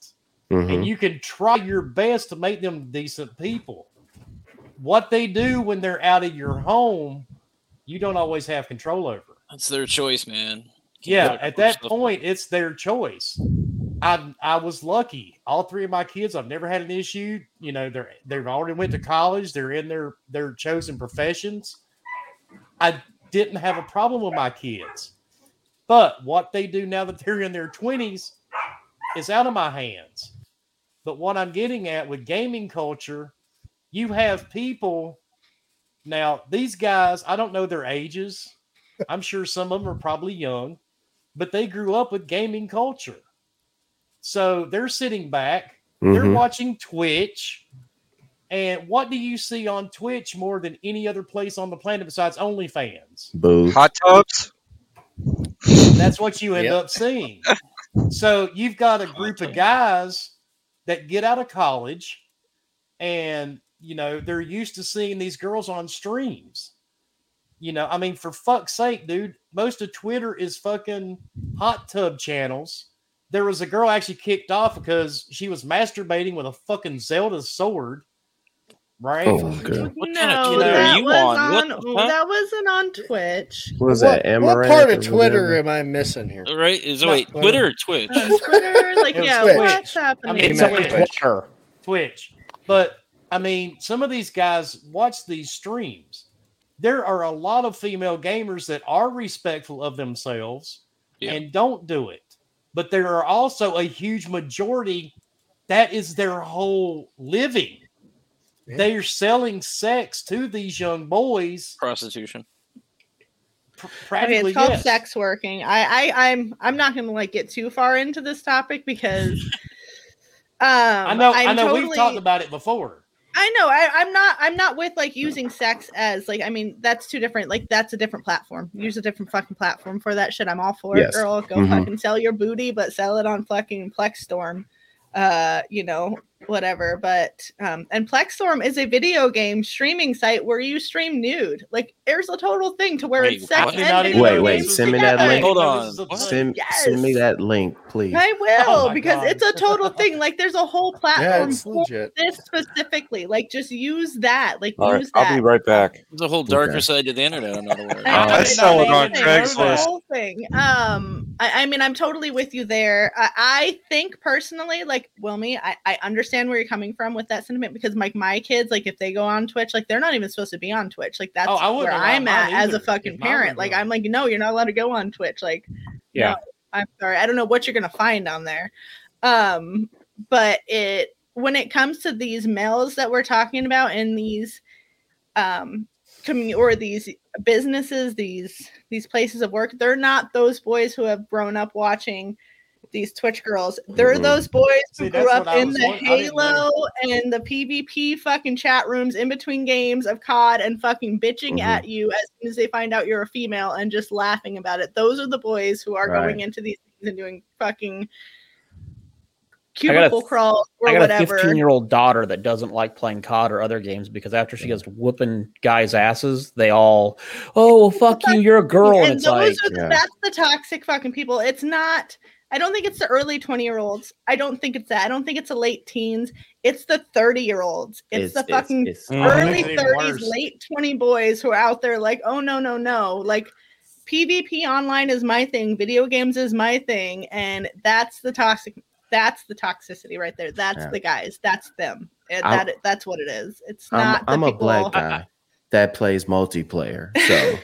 hmm
Mm-hmm.
Mm-hmm.
and you can try your best to make them decent people. What they do when they're out of your home, you don't always have control over.
That's their choice, man. Can't
Yeah,
fuck
at
with
that
yourself.
point, it's their choice. I I was lucky. All three of my kids, I've never had an issue. You know, they're they've already went to college. They're in their their chosen professions. I didn't have a problem with my kids, but what they do now that they're in their twenties is out of my hands. But what I'm getting at with gaming culture, you have people now. These guys, I don't know their ages. I'm sure some of them are probably young but they grew up with gaming culture. So they're sitting back They're
Mhm.
watching Twitch. And what do you see on Twitch more than any other place on the planet besides OnlyFans?
Boo.
Hot tubs.
That's what you end
Yep.
up seeing. So you've got a group of guys that get out of college and you know they're used to seeing these girls on streams. You know, I mean, for fuck's sake, dude, most of Twitter is fucking hot tub channels. There was a girl actually kicked off because she was masturbating with a fucking Zelda sword. Right?
Oh my god.
What
no,
kind of Twitter are
that
you
was
on? What
on,
the fuck?
that wasn't on Twitch.
What was
what,
that?
what
Amaranth
part
or
of Twitter
whatever?
am I missing here?
All right, is
No,
wait
no, no.
Twitter or Twitch?
On Twitter, like
It was
yeah,
Twitch.
what's
I
happening?
mean,
Came
so
out
wait,
of
wait.
Twitch.
Twitter.
Twitch. But I mean, some of these guys watch these streams. There are a lot of female gamers that are respectful of themselves
Yeah.
and don't do it. But there are also a huge majority that is their whole living.
Yeah.
They're selling sex to these young boys.
Prostitution.
pr-
Okay,
practically,
it's called
yes.
sex working. I, I, I'm, I'm not gonna like get too far into this topic because, um,
I know.
I'm
i know.
Totally,
We've talked about it before.
I know. I, I'm not. I'm not with like using sex as like. I mean, that's two different. Like, that's a different platform. Use a different fucking platform for that shit. I'm all for
Yes.
it, girl. Go
Mhm.
fucking sell your booty, but sell it on fucking Plex Storm. Uh, you know, whatever. But um, and Plex Storm is a video game streaming site where you stream nude. Like, there's a total thing to where
Wait,
it's sex
what?
Did
and
not
video
even know
Wait, wait,
this
games
send
was
me
together.
that link.
Hold
I didn't know this
on,
was a
what?
thing.
Send,
Yes.
send me that link, please.
I
Oh
will
my
because
God.
it's a total thing. Like there's a whole
Yeah,
platform
it's
for
legit.
this specifically. Like just use that. Like
All right,
use that.
I'll be right back.
There's a whole darker
Okay.
side to the internet. I'm not aware. of.
I-
Oh, I
I-
sell
I
it
mean,
on
it's the
Craigslist.
Whole thing. Um, I, I mean, I'm totally with you there. I, I think personally, like Wilmy, I, I understand where you're coming from with that sentiment because, like, my kids, like, if they go on Twitch, like, they're not even supposed to be on Twitch. Like, that's
Oh, I wouldn't
where
allow
I'm at
mine
as
either,
a
if
fucking
mine were
parent. Like,
doing
I'm like, no, you're not allowed to go on Twitch. Like,
Yeah.
no, I'm sorry, I don't know what you're gonna find on there. Um, but it when it comes to these males that we're talking about and these um commu- or these businesses these these places of work they're not those boys who have grown up watching these twitch girls they're
Mhm.
those boys who
Mm-hmm. See, that's
grew up
what I
in
was
the
wondering. I didn't know.
halo and the pvp fucking chat rooms in between games of cod and fucking bitching
Mm-hmm.
Mhm.
at you as soon as they find out you're a female and just laughing about it those are the boys who are
Right.
going into these things and doing fucking
got a-
cubicle crawl
I
or
got a
whatever
15 year old daughter that doesn't like playing COD or other games because after she gets whooping guys' asses, they all, oh, well, fuck you, you're a girl. And
And
it's
those
like,
are the,
yeah.
that's the toxic fucking people. It's not. I don't think it's the early twenty year olds. I don't think it's that. I don't think it's the late teens. It's the thirty year olds. It's, the fucking
it's-
early
It's even
thirties,
worse.
late twenty boys who are out there like, oh no no no, like PvP online is my thing, video games is my thing, and that's the toxic. That's the toxicity right there. That's
Yeah.
the guys. That's them. And
I'm-
that that's what it is. It's
I'm,
not. the
I'm a
people-
black guy that plays multiplayer, so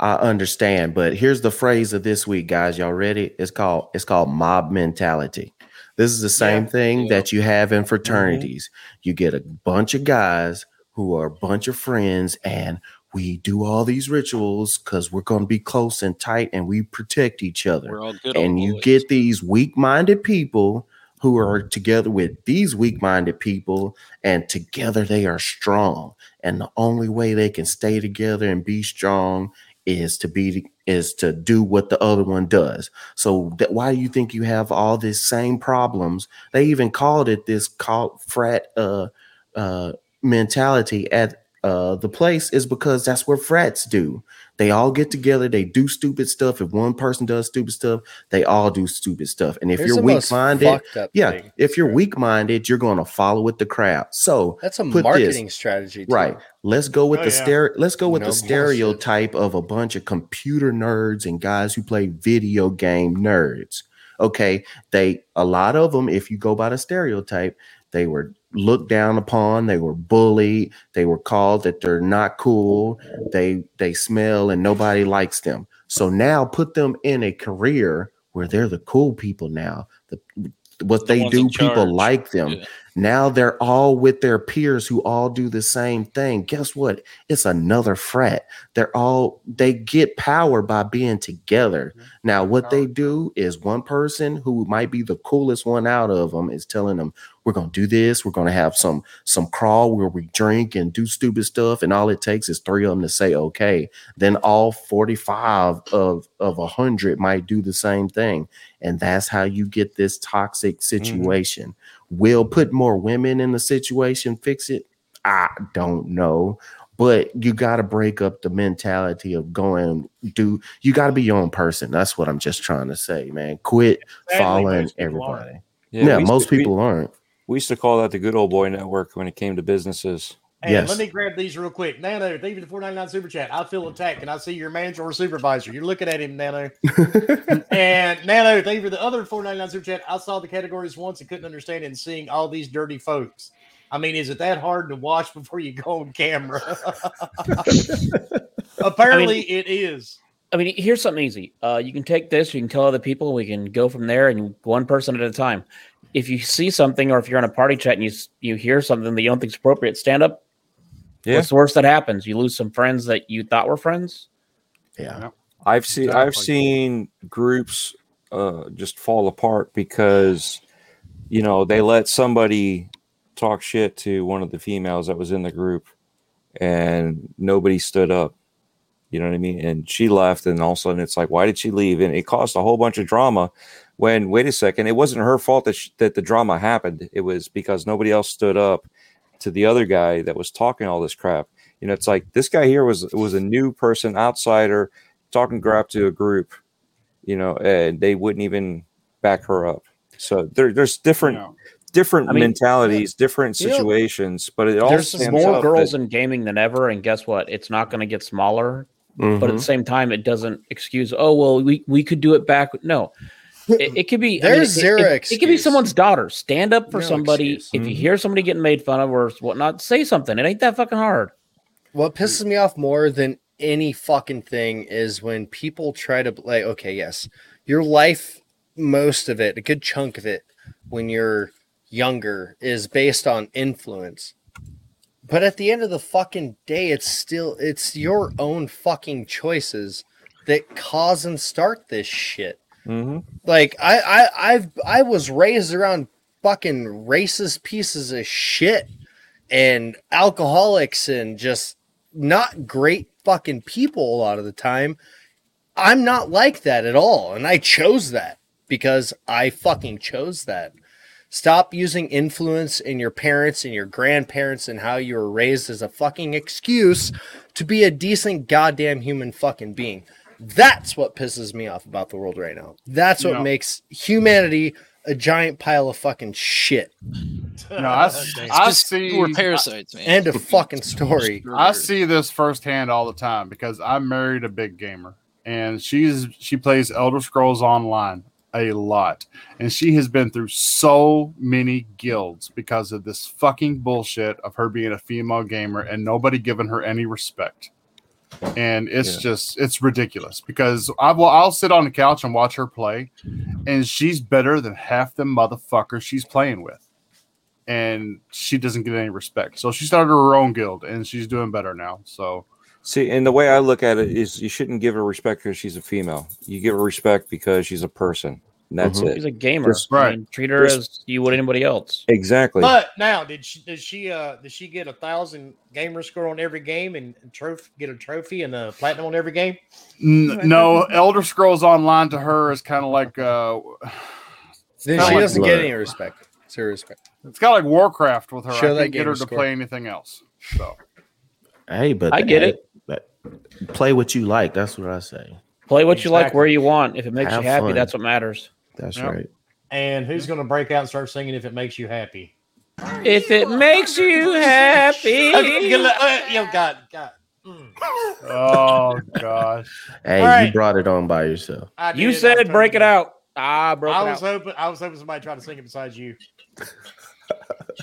I understand. But here's the phrase of this week, guys. Y'all ready? It's called it's called mob mentality. This is the same thing
Yeah.
that you have in fraternities. You get a bunch of guys who are a bunch of friends, and we do all these rituals because we're going to be close and tight, and we protect each other
We're all good.
and
old
you
boys.
get these weak-minded people who are together with these weak-minded people and together they are strong and the only way they can stay together and be strong is to be is to do what the other one does so that why do you think you have all these same problems they even called it this called frat uh uh mentality at uh the place is because that's what frats do they all get together. They do stupid stuff. If one person does stupid stuff, they all do stupid stuff. And if
Here's
you're
the most
weak minded,
uh, fucked up
yeah,
thing.
if you're weak minded, you're going to follow with the crowd. So
that's a
put this-
marketing strategy, too.
right, let's go with
Oh,
the
yeah.
stere- Let's go with
No
the
bullshit.
stereotype of a bunch of computer nerds and guys who play video game nerds. Okay, they a lot of them. If you go by the stereotype, they were looked down upon. They were bullied. They were called that they're not cool. They they smell and nobody likes them. So now put them in a career where they're the cool people now. The, what
The
they
ones
do,
in
people
charge.
like them.
Yeah.
Now they're all with their peers who all do the same thing. Guess what? It's another frat. They're all they get power by being together. Now what they do is one person who might be the coolest one out of them is telling them, "We're going to do this. We're going to have some some crawl where we drink and do stupid stuff." And all it takes is three of them to say, "Okay." Then all 45 of of 100 might do the same thing. And that's how you get this toxic situation. Will put more women in the situation fix it? I don't know. But you got to break up the mentality of going, do you got to be your own person? That's what I'm just trying to say, man. Quit
Sadly,
following
most people aren't.
everybody.
Yeah,
Yeah,
we used
most
to- we-
people aren't.
We used to call that the good old boy network when it came to businesses.
And
Yes.
let me grab these real quick. Nano, thank you for the 499 super chat. I feel attacked and I see your manager or supervisor. You're looking at him, Nano. and Nano, thank you for the other 499 super chat. I saw the categories once and couldn't understand it and seeing all these dirty folks. I mean, is it that hard to watch before you go on camera? Apparently, it is.
I mean, here's something easy. Uh, you can take this, you can tell other people, we can go from there and one person at a time. If you see something or if you're on a party chat and you s- you hear something that you don't think is appropriate, stand up.
Yeah.
What's the worst that happens? You lose some friends that you thought were friends.
Yeah.
I've seen
Exactly.
I've seen groups uh, just fall apart because you know they let somebody talk shit to one of the females that was in the group, and nobody stood up. You know what I mean? And she left, and all of a sudden it's like, why did she leave? And it caused a whole bunch of drama. When wait a second, it wasn't her fault that sh- that the drama happened. It was because nobody else stood up to the other guy that was talking all this crap. You know, it's like this guy here was was a new person, outsider talking crap to a group, you know, and they wouldn't even back her up. So there, there's different
No.
different
I mean,
mentalities, different
you know,
situations, but it all
there's
stems
More
up
girls
that-
in gaming than ever, and guess what? It's not going to get smaller. but
Mm-hmm.
at the
Mhm.
same time, it doesn't excuse. Oh well, we we could do it back. No, it, it could be.
There's
it-
zero
It, it, could be
excuse.
someone's daughter. Stand up for
No
somebody.
excuse.
If you
Mm-hmm.
Mhm.
hear somebody getting made fun of or whatnot, say something. It ain't that fucking hard.
What pisses me off more than any fucking thing is when people try to like, okay, yes, your life, most of it, a good chunk of it, when you're younger, is based on influence. But at the end of the fucking day, it's still it's your own fucking choices that cause and start this shit.
Mhm.
Like I, I I've I was raised around fucking racist pieces of shit and alcoholics and just not great fucking people a lot of the time. I'm not like that at all. And I chose that because I fucking chose that. Stop using influence in your parents and your grandparents and how you were raised as a fucking excuse to be a decent goddamn human fucking being. That's what pisses me off about the world right now. That's what
Yeah.
makes humanity a giant pile of fucking shit.
No, I, I
Just
see.
people were parasites, man.
End of fucking story.
I see this firsthand all the time because I married a big gamer and she's she plays Elder Scrolls Online a lot. And she has been through so many guilds because of this fucking bullshit of her being a female gamer and nobody giving her any respect. And it's
Yeah.
just it's ridiculous because I will I'll sit on the couch and watch her play and she's better than half the motherfuckers she's playing with and she doesn't get any respect. So she started her own guild and she's doing better now. So
See, and the way I look at it is you shouldn't give her respect because she's a female. You give her respect because she's a person. And that's
Mhm.
She's
it.
a gamer.
Just-
I
right.
mean, treat her
Just-
as you would anybody else.
Exactly.
But now, did she did she uh did she get a thousand gamer score on every game and trophy get a trophy and a platinum on every game?
N- no, Elder Scrolls Online to her is kind of like uh,
Then
Kinda
she
like
doesn't get
blur.
any respect. Zero respect.
it's kind of like Warcraft with her.
Show
I
that
can't get her
gamer
to
score.
play anything else. So
Hey, but
I get
the-
it.
but play what you like. That's what I say.
Play what you like
Exactly.
where you want. If it makes
Have
you happy,
fun.
that's what matters.
That's
Yep.
right.
And who's gonna break out and start singing if it makes you happy?
If it makes you happy.
Okay, good luck. Uh, yo, God, God. Mm.
oh gosh,
Hey,
All
you
right.
brought it on by yourself.
I
You
did. I
said
was
break it
trying to-
out. Ah, broke
I
it
was
out.
hoping I was hoping somebody tried to sing it besides you,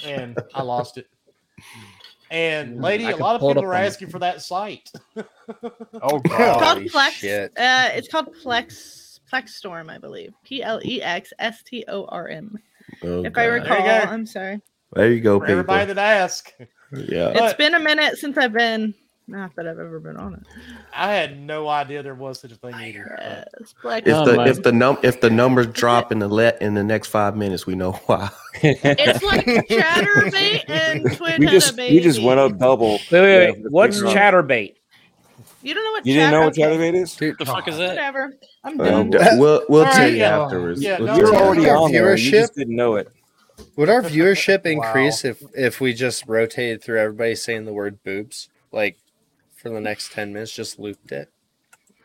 and I lost it. And lady,
Hmm, I
a
could
lot of
pull it
people
up
are
on-
asking for that site.
oh
Holy
It's
god,
called Plex.
shit.
Uh, it's called Plex Plex Storm, I believe. P L E X S T O R M.
Oh,
If I
God.
There
recall,
you go.
I'm sorry.
There you go,
for everybody
people.
that asks.
Yeah.
it's
But-
been a minute since I've been. Not that I've ever been on it.
I had no idea there was such a thing either. but-
It's Black
If the
my-
if the num if the numbers drop in the let in the next five minutes, we know why.
It's like Chatterbait and Twit
You
had a
just you just
baby.
went up double.
Wait, wait,
Yeah,
wait. What's
figure out.
chatterbait?
You don't know what
You didn't know what
Chatterbait-
Chatterbait is?
Dude,
The fuck is that?
Whatever. I'm
Well,
done.
Uh, We'll we'll
All
tell
right,
you
yeah.
afterwards.
Yeah,
We'll
no,
tell
You're
you.
already
Our
on there. You
viewership?
just didn't know it.
Would our viewership
Wow.
increase if if we just rotated through everybody saying the word boobs like for the next ten minutes? Just looped it.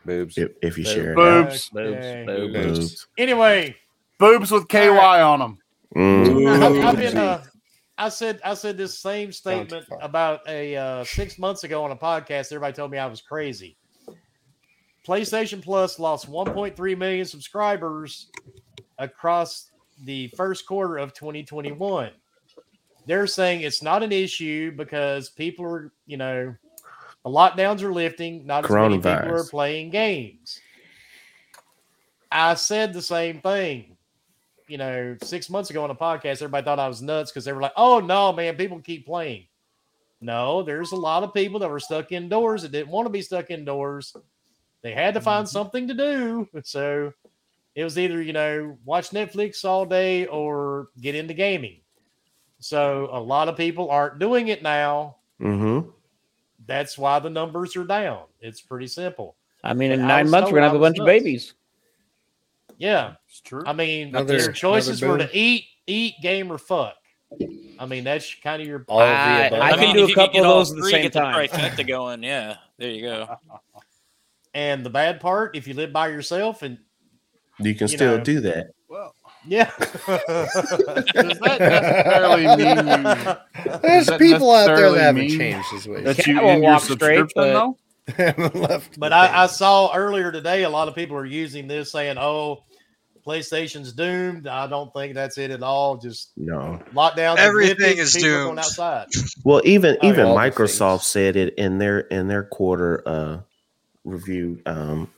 Boobs.
If, if you share it out.
Boobs.
Okay.
Boobs.
Boobs.
Anyway,
Boobs with KY on them.
Mm.
I,
Boobs.
have been, uh, I said I said this same statement
far.
about a uh, six months ago on a podcast. Everybody told me I was crazy. PlayStation Plus lost 1.3 million subscribers across the first quarter of 2021. They're saying it's not an issue because people are, you know, the lockdowns are lifting. Not as many people
Coronavirus.
are playing games. I said the same thing you know, six months ago on a podcast, everybody thought I was nuts because they were like, oh no, man, people keep playing. No, there's a lot of people that were stuck indoors that didn't want to be stuck indoors. They had to find something to do. So it was either, you know, watch Netflix all day or get into gaming. So a lot of people aren't doing it now.
Mm-hmm.
That's why the numbers are down. It's pretty simple.
I mean, in
But I
nine
was
months, we're gonna have
told I
a bunch
was
of
nuts.
babies.
Yeah.
It's true.
I mean,
Another-
their choices
another
were
boom.
to eat, eat, game, or fuck. I mean, that's kind of your
All of the
I-
above.
I
I mean,
do a
if you could
couple
get
of
all
those at the
three,
same
get
time.
The trifecta going. Yeah, there you go.
And the bad part, if you live by yourself and
You can
You
still
know.
do that.
Well,
yeah,
does that necessarily mean you,
There's
that
people out there
necessarily
that haven't
mean-
changed his ways.
that you
Cat won't
end your
walk straight,
subscription
but-
though?
left
but I, I saw earlier today a lot of people are using this saying, "Oh, PlayStation's doomed." I don't think that's it at all. Just
No.
lockdowns. are
Everything
lifted,
is
people are going
doomed.
outside.
Well, even
Oh, yeah.
even
All the
Microsoft
things.
said it in their in their quarter uh, review um,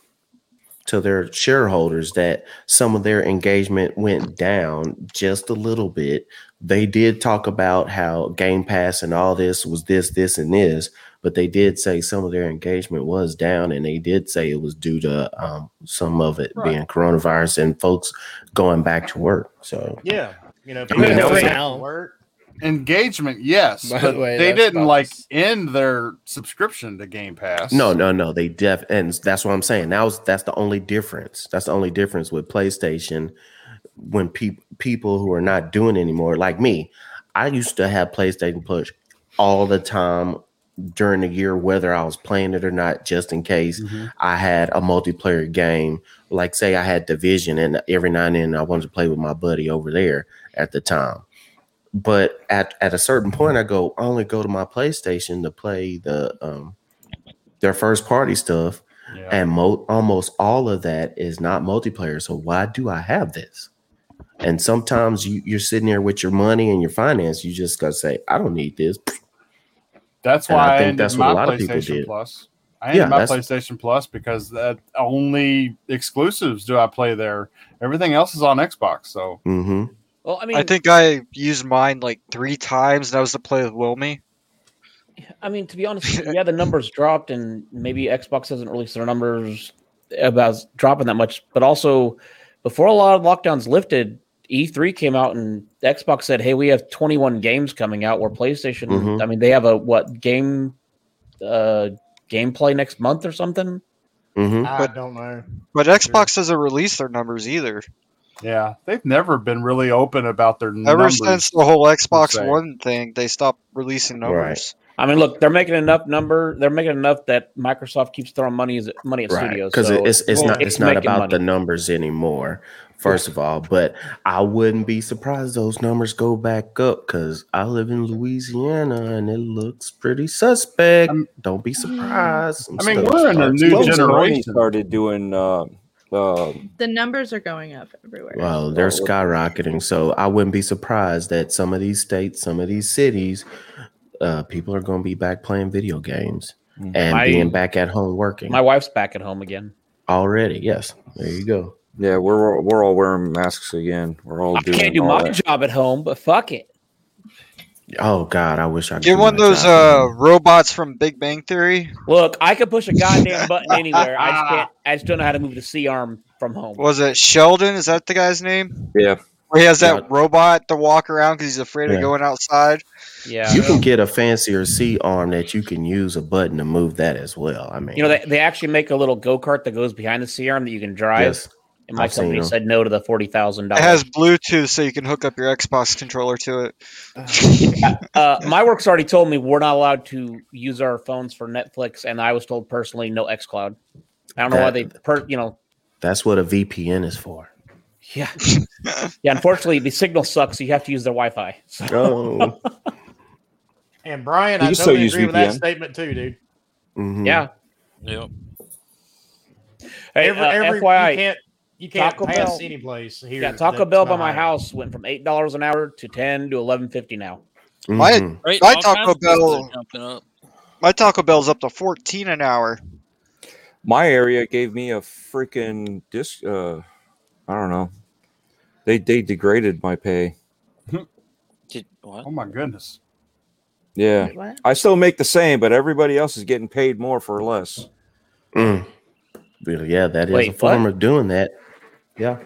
to their shareholders that some of their engagement went down just a little bit. They did talk about how Game Pass and all this was this, this, and this, but they did say some of their engagement was down, and they did say it was due to um, some of it being coronavirus and folks going back to work. So
Yeah, you know,
I mean,
people
that
are
was-
going to work.
Engagement, yes,
By
but
the way,
they
that's
didn't
about
like
this.
end their subscription to Game Pass.
No, no, no. They def and that's what I'm saying. That was that's the only difference. That's the only difference with PlayStation when people people who are not doing it anymore, like me, I used to have PlayStation Plus all the time during the year, whether I was playing it or not, just in case I had a multiplayer game. Like say I had Division and every now and then I wanted to play with my buddy over there at the time. But at, at a certain point I go, I only go to my PlayStation to play the um their first party stuff,
Yeah.
and mo- almost all of that is not multiplayer. So why do I have this? And sometimes you, you're sitting there with your money and your finance, you just gotta say, I don't need this.
that's
and
why
I
I,
think
ended
that's what
my
a lot of people
PlayStation
did.
Plus. I ended
Yeah,
my
that's-
PlayStation Plus because that only exclusives do I play there. Everything else is on Xbox. So
hmm
Well, I mean,
I think I used mine like three times, and that was to play with Wilmy.
I mean, to be honest, yeah, the numbers dropped, and maybe Xbox hasn't released their numbers about dropping that much. But also, before a lot of lockdowns lifted, E3 came out and Xbox said, "Hey, we have 21 games coming out." Where PlayStation,
Mm-hmm.
Mhm.
I mean, they have a what game, uh, gameplay next month or something.
hmm
Uh,
I
Mm-hmm. But-
don't know.
But Xbox doesn't release their numbers either.
yeah, they've never been really open about their
Ever
numbers.
since the whole Xbox
se.
One thing, they stopped releasing numbers.
I mean, look, they're making enough number. They're making enough that Microsoft keeps throwing money is money at
Right.
studios
Because
so
it's it's
well,
not it's not
making
about
money.
the numbers anymore, first of all. But I wouldn't be surprised those numbers go back up because I live in Louisiana and it looks pretty suspect.
I'm-
don't be surprised. Some
Um, I mean,
stuff
we're in a
starts
new
going
Close and Lonnie
generation.
started doing. Uh, uh,
The numbers are going up everywhere.
Well, they're
Well, what-
skyrocketing, so I wouldn't be surprised that some of these states, some of these cities, uh, people are going to be back playing video games
Mhm.
and
My-
being back at home working
My wife's back at home again.
already. Yes, there you go.
yeah, we're we're all wearing masks again. We're all
I
doing.
can't do
all
my
that.
job at home, but fuck it.
Oh God, I wish I could
Get
do
one of
my
those uh,
job.
robots from Big Bang Theory.
Look, I could push a goddamn button anywhere. I just can't. I just don't know how to move the C arm from home.
Was it Sheldon? Is that the guy's name?
Yeah.
Where he has that
Yeah.
robot to walk around because he's afraid
Yeah.
of going outside.
Yeah.
you can get a fancier C arm that you can use a button to move that as well. I mean,
You know, they, they actually make a little go kart that goes behind the C arm that you can drive.
yes,
and my
I've seen
company
them.
said no to the forty thousand
It has
dollars.
Bluetooth, so you can hook up your Xbox controller to it.
Uh, my work's already told me we're not allowed to use our phones for Netflix, and I was told personally no XCloud. I don't know why
That-
they, per, you know,
that's what a VPN is for.
yeah, yeah. Unfortunately, the signal sucks. So you have to use their Wi-Fi. So,
Oh,
And Brian,
You
I
can still
totally
use
agree with that
VPN.
statement too, dude.
mhm.
yeah.
Yep.
Hey,
every,
uh,
every you
FYI,
can't you can't
Taco
pass
Bell-
any place here.
yeah, Taco
that's
Bell by
not
my
hiring.
house went from eight dollars an hour to ten to eleven fifty now.
My-
Mhm.
Right.
I
all
Taco
kinds of places are
Bell-
jumping up.
My Taco Bell's up to fourteen an hour.
My area gave me a freaking disc. Uh, I don't know. They they degraded my pay.
Did, what?
Oh my goodness.
Yeah,
Wait, what?
I still make the same, but everybody else is getting paid more for less.
Mm. Really, yeah, that is
Wait,
a
what?
form of doing that. Yeah.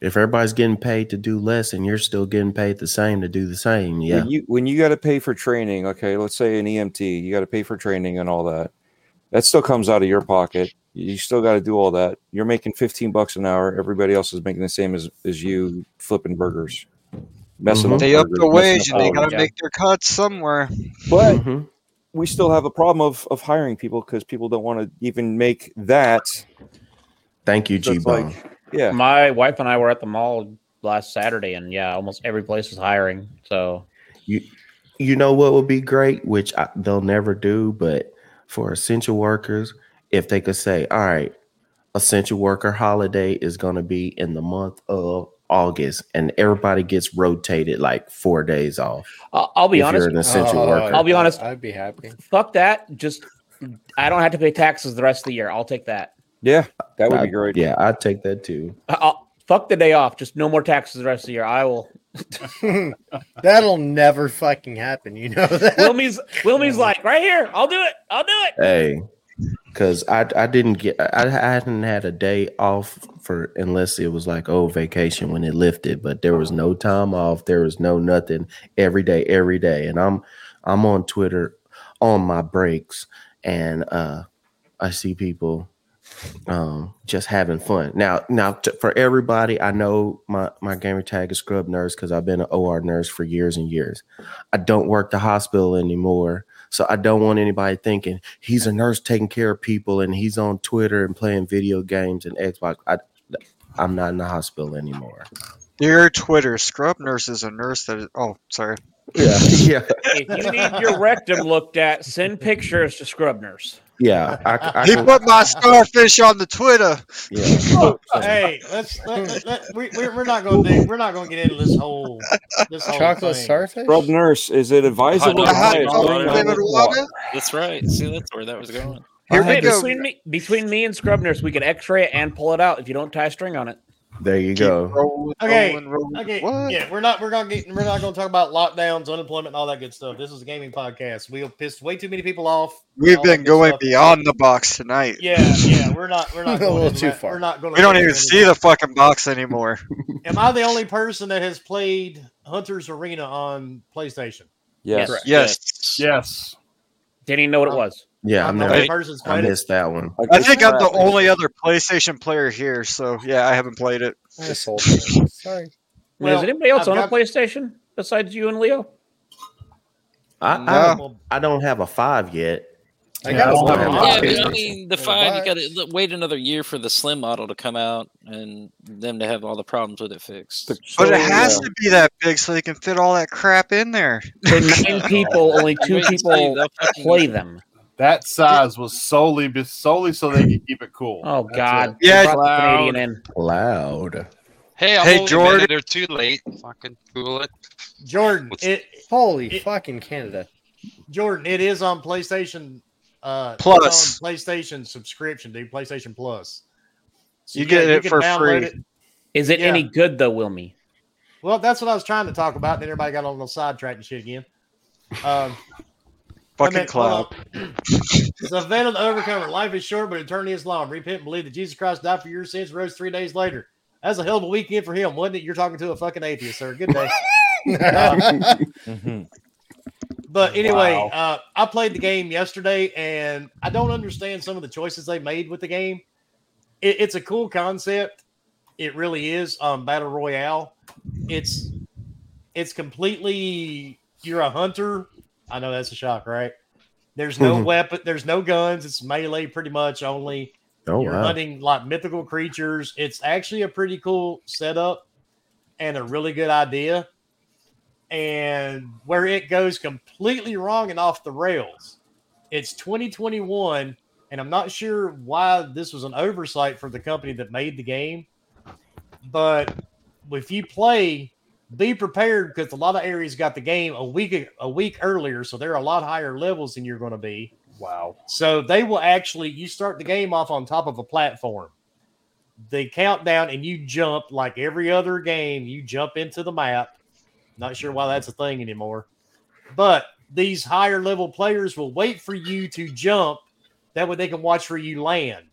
If everybody's getting paid to do less and you're still getting paid the same to do the same, yeah.
When you when you got to pay for training, okay, let's say an EMT, you got to pay for training and all that. That still comes out of your pocket. You still got to do all that. You're making 15 bucks an hour. Everybody else is making the same as, as you flipping burgers. Messing
Mhm.
up
They up
burgers,
the
messing
wage
up
and they
hours.
gotta
yeah.
make their cuts somewhere.
But
Mhm.
we still have a problem of, of hiring people because people don't want to even make that.
Thank you,
So
G
it's
Bone.
like, yeah,
My wife and I were at the mall last Saturday, and yeah, almost every place is hiring. So
you you know what would be great, which I, they'll never do, but for essential workers, if they could say, "All right, essential worker holiday is going to be in the month of August," and everybody gets rotated like four days off.
I'll, I'll be
if
honest.
you're an essential worker,
I'll be honest.
I'd be happy.
Fuck that. Just I don't have to pay taxes the rest of the year. I'll take that.
yeah, that would
I-
be great.
yeah, I take that too.
I- I'll, fuck the day off. Just no more taxes the rest of the year. I will.
That'll never fucking happen. You know that.
Wilmy's Wilmy's like right here. I'll do it. I'll do it.
Hey, because I I didn't get I, I hadn't had a day off for unless it was like oh vacation when it lifted, but there was no time off. There was no nothing every day, every day, and I'm I'm on Twitter on my breaks, and uh, I see people um just having fun now now t- for everybody i know my my gamer tag is scrub nurse because i've been an or nurse for years and years i don't work the hospital anymore so I don't want anybody thinking he's a nurse taking care of people and he's on Twitter and playing video games and Xbox. I, I'm not in the hospital anymore.
Dear Twitter, scrub nurse is a nurse that is, oh sorry.
Yeah, yeah,
If you need your rectum looked at, send pictures to scrub nurse.
yeah. I, c- I
He
can-
put my starfish on the Twitter.
yeah.
Hey, let's let, let, let- we, we're we're not going to do we're not going to get into this whole this whole
Chocolate
thing.
starfish.
Scrub nurse, is it advisable?
Oh, Hot
to
dog, hot
hire
dog,
someone
hot
with
David
wa-
Wada?
That's right. See, that's where that was going.
Here we
Hey,
go.
between me between me and scrub nurse, we could X-ray it and pull it out if you don't tie a string on it.
There you go.
Rolling,
Okay,
rolling, rolling.
Okay,
What?
yeah, we're not we're gonna get we're not gonna talk about lockdowns, unemployment, and all that good stuff. This is a gaming podcast. We have pissed way too many people off.
We've
all that
been
good
going
stuff.
beyond the box tonight.
Yeah, yeah, we're not we're not
A
going
little
into
too
that.
far.
We're not going.
We don't even see the fucking box anymore.
Am I the only person that has played Hunter's Arena on PlayStation?
Yes.
Correct.
Yes.
Yes.
Didn't even know what it was.
Yeah,
I'm
I'm
the
not,
only
right.
person that's
I
played it.
missed that one.
I think I'm the only other PlayStation player here, so yeah, I haven't played it.
This whole thing. Sorry.
I mean,
Well,
is anybody else
I've
on
got-
a PlayStation besides you and Leo?
I,
No.
Well,
I I don't have a five yet.
I
Yeah,
got
I
one.
don't have a
Yeah,
five.
but I
PlayStation.
mean, the
Yeah,
five, you
why?
got to wait another year for the slim model to come out and them to have all the problems with it fixed.
But it has to be that big so they can fit all that crap in there.
So nine people, only two
Wait and see,
people
they'll fucking-
play them.
That size was solely solely so they could keep it cool.
Oh
That's
God!
it.
They
Yeah.
brought the
Loud.
Canadian in.
Loud.
Hey, I'm
Hey,
only
Jordan.
a minute or two late. Fucking cool it.
Jordan, it
Holy
It-
fucking Canada.
Jordan, it is on PlayStation uh it's
Plus.
on PlayStation subscription, dude. PlayStation Plus. So
You get
can-
it for
download
free.
it.
Is it
Yeah.
any good though, Wilmy?
Well, that's what I was trying to talk about. Then everybody got on a little sidetrack and shit again. Um,
Fucking
cloud. It's a venom to overcome it. Life is short, but eternity is long. Repent and believe that Jesus Christ died for your sins, rose three days later. That's a hell of a weekend for him, wasn't it? You're talking to a fucking atheist, sir. Good day. Uh, but anyway,
Wow.
uh, I played the game yesterday, and I don't understand some of the choices they made with the game. It, it's a cool concept. It really is. Um, Battle Royale. It's it's completely you're a hunter. I know that's a shock, right? There's no
Mhm.
weapon. There's no guns. It's melee pretty much only.
Oh,
you're
wow.
hunting like mythical creatures. It's actually a pretty cool setup and a really good idea. And where it goes completely wrong and off the rails, it's 2021, and I'm not sure why this was an oversight for the company that made the game. But if you play, be prepared because a lot of areas got the game a week a week earlier, so they're a lot higher levels than you're going to be. Wow! So they will actually you start the game off on top of a platform. They countdown and you jump like every other game. You jump into the map. Not sure why that's a thing anymore, but these higher level players will wait for you to jump. That way they can watch where you land.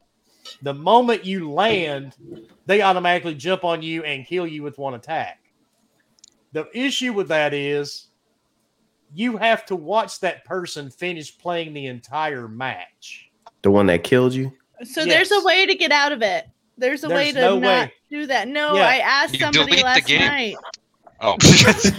The moment you land, they automatically jump on you and kill you with one attack. The issue with that is you have to watch that person finish playing the entire match.
The one that killed you?
So there's a way to get out of it. There's a way
There's
to
no
not
way.
do that. No,
Yeah.
I asked
You
somebody
delete the
last
game.
night.
Oh,
Because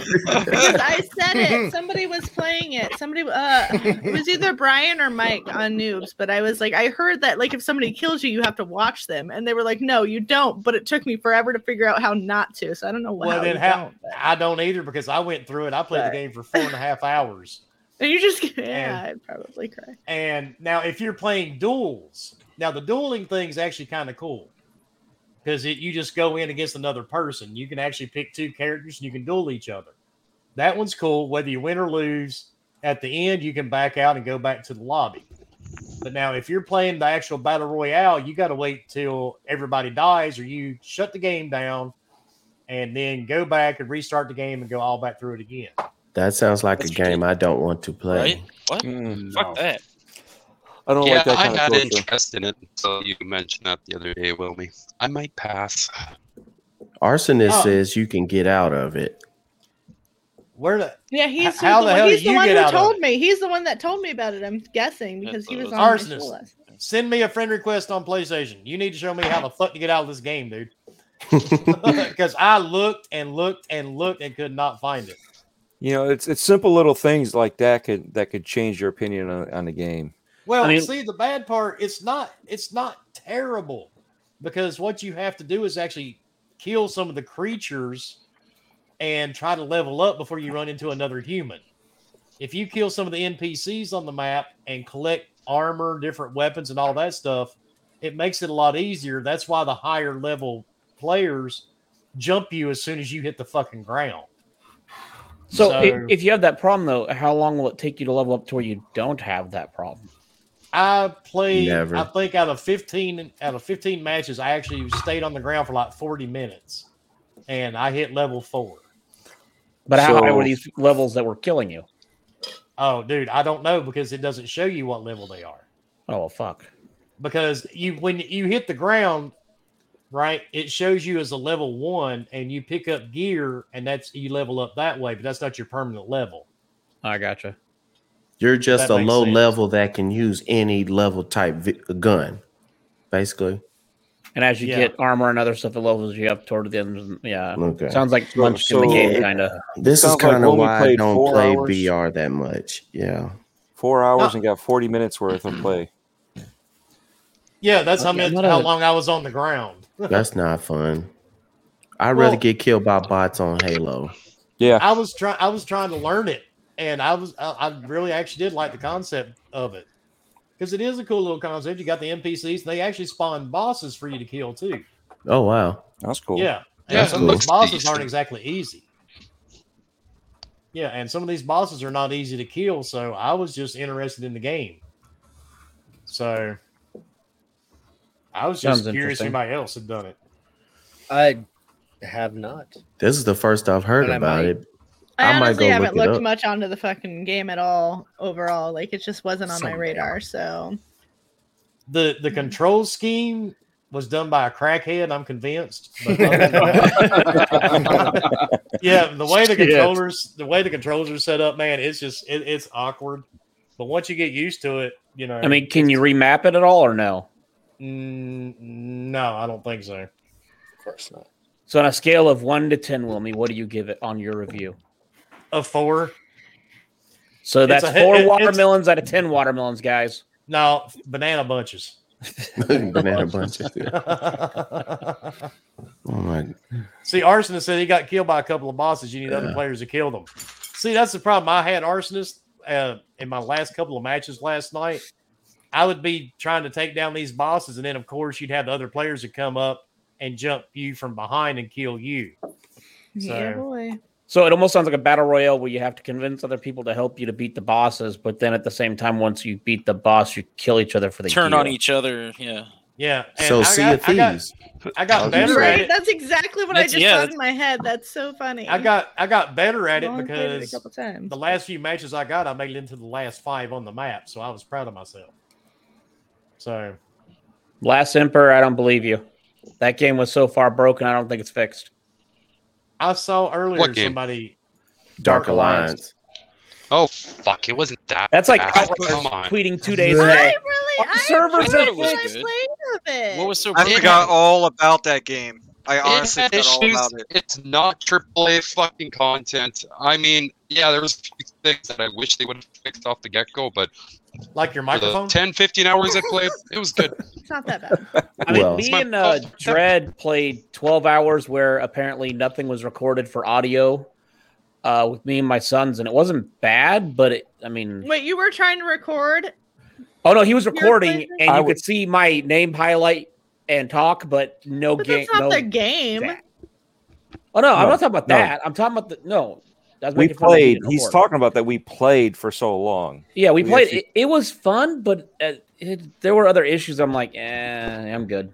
I said it. Somebody was playing it. Somebody uh it was either Brian or Mike on noobs, but I was like, I heard that like if somebody kills you, you have to watch them. And they were like, No, you don't. But it took me forever to figure out how not to. So I don't know why.
Well, then how? I don't either because I went through it. I played
Right.
the game for four and a half hours.
And you just yeah, I'd probably cry.
And now, if you're playing duels, now the dueling thing's actually kind of cool because you just go in against another person. You can actually pick two characters and you can duel each other. That one's cool. Whether you win or lose, at the end you can back out and go back to the lobby. But now, if you're playing the actual battle royale, you got to wait till everybody dies, or you shut the game down, and then go back and restart the game and go all back through it again.
That sounds like a game I don't want to play.
Right?
What?
Mm.
Fuck that.
I don't
yeah,
like that
I
kind of
had
torture.
interest in it until you mentioned that the other day, Wilmy. I might pass.
Arsonist
Oh.
says you can get out of it.
Where the
Yeah, he's
how
the,
the
one-
hell
he's
do
the
you
one
get
who
out of
told me. He's the one that told me about it. I'm guessing because he was on my school
Arsonist,
last
send me a friend request on PlayStation. You need to show me how the fuck to get out of this game, dude. Because I looked and looked and looked and could not find it.
You know, it's it's simple little things like that could that could change your opinion on, on the game.
Well,
I mean-
see, the bad part, it's not it's not terrible because what you have to do is actually kill some of the creatures and try to level up before you run into another human. If you kill some of the NPCs on the map and collect armor, different weapons, and all that stuff, it makes it a lot easier. That's why the higher level players jump you as soon as you hit the fucking ground.
So,
So-
i- if you have that problem though, how long will it take you to level up to where you don't have that problem?
I played.
Never.
I think out of fifteen out of fifteen matches, I actually stayed on the ground for like forty minutes, and I hit level four.
But how high were
So-
these levels that were killing you?
Oh, dude, I don't know because it doesn't show you what level they are.
Oh well, fuck.
Because you when you hit the ground, right, it shows you as a level one, and you pick up gear, and that's you level up that way. But that's not your permanent level.
I gotcha.
You're just
That
a
makes
low
sense.
level that can use any level type vi- gun, basically.
And as you
Yeah.
get armor and other stuff, it levels you up toward the end. Yeah.
Okay.
Sounds like
So-
Munchkin
so-
the game, kind of.
This is
Sounds like
kind of
Willie
why I
played
don't
four
play
hours.
VR that much. Yeah.
Four hours and got forty minutes worth of play.
Yeah, that's how
Okay, I'm
much
not
how
a-
long I was on the ground.
That's not fun. I'd rather
Well-
get killed by bots on Halo.
Yeah.
I was trying. I was trying to learn it, and I was. I, I really actually did like the concept of it because it is a cool little concept. You got the NPCs, and they actually spawn bosses for you to kill too.
Oh wow.
That's cool.
Yeah, and
That's
some of
cool.
these bosses
decent.
aren't exactly easy. Yeah, and some of these bosses are not easy to kill, so I was just interested in the game. So I was just
Sounds
curious if
interesting.
anybody else had done it.
I have not.
This is the first I've heard
But I
about
might.
it.
I,
I might
honestly
go
haven't
look it
looked
up.
much onto the fucking game at all overall. Like it just wasn't on my
Someday.
radar. So
The the control scheme was done by a crackhead, I'm convinced. but other- yeah, the way the
Shit.
controllers the way the controllers are set up, man, it's just it, it's awkward. But once you get used to it, you know
I mean, can you remap it at all or no?
mm, no, I don't think so.
Of course not.
So on a scale of one to ten, Wilmy, what do you give it on your review?
A four.
So
It's
that's
a hit-
four
it- it's-
watermelons out of ten watermelons, guys.
No, banana bunches.
Banana bunches. Oh my
See, Arsonist said he got killed by a couple of bosses. You need other
Yeah.
players to kill them. See, that's the problem. I had Arsonist uh, in my last couple of matches last night. I would be trying to take down these bosses, and then of course you'd have the other players that come up and jump you from behind and kill you.
yeah,
So-
boy.
So it almost sounds like a battle royale where you have to convince other people to help you to beat the bosses, but then at the same time, once you beat the boss, you kill each other for the
Turn
gear.
on E each other. Yeah.
Yeah. and
So
I
Sea
got-
of
I got-
Thieves.
I got better at
Right?
it.
That's exactly what
That's-
I just
yeah,
thought
that's-
in my head. That's so funny.
I got I got better at it
Long played it a
because
couple times.
the last few matches I got, I made it into the last five on the map, so I was proud of myself. So
Last Emperor, I don't believe you. That game was so far broken, I don't think it's fixed.
I saw earlier
What game?
somebody
Dark Alliance.
Oh fuck! It wasn't that.
That's like
bad.
Outrage
come on.
tweeting two days
I
ago.
really, I
servers
really
are
what I played
good.
of it.
What was so
I
It
forgot
had-
all about that game. I
It
honestly
had
forgot all
issues.
about it.
It's not AAA fucking content. I mean, yeah, there was a few things that I wish they would have fixed off the get go, but
like your
for the
microphone.
10, 15 hours I played, it was good.
it's not that bad.
I mean,
Well-
me and uh, Dread played 12 hours where apparently nothing was recorded for audio uh, with me and my sons, and it wasn't bad, but it, I mean,
Wait, you were trying to record?
oh no, he was
You're playing
recording and
I
you
would-
could see my name highlight and talk, but no
But
game.
that's not
no
the game.
that. Oh no, I'm
No,
not talking about
no.
that. I'm talking about the no. That's
We
making fun of me
played-
and
he's
He's
Horde.
talking about that we played for so long.
Yeah, we
we
played.
actually-
It, it was fun, but uh, it, there were other issues. I'm like, eh, I'm good.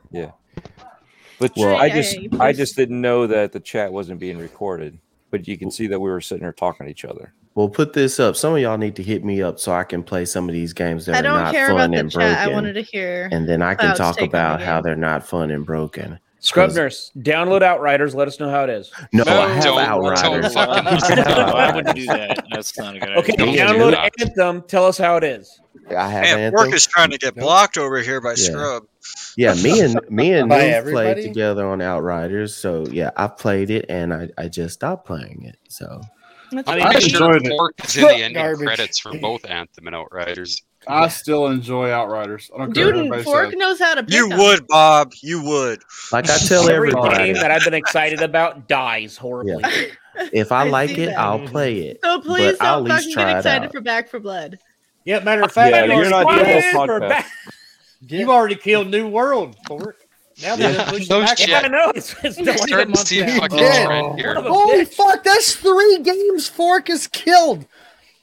But
Well- Yeah,
I
yeah,
just
you
I
please-
just didn't know that the chat wasn't being recorded. But you can see that we were sitting there talking to each other.
We'll put this up. Some of y'all need to hit me up so I can play some of these games that
I
are
don't
not
care
fun
about the
and
chat. I
broken.
wanted to hear.
and then I can
Cloud's
talk
take on the
about how
game.
they're not fun and broken.
Scrub
Cause-
nurse, download Outriders. Let us know how it is.
No,
No,
I have
don't-
Outriders.
don't
I wouldn't do that. That's not a good
Okay,
don't do
idea.
download
that.
Anthem. Tell us how it is.
I have
Man,
Anthem.
work is trying to get
Nope.
blocked over here by
Yeah.
Scrub.
yeah, me and me and
By
Noob played
everybody?
together on Outriders. So yeah, I played it and I, I just stopped playing it. So
That's
I
I'm
fine.
pretty sure
enjoyed it.
Pork is in the ending
Garbage.
credits for both Anthem and Outriders.
I still enjoy Outriders. I don't care what
Dude,
everybody
Fork
says.
knows how to pick
You
'em.
would, Bob. You would.
like I tell
Every
everybody,
game that I've been excited about dies horribly.
if I
I
like
see
it,
that.
I'll play it.
So please
but I'll
don't
at least
fucking
try
get
it
excited
out.
for Back for Blood.
Yeah, matter of fact,
Yeah,
you're
you're not
not
doing
doing
this
Why for
podcast.
back-
You've already killed New World for it. Now they're
Yeah.
gonna push
No
back.
shit.
Yeah, I know. It's, it's
You're
delayed a
Starting to
month
see a
now.
fucking
Yeah.
trend here.
Son of a
Holy
bitch.
fuck! That's three games Fork is killed.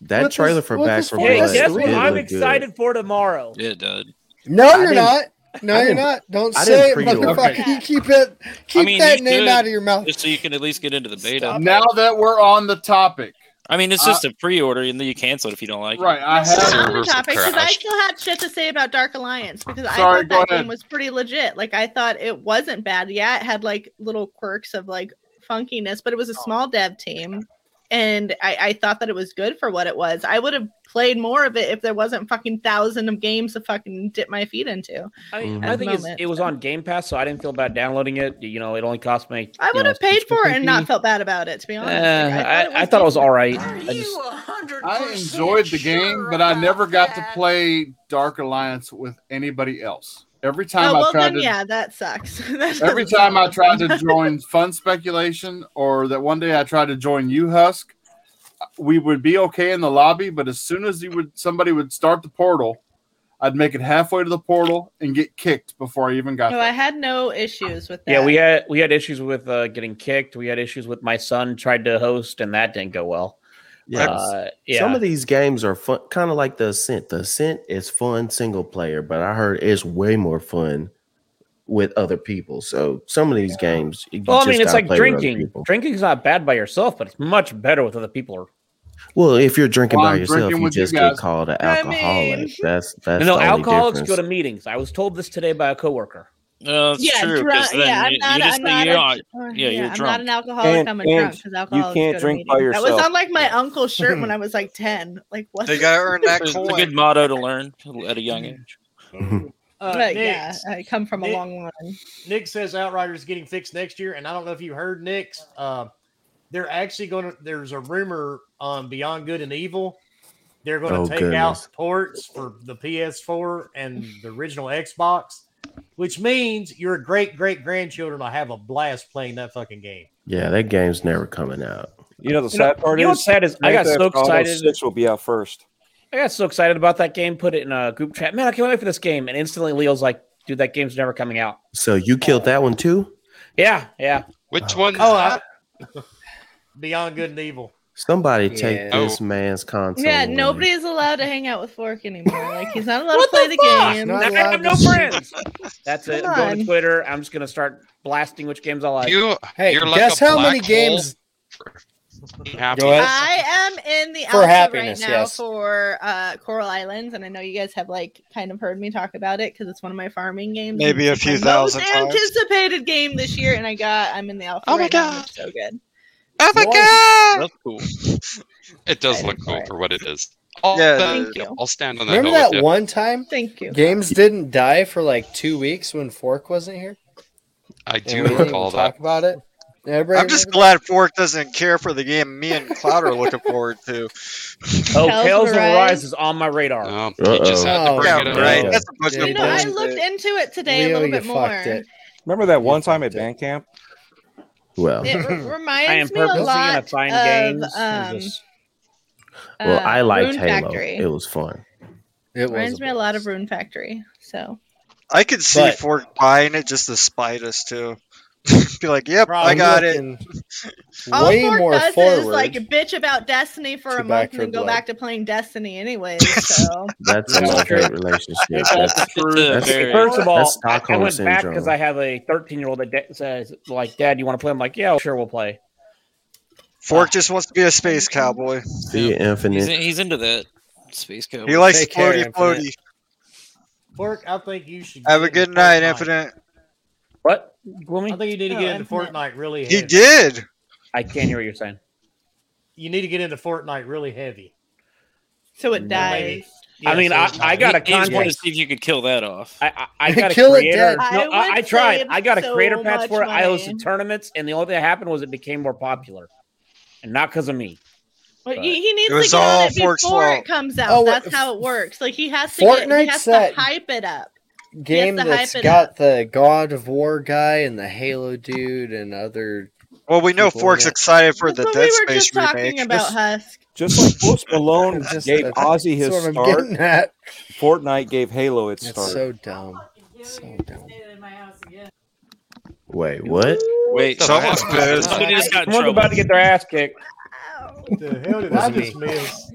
That
What
trailer
this-
for
what
Back
this
for
fucking
Hey,
Blood.
Plus,
guess
did
three.
what?
look
I'm
good.
excited for tomorrow.
Yeah, dude.
No,
I
you're
didn't-
not. No,
I
you're
didn't-
not. Don't
I
say
didn't
it,
pre-order.
motherfucker.
Okay.
You Keep it. Keep
mean,
that
you
name
could.
out of your mouth.
Just so you can at least get into the beta.
Now that we're on the topic,
I mean, it's
Uh,
just a pre-order, and then you cancel it if you don't like
right?
it.
I
Not
have
on the
Servers will
topic because I
crash.
still had shit to say about Dark Alliance because I
Sorry,
thought
go
that
ahead.
game was pretty legit. Like I thought it wasn't bad. Yeah, it had like little quirks of like funkiness, but it
Oh.
was a small dev team, and I, I thought that it was good for what it was. I would have played more of it if there wasn't fucking thousand of games to fucking dip my feet into.
I
Mhm.
mean,
At
my
the
thing is,
moment,
it was
so.
on Game Pass, so I didn't feel bad downloading it. You know, it only cost me.
I
you
would
know,
have paid for it and not
$60.
felt bad about it. To be
Eh,
honest, Like,
I, I thought it was
decent.
all right.
Are
I just
you a hundred?
I
percent
enjoyed the game,
sure
but I
about
never got to
that?
play Dark Alliance with anybody else. Every
Oh
time I
well,
tried
then
to,
yeah, that sucks. That
every
doesn't
time I
sound
tried
fun.
to join Fun Speculation, or that one day I tried to join you Husk, we would be okay in the lobby, but as soon as you would somebody would start the portal, I'd make it halfway to the portal and get kicked before I even got
No, I
there.
had no issues with that.
Yeah, we had we had issues with uh, getting kicked. We had issues with my son tried to host, and that didn't go well.
Yeah.
uh, yeah.
Some of these games are fun, kind of like the Ascent. The Ascent is fun single player, but I heard it's way more fun with other people. So some of these games, you
Well, I
just
mean, it's
gotta
like
play with other
drinking.
people.
Drinking's not bad by yourself, but it's much better with other people.
Well, if you're drinking
Well,
by
I'm
yourself,
drinking
you
with you
just
guys.
get called an
I
alcoholic.
mean-
That's that's
no,
the
no,
only
alcoholics
difference.
go to meetings. I was told this today by a coworker.
No, that's
Yeah,
true.
drunk-
'cause then
yeah, I'm
you,
not-
you just
I'm not
you're
a-
on-
or-
yeah, you're
I'm
drunk.
not an alcoholic.
And-
I'm a
and
drunk because
you
alcoholics
can't
go to
drink by
meetings. That was
yourself.
on like my uncle's shirt when I was like ten. Like what?
They
gotta earn that
It's a
coin.
good motto to learn at a young age.
Uh,
But
Nick,
yeah, I come from a
Nick-
long line.
Nick says Outriders is getting fixed next year, and I don't know if you heard Nick's. Uh, they're actually going to. There's a rumor on Beyond Good and Evil. They're going to
Oh,
take
goodness.
out ports for the PS4 and the original Xbox, which means your great great grandchildren will have a blast playing that fucking game.
Yeah, that game's never coming out.
You know the
know-
sad part
you know
is
what's sad is I
Grand
got so
Theft Auto
excited-
Six will be out first.
I got so excited about that game, put it in a group chat. Man, I can't wait for this game. And instantly Leo's like, dude, that game's never coming out.
So you killed that one too?
Yeah, yeah.
Which
Uh,
one?
Oh, I, Beyond Good and Evil.
Somebody take
Yeah.
this man's console.
yeah,
away.
nobody is allowed to hang out with Fork anymore. Like he's not allowed to play the, game.
Not I have no friends. That's it.
Come
I'm going
on.
to Twitter. I'm just going to start blasting which games I like.
You,
Hey,
you're like
guess
a
how
black
many
hole
games?
for happiness.
Go ahead.
I am in the
For
alpha
happiness,
right now
yes.
for uh, Coral Islands, and I know you guys have like kind of heard me talk about it because it's one of my farming games.
Maybe
and
a
it's
few
my
thousand
most
times.
anticipated game this year, and I got I'm in the alpha.
Oh my
right now,
God.
it's so good.
Oh my god!
That's cool.
It does look cool for what it is. I'll,
Yeah.
stand,
Thank you.
I'll stand on that.
Remember
hill with
that
you.
one time
Thank you.
games didn't die for like two weeks when Fork wasn't here?
I
And
do
we didn't
recall
even
Uh,
that.
Talk about it. Everybody
I'm just glad Fork doesn't care for the game me and Cloud are looking forward to.
Oh,
Tales
Tales
Will
and
Rise.
Rise is on my radar.
No, you Oh, just had to
Uh-oh.
bring
Yeah,
it up.
right. That's a bunch
Oh, Yeah,
of
you
No, I
did.
bullshit.
looked into it today a
Leo,
little
you
bit more.
fucked it.
Remember that one time at Bandcamp?
Well,
It re-
I am
reminds me a
purposely going to
lot
find
of
games. and
um,
just-
well,
uh,
I liked
Rune
Halo.
Factory.
It was fun.
It was
reminds me a lot of Rune Factory. So
I could see
But-
Fork buying it just to spite us too. Be like, yep, I got it.
all
Way
Fork
more
does
forward.
is like bitch about Destiny for
to
a
Back
month and
for
then go
Blood.
back to playing Destiny anyway. So
That's an unfair relationship. That's,
It's a
that's-
very-
First of all,
that's
I, I
Stockholm
went back
syndrome.
because I have a 13 year old that da- says, like, Dad, you want to play? I'm like, yeah, sure, we'll play.
Fork just wants to be a space cowboy.
see
He's,
infinite.
in- he's into that space cowboy.
He likes
Take care,
floaty floaty.
Infinite.
Fork, I think you should
Have a
get into
good night,
Fortnite.
Infinite.
What? Gloomy?
I think you need to
Oh,
get into
Infinite.
Fortnite really. Heavy.
He did.
I can't hear what you're saying.
You need to get into Fortnite really heavy.
so it dies.
I mean,
so
I-
it's
I
not-
got a
He- he just wanted to
contest.
see if you could kill that off.
I, I, I got a
Kill it
creator.
dead.
No,
I
I,
would
I tried.
save
I got a
so
creator patch
much
for it. I
money.
hosted tournaments, and the only thing that happened was it became more popular, and not because of me.
But
But-
he, he needs
It was
to get on
all
it
Fork's
before
fault.
it comes out.
Oh,
That's
wait,
how it works. Like he has to get, he
Fortnite's
has
that-
to hype it up.
game
Yes, the
that's
hype it
got the God of War guy and the Halo dude and other.
Well, we know
People
Fork's
that-
excited for
That's
the
what
Dead
we were
Space
just talking
remake.
about,
Just-
Husk.
Just like Post Malone
Just-
gave
that's
Ozzy his
That's what I'm
start,
getting at.
Fortnite gave Halo its
It's
start.
so dumb. So dumb.
Wait, what?
Wait,
So
somebody
what's good?
somebody just got in
Someone's
trouble.
about to get their ass kicked.
What the hell did I
Wasn't
just miss?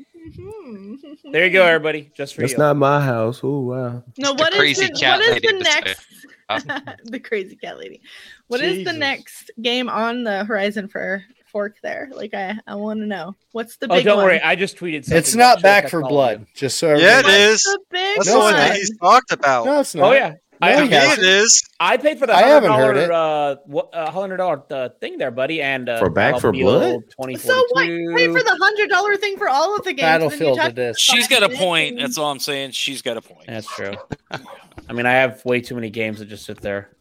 There you go, everybody. Just for
That's
you.
not my house. Oh wow.
No,
Just a
what is
crazy
the,
cat
what is
lady
the
to
next?
Uh.
the crazy cat lady. What is
Jesus.
the next game on the horizon for Fork? There, like I, I want to know what's the
oh,
big
don't
one.
worry. I just tweeted. Something
It's
that shows
not back
that's
for
all
blood.
good.
Just so
Yeah, it
everybody-
is.
The big
That's the
No,
one
it's
that
not.
he's talked about.
No, it's not.
Oh yeah. I,
No, he hasn't.
yeah, it is.
I paid for the
I
hundred
haven't heard
dollar uh
it.
what uh, hundred dollar uh, thing there, buddy, and uh,
For Back for Blood?
Twenty
So what? Pay for the hundred dollar thing for all of the games. and then you
Battlefield
talk-
it is.
She's got a
Fucking-
point. That's all I'm saying. She's got a point.
That's true. I mean, I have way too many games that just sit there.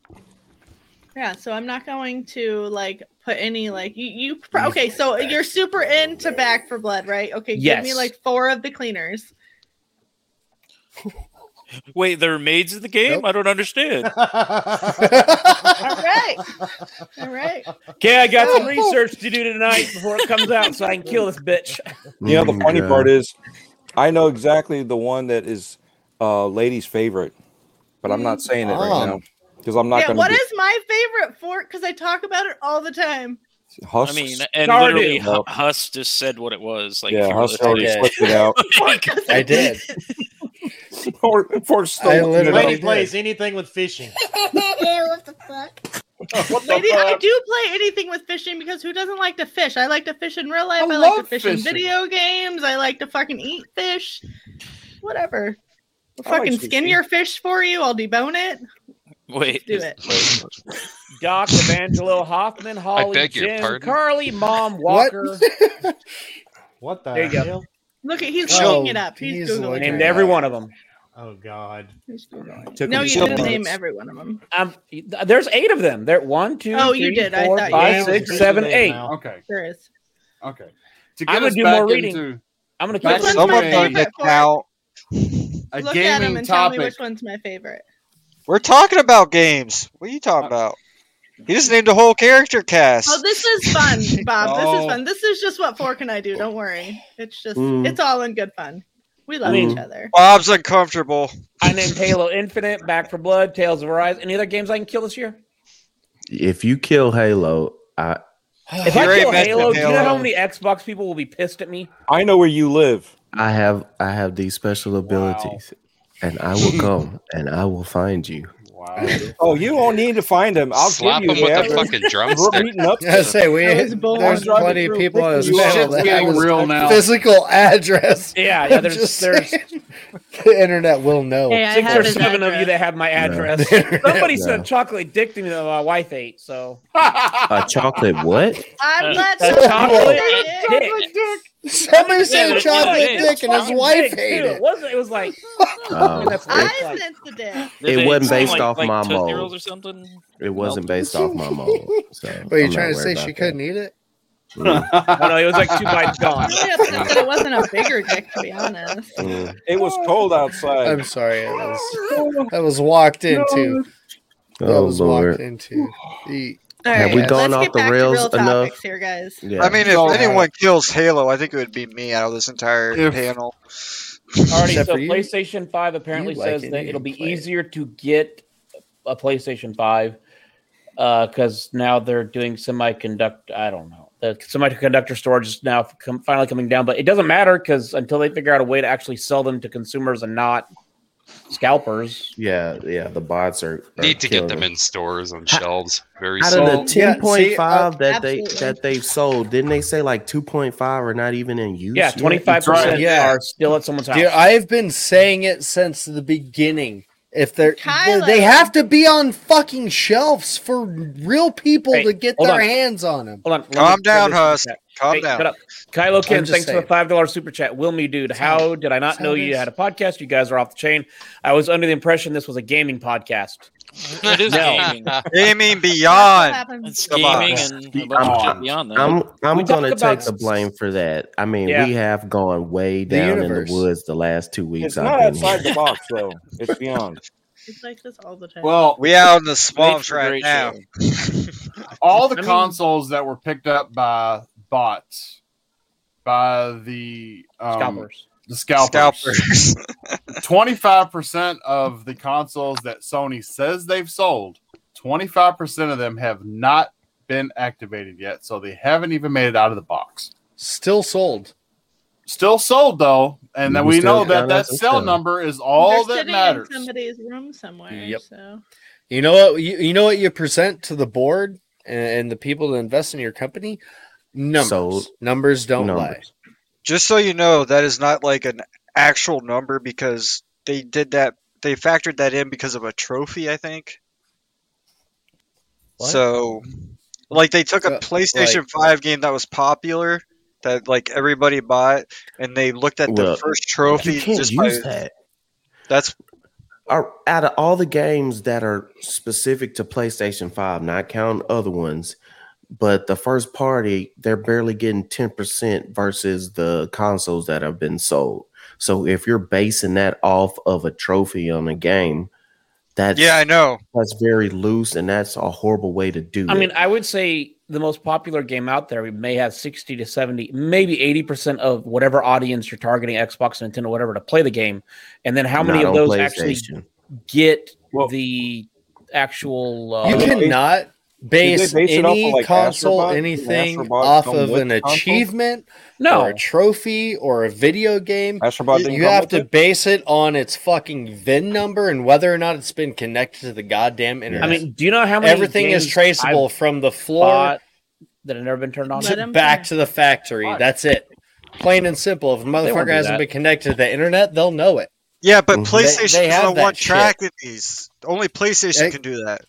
Yeah, so I'm not going to like put any like you. you pr- okay, so you're super into Back for Blood, right? Okay, give me
Yes.
like four of the cleaners.
Wait, there are maids in the game?
Nope.
I don't understand.
All right, all right.
Okay, I got
Oh.
some research to do tonight before it comes out, so I can kill this bitch.
You know, the funny
Mm,
part
yeah.
is, I know exactly the one that is uh, ladies' favorite, but I'm not saying it right
Oh.
now because I'm not
yeah,
going
what
to
is my favorite fork? Because I talk about it all the time.
be
I
Husk.
mean, and
Stardew.
literally, Hu-
Nope.
Huss just said what it was. Like, if
yeah,
you
Husk
listen to
already
it,
Yeah.
switched it out.
I did.
Ford, Ford's still
I
looking it
Lady
up.
plays anything with fishing.
what the fuck?
Lady, I do play anything with fishing because who doesn't like to fish? I like to fish in real life. I, like to
love
fish in
fishing.
video games. I like to fucking eat fish. Whatever. I'll
I like
fucking skin
sushi.
your fish for you. I'll debone it.
Wait,
Do it.
Doc Evangelo Hoffman, Holly,
beg your
Jim,
pardon?
Carly, Mom, Walker.
What the
There you go.
hell?
Look at he's
Oh,
looking it up. He's, googling
Named
it.
every one of them.
Oh God.
He's Googling it.
Took
No,
him
you
so
didn't
long.
name every one of them.
Um, there's eight of them. There, one, two,
Oh, you
three,
did. I
four,
thought you
five,
did.
six, seven,
Yeah,
eight.
now. Okay.
There is.
Okay. To
I'm
get
gonna
us
do more
back
reading.
into
I'm gonna keep
back
Which
into
one's my
a-
favorite?
Now
a
Look
gaming
at him and
topic.
tell me which one's my favorite.
we're talking about games. What are you talking about? He just named a whole character cast.
Oh, this is fun, Bob. This
Oh.
is fun. This is just what four can I do. Don't worry. It's just
Mm.
it's all in good fun. We love
I mean-
each other.
Bob's uncomfortable.
I named Halo Infinite, Back for Blood, Tales of Arise. Any other games I can kill this year?
If you kill Halo, I
If I kill Halo, do you know how
Halo.
many Xbox people will be pissed at me?
I know where you live.
I have I have these special abilities, and I will come and I will find you.
Oh, you don't need to find him. I'll
Slap
give
him
you
with a
whatever.
fucking
We're
drumstick.
beating up. to
I
him.
say we.
That was bold.
There's
driving
plenty of
through
people on his
Lincoln, you
channel
are
that
getting
have his
real now.
physical address.
Yeah, yeah.
I'm
There's
just
there's
saying. the internet will know.
Hey, I
six
have
or
his
seven of you
address.
that have my address. Somebody sent chocolate dick to me that my wife ate. So
A chocolate what?
I'm glad
Uh, That's
you
chocolate
said
dick.
it.
Somebody
Yeah,
said
it
chocolate
is.
dick and his
Fucking
wife
dick,
ate
too.
it.
wasn't it was like
Oh,
that's what it's
I
like.
sensed the dick.
It
Did they
wasn't
sound
based
like-
off
like
my
Tootsie
mold.
Rolls or something?
it wasn't based off my mold. So
But you're
I'm not
trying
worried
to say
about
she
that.
couldn't eat it?
Oh, no, it was like two bites gone.
I'm really upset that it wasn't a bigger dick, to be honest.
Mm.
It was cold outside.
I'm sorry. That was, that was walked into. That
Oh
was
lord.
walked into. The-
All
Have
right,
we gone
let's
off
get
the
back
rails
to real
enough?
topics here, guys.
Yeah.
I mean, if
So, uh,
anyone kills Halo, I think it would be me out of this entire
If-
panel.
Already,
Except
so
for you.
PlayStation 5 apparently
You like
says
it,
that
you
it'll be
play it.
easier to get a PlayStation 5 because now they're doing semiconductor. I don't know. The semiconductor storage is now com- finally coming down, but it doesn't matter because until they figure out a way to actually sell them to consumers and not scalpers.
yeah, yeah. The bots are, are
Need to get
killing
them in stores on shelves very
Out
soon.
of the
So- Yeah,
ten
see,
point five
uh,
that
absolutely.
they that they've sold, didn't they say like two point five are not even in use?
Yeah,
yet?
25%
right.
Yeah.
are still at someone's house.
Dude, I've been saying it since the beginning. If they're they,
Kylo.
they have to be on fucking shelves for real people
Hey,
to get
hold
their
on.
hands on them.
Hold on. let me
Calm
throw
down,
this in the
Husk.
chat.
Calm
Hey, shut
down.
up. Kylo Ken,
just
thanks for
saying.
the five dollar super chat. Will me, dude, how did I not
Sound
know you
is-
had a podcast? You guys are off the chain. I was under the impression this was a gaming podcast.
It is
No.
gaming.
Gaming
That's what
beyond.
happens.
It's
Come
gaming
on.
and a bunch of shit beyond that.
I'm
We
I'm
talked
gonna
about-
take the blame for that. I mean,
Yeah.
we have gone way down in the
universe.
woods the last two
It's
weeks.
not
I've been
outside
here.
the box, though. It's beyond.
It's like this all the time.
well,
We out in the swamps
Nate's a
right
great
now.
show.
all the
I mean-
consoles that were picked up by bots, by the um,
Scalpers.
the scalpers.
Scalpers.
Twenty-five percent of the consoles that Sony says they've sold, twenty-five percent of them have not been activated yet, so they haven't even made it out of the box.
Still sold.
Still sold though, and then
We
we
still
know that
got
that
it,
sell
okay.
number is all
They're
that
sitting
matters.
in somebody's room somewhere.
Yep.
So
You know what? You, you know what you present to the board and, and the people that invest in your company. Numbers.
Sold.
Numbers don't lie.
Numbers.
Just so you know, that is not like an actual number because they did that. They factored that in because of a trophy, I think.
What?
So, like, they took a
Uh,
PlayStation
like-
Five game that was popular that like everybody bought, and they looked at
Well,
the first
You
trophy.
can't
Just by,
use that.
That's
Are- out of all the games that are specific to PlayStation 5, not counting other ones, but the first party, they're barely getting 10% versus the consoles that have been sold. So if you're basing that off of a trophy on a game, that's
yeah, I know.
that's very loose and that's a horrible way to do
I
it.
mean, I would say the most popular game out there, we may have 60 to 70, maybe 80% of whatever audience you're targeting, Xbox, Nintendo, whatever, to play the game. And then how many
Not
of
on
those actually
PlayStation.
get
Well-
the actual uh,
You cannot base,
base it off of,
any
like,
console,
Astrobot? Did
anything
Astrobot
off
come
of
with
an
the console?
achievement,
No.
or a trophy, or a video game.
Astrobot
you
didn't
you
come
have
with
to
it?
base it on its fucking VIN number and whether or not it's been connected to the goddamn internet.
mean, do you know how many
everything is
games
traceable
I've
from the floor
bought that have never been turned on?
to back to the factory?
Fuck.
That's it. Plain and simple. If a
won't
motherfucker
do
hasn't
that.
been connected to the internet, they'll know it.
Yeah, but
Mhm.
PlayStation
They- they have
doesn't
that
want track
shit.
of these. Only PlayStation can do that.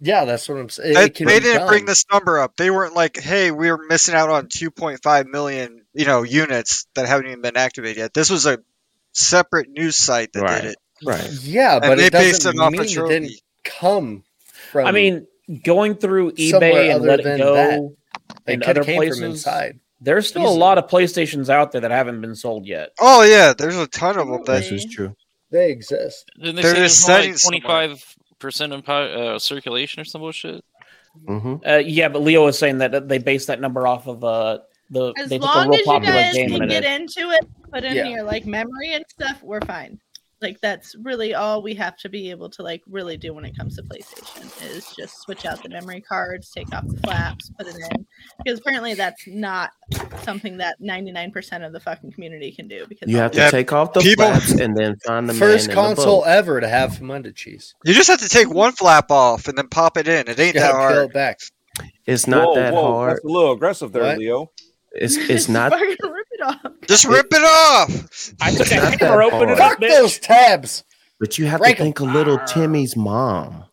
Yeah, that's what I'm saying.
They-
It can
they
be
didn't
done.
bring this number up. They weren't like, "Hey, we are missing out on 2.5 million, you know, units that haven't even been activated yet." This was a separate news site that did it.
Right.
Yeah,
And
but
they
it
based
doesn't
it off a
mean it
trophy.
didn't come from.
I mean, going through
somewhere
eBay and
other
let it
than
go
that. It
and
coulda
other
came from
places.
inside.
There's still a
Easily.
lot of PlayStations out there that haven't been sold yet.
Oh yeah, there's a ton of them. That
This is
true.
They exist.
Then they
They're just
say there's only like
setting somewhere.
twenty five percent in po- uh, circulation or some bullshit. Mm-hmm.
Uh, yeah, but Leo was saying that that they based that number off of uh, the
As
they took a
long
real
as you
popular
guys
game
can
and
get
it.
into it, put in
Yeah.
your like memory and stuff, we're fine. Like that's really all we have to be able to like really do when it comes to PlayStation is just switch out the memory cards, take off the flaps, put it in. Because apparently that's not something that 99% of the fucking community can do because
You have to
Yeah,
take off the
people-
flaps and then find the
First
man
console
In the boat.
ever to have Flamunda cheese.
You just have to take one flap off and then pop it in. It ain't that
Gotta peel
hard.
it back.
It's not that hard.
That's a little aggressive there,
What?
Leo.
It's it's not.
Fucking rip it off.
Just rip it off.
I took
Not
a
that
hammer, opened it up,
Fuck
bitch.
those tabs.
But you have
Break
to
'em.
think of little Timmy's mom.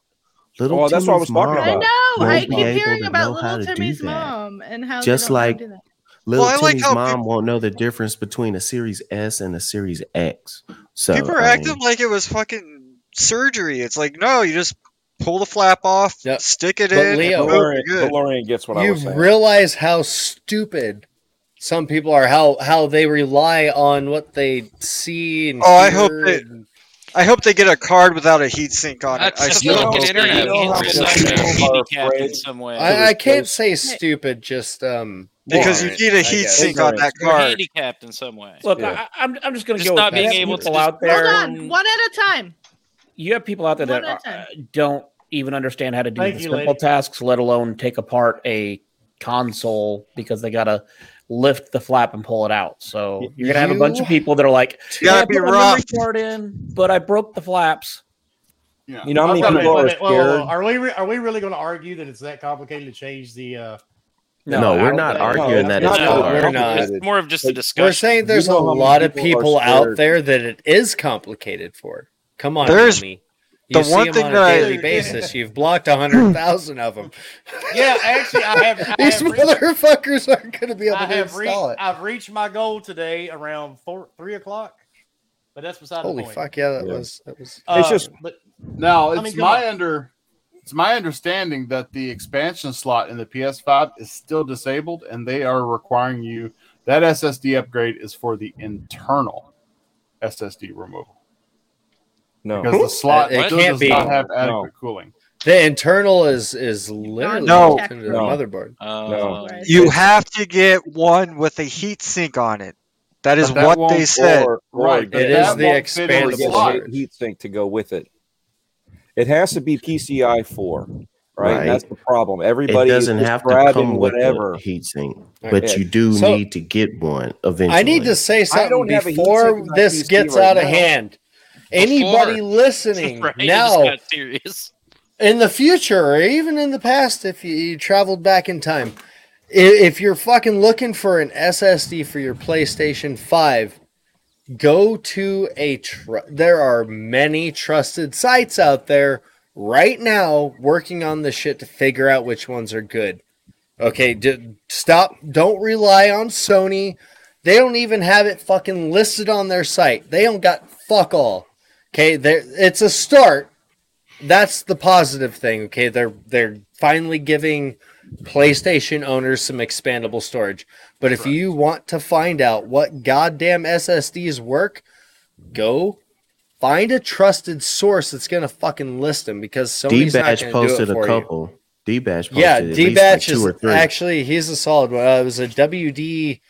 Little
Oh,
Timmy's
that's what I was talking
mom.
about.
I know.
won't
I
be
keep
able
hearing
to
about
know how
little
to do
Timmy's
that.
mom Um, and how they
Just
don't know how to
like-
do that.
Little
Well, I like
Timmy's
how
mom won't know the difference between a Series S and a Series X. So
People are
I
acting
mean,
like it was fucking surgery. It's like, no, you just pull the flap off,
Yep.
stick it
But
in. and
Leo-
boom,
DeLorean,
you're good.
DeLorean gets what I
you
was saying.
realize how stupid some people are how how they rely on what they see and
Oh, I hope
hear
that-
and-
I hope they get a card without a heatsink on
That's
it. I
just
still
fucking
hope they
internet.
do.
You know how much people are handicapped in
afraid-
some way.
I, I can't
place.
say stupid just um
because you
Warrant,
need a
I
heat
guess.
sink on that
You're
card.
handicapped in some way.
Look,
Yeah.
I, I'm, I'm just going to go
Just not
with that. You
being
have
able to
people
just-
out there.
Hold
Hold
Um,
on, one at a time.
You have people out there
One
that
at a
are, uh,
time.
don't even understand how to do
Thank
the
you,
simple
lady.
tasks, let alone take apart a console because they got to lift the flap and pull it out. So you're going to have a bunch of
You-
people that are like,
You gotta
"Yeah, I
be
put my memory
rough."
card in, but I broke the flaps.
Yeah.
You know how
Wait, wait,
many
wait,
people are
wait, whoa, whoa, whoa.
scared?
Are we re- are we really going to argue that it's that complicated to change the? Uh,
no,
I
we're
don't
not
think-
arguing that
No,
it's
that's not-
hard.
we're not.
It's more of just a discussion.
we're saying there's
You know
a
how many
lot of
people
people
are
out
scared.
there that it is complicated for come on
There's-
Tommy.
the
you see
one
them
thing
on
that
a
I-
daily basis you've blocked a hundred thousand of them
yeah, actually, I have. I
these
have re-
motherfuckers aren't going to be able
I
to
have re-
install it
I've reached my goal today around four, three o'clock, but that's beside
holy
the point.
fuck yeah that
Yeah.
was that was
Uh,
It's just-
but
Now
I
it's
mean, come
my
on.
under it's my understanding that the expansion slot in the PS5 is still disabled, and they are requiring you that SSD upgrade is for the internal SSD removal
No.
because the slot
It-
it
still
can't
does
be.
not have
No.
adequate cooling.
The internal is is literally
No.
hooked into the
No.
motherboard.
Oh,
Uh,
No.
Right.
You have to get one with a heat sink on it. That is
But that
what
won't-
they said.
Or, or
Right, but
It
that
is the
won't fit in
or
the
get
expandable.
slot.
a heat sink to go with it. It has to be PCI four, right?
Right.
That's the problem.
It
Everybody is
doesn't
just
have to
grabbing
come with
whatever.
a heat sink,
Right.
but
Yeah.
you do
So-
need to get one eventually.
I need to say something
don't have a heat sink
before
in my
this
PC
gets
right
out of
now.
hand. Anybody listening
right? It just
now
got serious.
in the future or even in the past if you, you traveled back in time i- if you're fucking looking for an SSD for your PlayStation 5 go to a tr- there are many trusted sites out there right now working on this shit to figure out which ones are good okay d- stop don't rely on Sony they don't even have it fucking listed on their site they don't got fuck all okay there it's a start that's the positive thing. Okay, they're they're finally giving PlayStation owners some expandable storage. But if you want to find out what goddamn SSDs work, go find a trusted source that's gonna fucking list them because
D
Sony's not
Batch
gonna
posted
do it
a
for you.
couple. D Batch posted
Yeah,
at least
D Batch
like two
is
or three.
actually he's a solid one. Uh, it was a WD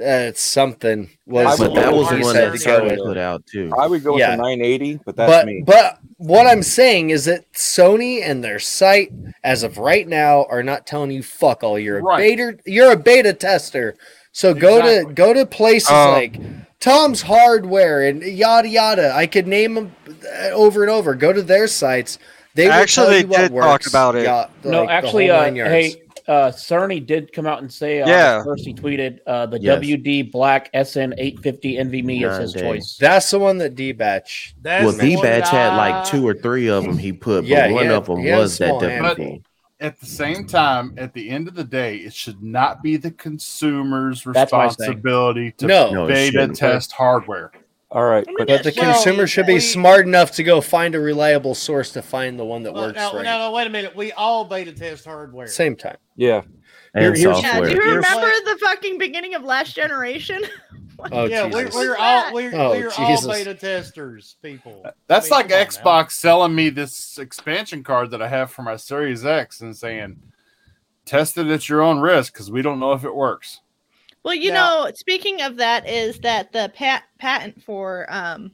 Uh, it's something.
But
Was
that was the
he
one
said
that
to go
Sony
with.
put out too.
I would go
Yeah.
with a 980, but that's
But
me.
but what I'm saying is that Sony and their site, as of right now, are not telling you fuck all. You're a
Right.
beta. You're a beta tester. So go to
Exactly.
go to places
Um,
like Tom's Hardware and yada yada. I could name them over and over. Go to their sites. They will
Actually,
tell
they
you what
did talk
works,
about it.
yeah,
no,
like the
actually,
whole
uh,
nine yards.
hey, uh, Cerny did come out and say, uh,
Yeah.
first he tweeted, uh, the
Yes.
WD Black SN 850 NVMe is his
Nine
choice.
That's the one that D batch.
well, D Batch had like two or three of them he put, but
Yeah, he
one
had-
of them
he had
was that
small hand.
WD.
At the same time, at the end of the day, it should not be the consumer's
That's my thing.
responsibility to
No. No, it
beta
shouldn't.
test hardware.
All right,
But the consumer should be smart enough to go find a reliable source to find the one that works
Now,
right.
now, now, wait a minute. We all beta test hardware.
Same time.
Yeah.
And
Yeah, do you
Here's-
remember the fucking beginning of last generation?
Oh,
yeah,
Jesus.
We, we're all we're,
Oh,
we're
Jesus.
all beta testers, people.
Uh,
That's like Xbox selling me this expansion card that I have for my Series X and saying, test it at your own risk because we don't know if it works.
Well, you know, speaking of that, is that the pat- patent for um,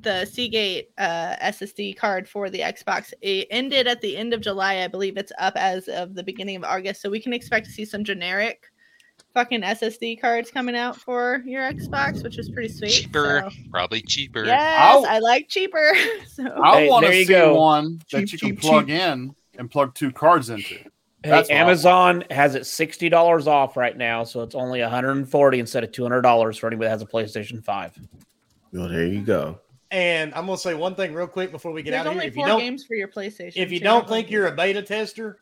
the Seagate uh, SSD card for the Xbox it ended at the end of July, I believe. It's up as of the beginning of August, so we can expect to see some generic fucking SSD cards coming out for your Xbox, which is pretty sweet.
cheaper,
so-
probably cheaper.
Yes, i like cheaper. so.
I want to see one that you can plug in and plug two cards into.
Hey,
what I want.
Amazon has it sixty dollars off right now, so it's only one hundred and forty instead of two hundred dollars for anybody that has a PlayStation Five.
Well, there you go.
And I'm gonna say one thing real quick before we get
There's
out of here.
only
If you
four
don't,
games for your PlayStation.
if you
too.
don't think you're a beta tester,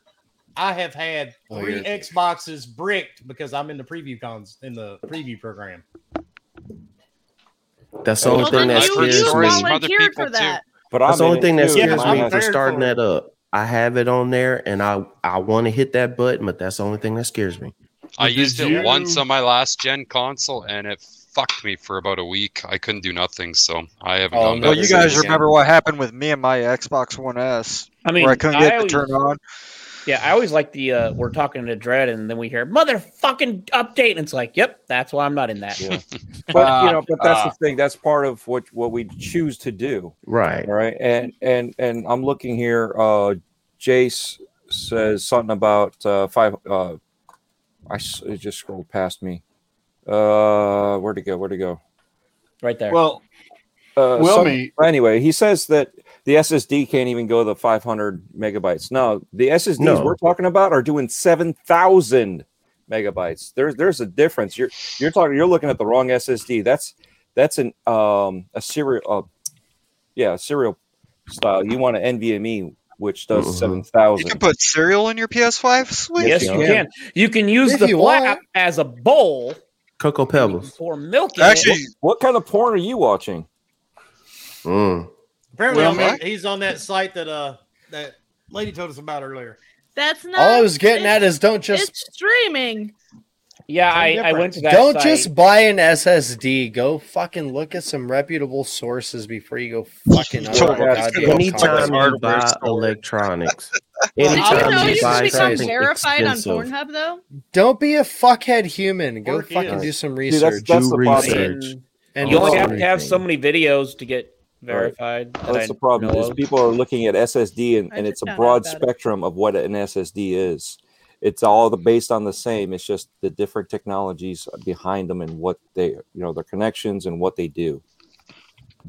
I have had
Oh,
three
you're-
Xboxes bricked because I'm in the preview cons in the preview program.
That's the only
Well,
thing
then
that
you- you
scares me.
volunteered for that.
But
That's
I'm
the only
in it
thing that
too.
scares
Yeah,
me for
I'm prepared
starting
for
that up. I have it on there, and I I want to hit that button, but that's the only thing that scares me.
I used it
you-
once on my last gen console, and it fucked me for about a week. I couldn't do nothing, so I haven't
Oh,
gone
well,
back.
you
since.
guys remember what happened with me and my Xbox One S,
I mean,
where I couldn't get
I
it to
always-
turn on.
Yeah, I always like the uh, we're talking to Dread, and then we hear motherfucking update, and it's like, yep, that's why I'm not in that.
But you know, but that's
Uh,
the thing. That's part of what what we choose to do.
Right.
All right. And and and I'm looking here. Uh, Jace says something about uh, five. Uh, I s- it just scrolled past me. Uh, where'd it go? Where'd it go?
right there.
Well,
uh,
Will
some-
me-
anyway, he says that the SSD can't even go the 500 megabytes. No, the SSDs
No.
we're talking about are doing 7,000 megabytes. There's there's a difference. You're you're talking you're looking at the wrong SSD. That's that's an um a serial uh, yeah a serial style. You want an NVMe E, which does
Mm-hmm.
Mhm.
7,000.
You can put cereal in your PS5. Sweet.
Yes, you can.
You can use
If
the
you
flap as a bowl
Cocoa Pebbles.
for milk. in it.
Actually, what, what kind of porn are you watching?
Mm.
Apparently,
Well,
I'm in-
Mike-
he's on that site that uh that lady told us about earlier.
That's not.
All I was getting at is don't just
It's streaming.
Yeah, I, I
different.
went to that.
don't
site.
just buy an SSD. Go fucking look at some reputable sources before you go fucking
Right.
other goddamn
Anytime
company.
you buy electronics, anytime
know
you,
you can
buy
become
something
verified on
expensive,
Pornhub though.
Don't be a fuckhead human. Go
Pork
fucking
is.
do some
See, that's-
research.
that's Do the problem.
research.
And
you only
look-
have to have so many videos to get verified. that I
That's the problem
know
is
of.
people are looking at SSD and, and it's a
found out
broad
about it.
spectrum of what an SSD is. It's all the based on the same. It's just the different technologies behind them and what they you know their connections and what they do.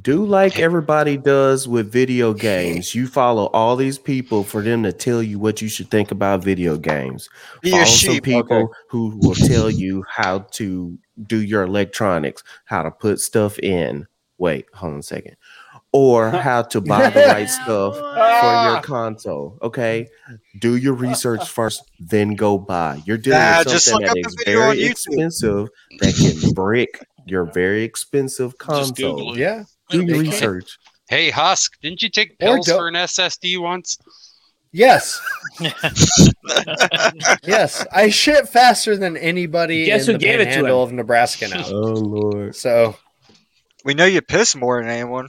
do like everybody does with video games. You follow all these people for them to tell you what you should think about video games.
Be a
follow some
sheep.
people who will tell you how to do your electronics, how to put stuff in. Wait, hold on a second. Or how to buy the right stuff for
Ah.
your console. Okay. Do your research first, then go buy. You're dealing
Nah,
with
just
something
look
that
up
is
the video on
very
YouTube.
expensive that can brick your very expensive console.
Google it. Yeah.
Do your
It'll be fine.
research.
Hey Husk, didn't you take
Or
pills
don't-
for an SSD once?
yes, yes, I shit faster than anybody
Guess
in
who
the
gave it to
panhandle
him?
of Nebraska now.
Oh lord.
So
We know you piss more than anyone.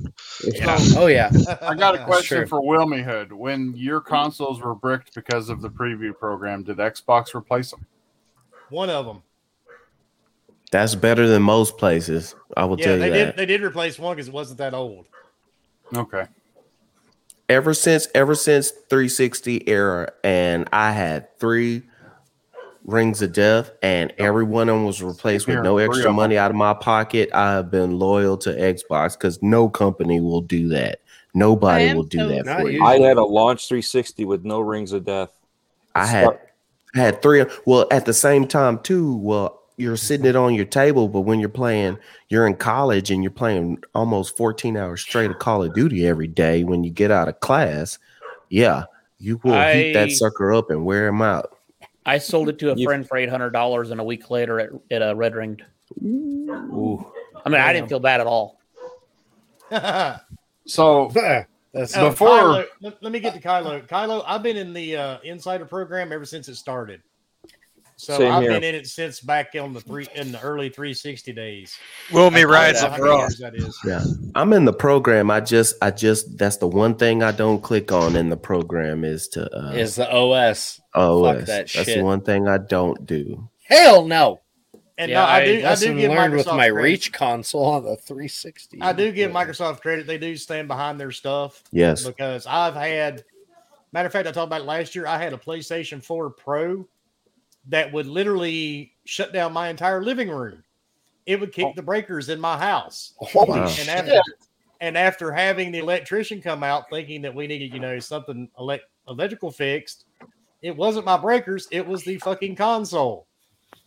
Oh yeah.
I got a
That's
question
true.
for Wilmy Hood. When your consoles were bricked because of the preview program, did Xbox replace them?
One of them.
That's better than most places. I will
Yeah,
tell you
they
that.
did. They did replace one because it wasn't that old.
Okay.
Ever since, ever since 360 era, and I had three rings of death, and every one of them was replaced with
Yeah,
no
three of
extra
them.
money out of my pocket. I have been loyal to Xbox because no company will do that. Nobody will do that for you.
I had a launch 360 with no rings of death.
I had I had three. Well, at the same time too. Well, you're sitting it on your table, but when you're playing, you're in college and you're playing almost 14 hours straight of Call of Duty every day. When you get out of class, yeah, you will heat
I-
that sucker up and wear him out.
I sold it to a friend for eight hundred dollars, and a week later at at a red ringed. I mean, I didn't feel bad at all.
so
that's
Oh,
before. Uh,
Kylo, let, let me get to Kylo. Kylo, I've been in the uh, insider program ever since it started. So
Same
I've
here.
been in it since back on the three in the early 360 days.
Will me
I don't know
rides
how
up
many
raw.
years That is.
Yeah, I'm in the program. I just, I just, that's the one thing I don't click on in the program is to uh,
is the OS.
OS.
Fuck that
that's the
shit.
one thing I don't do.
Hell no.
And no, I do- I do
lesson
give
learned with
Microsoft
my
credit.
Reach console on the 360.
I do give Microsoft credit. They do stand behind their stuff.
Yes.
Because I've had, matter of fact, I talked about it last year. I had a PlayStation 4 Pro that would literally shut down my entire living room. It would kick the breakers in my house.
Oh. Holy
and
shit.
After, and after having the electrician come out thinking that we needed, you know, something elect- electrical fixed, it wasn't my breakers. It was the fucking console.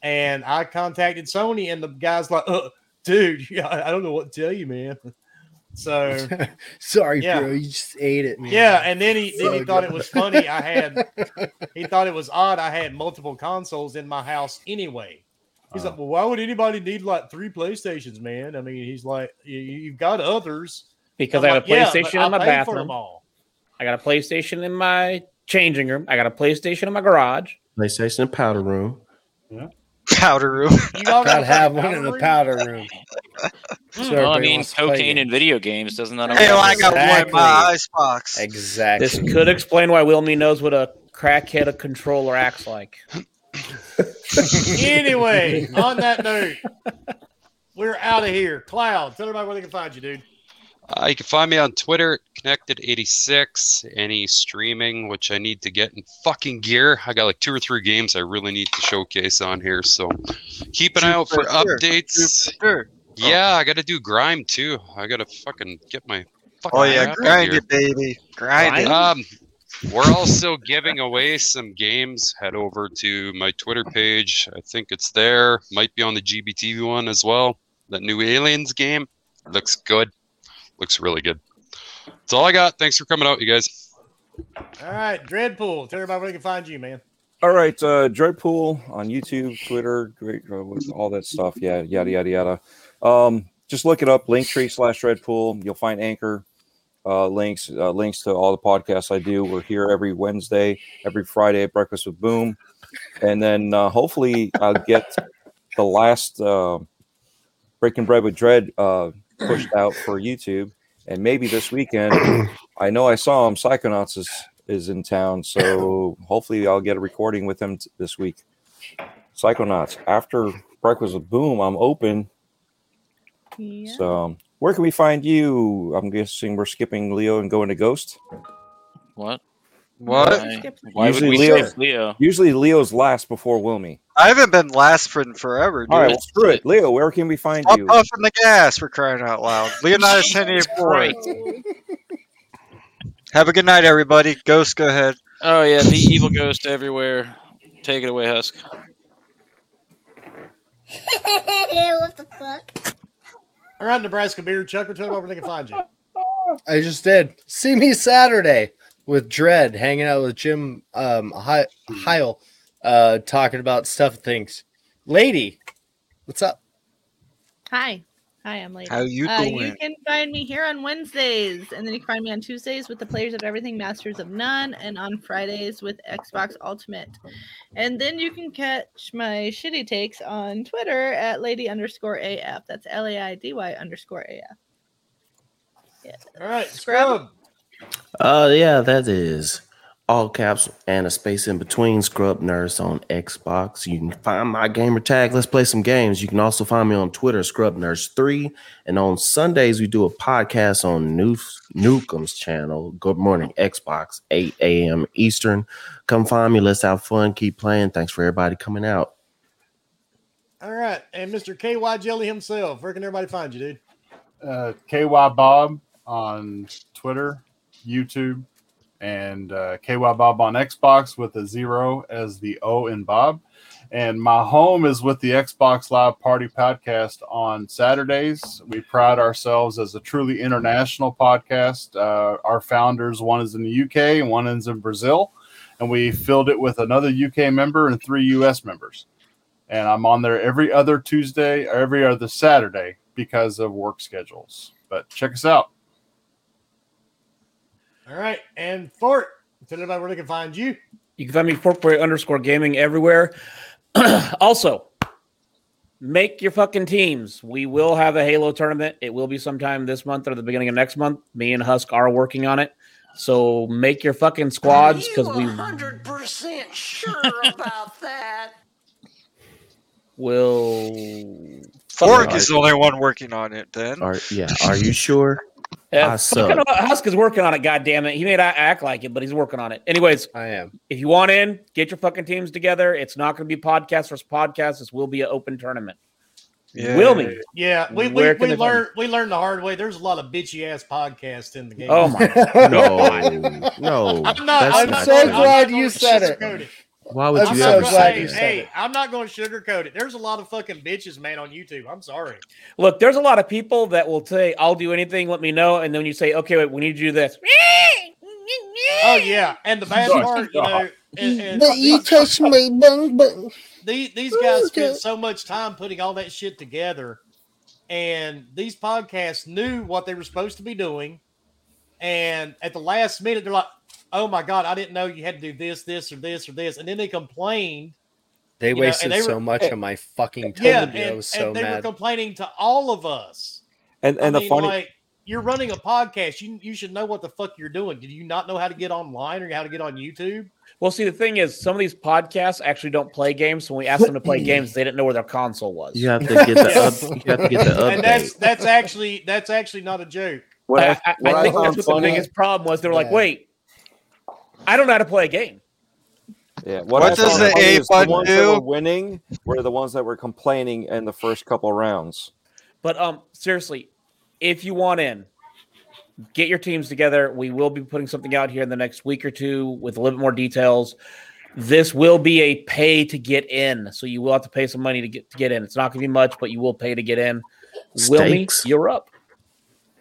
And I contacted Sony, and the guy's like, uh, dude, yeah, I I don't know what to tell you, man. So
Sorry,
Yeah.
bro. You just ate it. man.
yeah, and then he then he
So
thought it
good.
was funny. I had he thought it was odd. I had multiple consoles in my house anyway. He's like, well, why would anybody need like three PlayStations, man? I mean, he's like, you, you've got others
Because
I'm
I have a
like, "Yeah, but
PlayStation
I
in my
paid for them
bathroom.
all."
I got a PlayStation in my changing room. I got a PlayStation in my garage.
PlayStation and powder room.
Powder room.
You
Gotta have one in the powder room.
Hmm.
well, I
So everybody
mean,
wants to play
cocaine and video games doesn't that?
Hey, well, I got one in
Exactly.
my icebox.
Exactly.
This could explain why Wilmy knows what a crackhead a controller acts like.
anyway, on that note, we're out of here. Cloud, tell everybody where they can find you, dude.
Uh, you can find me on Twitter, Connected86. Any streaming, which I need to get in fucking gear. I got like two or three games I really need to showcase on here. So keep an eye out for updates. Yeah, I got to do Grime too. I got to fucking get my fucking.
Oh yeah,
crap in
grind
gear.
it, baby, grind it.
Um, we're also giving away some games. Head over to my Twitter page. I think it's there. Might be on the GBTV one as well. That new Aliens game looks good. Looks really good. That's all I got. Thanks for coming out, you guys.
All right, Dreadpool, tell everybody where they can find you, man.
All right, uh, Dreadpool on YouTube, Twitter, great, uh, all that stuff. Yeah, yada yada yada. Um, just look it up, Linktree slash Dreadpool. You'll find Anchor uh, links, uh, links to all the podcasts I do. We're here every Wednesday, every Friday at Breakfast with Boom, and then uh, hopefully I'll get the last uh, Breaking Bread with Dread uh, pushed out for YouTube, and maybe this weekend. I know I saw him. Psychonauts is, is in town, so hopefully I'll get a recording with him t- this week. Psychonauts after breakfast with Boom, I'm open. So um, where can we find you? I'm guessing we're skipping Leo and going to Ghost.
What?
What?
Why, why would we
Leo-
skip Leo?
Usually Leo's last before Wilmy.
I haven't been last for forever, dude.
All right, well, screw it, Leo. Where can we find
Up
you?
off in the gas for crying out loud. Leonidas 1084. Have a good night, everybody. Ghost, go ahead.
Oh yeah, the evil ghost everywhere. Take it away, Husk.
what the fuck?
All right, Nebraska Beard Chucker, tell everybody where they can find you.
I just did. See me Saturday with Dread hanging out with Jim um Hi- Heil, uh talking about stuff and things. Lady, what's up?
Hi. Hi, I'm Lady.
How you
Uh, you
doing?
can find me here on Wednesdays, and then you can find me on Tuesdays with the Players of Everything, Masters of None, and on Fridays with Xbox Ultimate. And then you can catch my shitty takes on Twitter at lady underscore AF. That's L A I D Y underscore AF.
All right, Scrub.
Uh, yeah, that is all caps, and a space in between Scrub Nurse on Xbox. You can find my gamer tag. Let's play some games. You can also find me on Twitter, Scrub Nurse3. And on Sundays, we do a podcast on Noof- Newcomb's channel, Good Morning Xbox, 8 a.m. Eastern. Come find me. Let's have fun. Keep playing. Thanks for everybody coming out.
All right. And Mr. KY Jelly himself. Where can everybody find you, dude?
Uh, KY Bob on Twitter, YouTube, and uh, KY Bob on Xbox with a zero as the O in Bob. And my home is with the Xbox Live Party Podcast on Saturdays. We pride ourselves as a truly international podcast. Uh, our founders, one is in the UK and one is in Brazil. And we filled it with another UK member and three US members. And I'm on there every other Tuesday or every other Saturday because of work schedules. But check us out.
All right. And Thort, tell everybody where they can find you.
You can find me corporate underscore gaming everywhere. also, make your fucking teams. We will have a Halo tournament. It will be sometime this month or the beginning of next month. Me and Husk are working on it. So make your fucking squads because we
hundred percent sure about that.
will.
Fork is the only one working on it. Then,
Are, yeah, are you sure?
Yeah,
I
fucking
suck.
Husk is working on it. God damn it, he may not act like it, but he's working on it. Anyways,
I am.
If you want in, get your fucking teams together. It's not going to be podcast versus podcast. This will be an open tournament. Will me?
Yeah, we, we,
Where can
we
they find
learned we learned the hard way. There's a lot of bitchy ass podcasts in the game.
Oh my
no, no.
I'm not.
that's not
I'm, not
true.
I'm not gonna sugarcoat
Why would
I'm
you
not
ever
gonna
say
say,
that?
hey, I'm not going to sugarcoat it. There's a lot of fucking bitches, man, on YouTube. I'm sorry.
Look, there's a lot of people that will say, "I'll do anything. Let me know." And then you say, "Okay, wait, we need you to do this."
Oh yeah, and the bad
Oh,
part, you know,
God.
and, and
But you touch my bung bung.
these, these guys spent so much time putting all that shit together, and these podcasts knew what they were supposed to be doing, and at the last minute they're like, "Oh my god, I didn't know you had to do this, this, or this, or this," and then they complained.
They
you know,
wasted
and they
so
were- eh,
much of my fucking time.
Yeah, and,
I was so
and they were
mad.
complaining to all of us.
And and
I
the
mean,
funny
like, you're running a podcast. You you should know what the fuck you're doing. Do you not know how to get online or how to get on YouTube?
Well, see, the thing is, some of these podcasts actually don't play games. So when we asked them to play games, they didn't know where their console was.
You have to get the up, you have to get the update.
And that's that's actually that's actually not a joke.
What I-
I, I
what I
think
found
that's what the
funny-
biggest problem was. They were like,
Yeah.
"Wait, I don't know how to play a game."
Yeah.
What
I
does
found
the
funny
A
is the
button
ones
do?
that were winning were the ones that were complaining in the first couple rounds.
But um, seriously, if you want in, get your teams together. We will be putting something out here in the next week or two with a little bit more details. This will be a pay to get in, so you will have to pay some money to get to get in. It's not going to be much, but you will pay to get in. Wilmy,
Stakes.
you're up.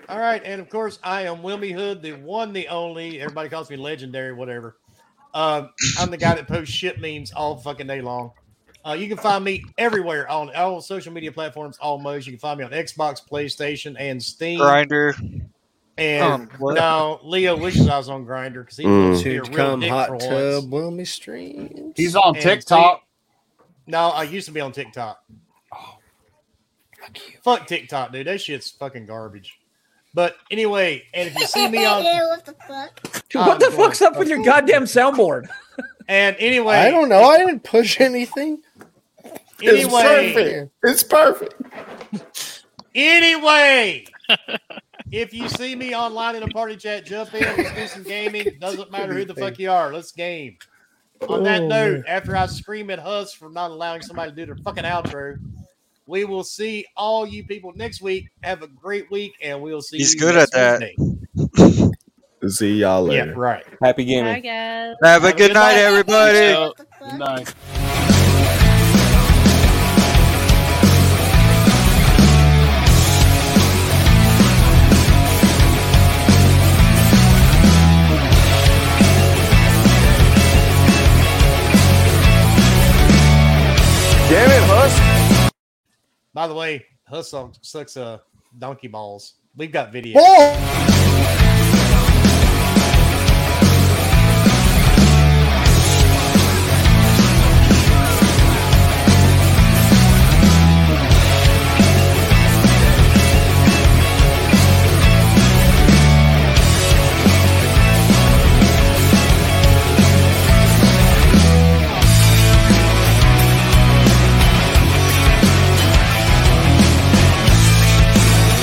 All right, and of course I am Wilmy Hood, the one, the only. Everybody calls me legendary, whatever. Um, I'm the guy that posts shit memes all fucking day long. Uh, you can find me everywhere on all social media platforms. Almost, you can find me on Xbox, PlayStation, and Steam.
grinder.
And
Um, what?
no, Leo wishes I was on Grinder because he
Mm.
wants to be a
Dude,
real
come
dick
hot
for once.
tub, Wilmy Streams.
He's on
And
TikTok.
see- no, I used to be on TikTok.
Oh,
fuck TikTok, dude. That shit's fucking garbage. But anyway, and if you see me on,
what the fuck?
What the fuck's up with your goddamn soundboard?
and anyway,
I don't know. I didn't push anything.
Anyway,
It's perfect.
Anyway, if you see me online in a party chat, jump in. Let's do some gaming. Doesn't matter who the fuck you are. Let's game. On that
Oh,
note,
man.
after I scream at Hus for not allowing somebody to do their fucking outro, we will see all you people next week. Have a great week, and we'll see.
He's
you
good
next
at that.
Wednesday.
See y'all
Yeah,
later.
right.
Happy gaming.
Have, a good, night, everybody.
Good night.
Damn it, Husk.
By the way, Hus sucks uh, donkey balls. We've got video.
Oh!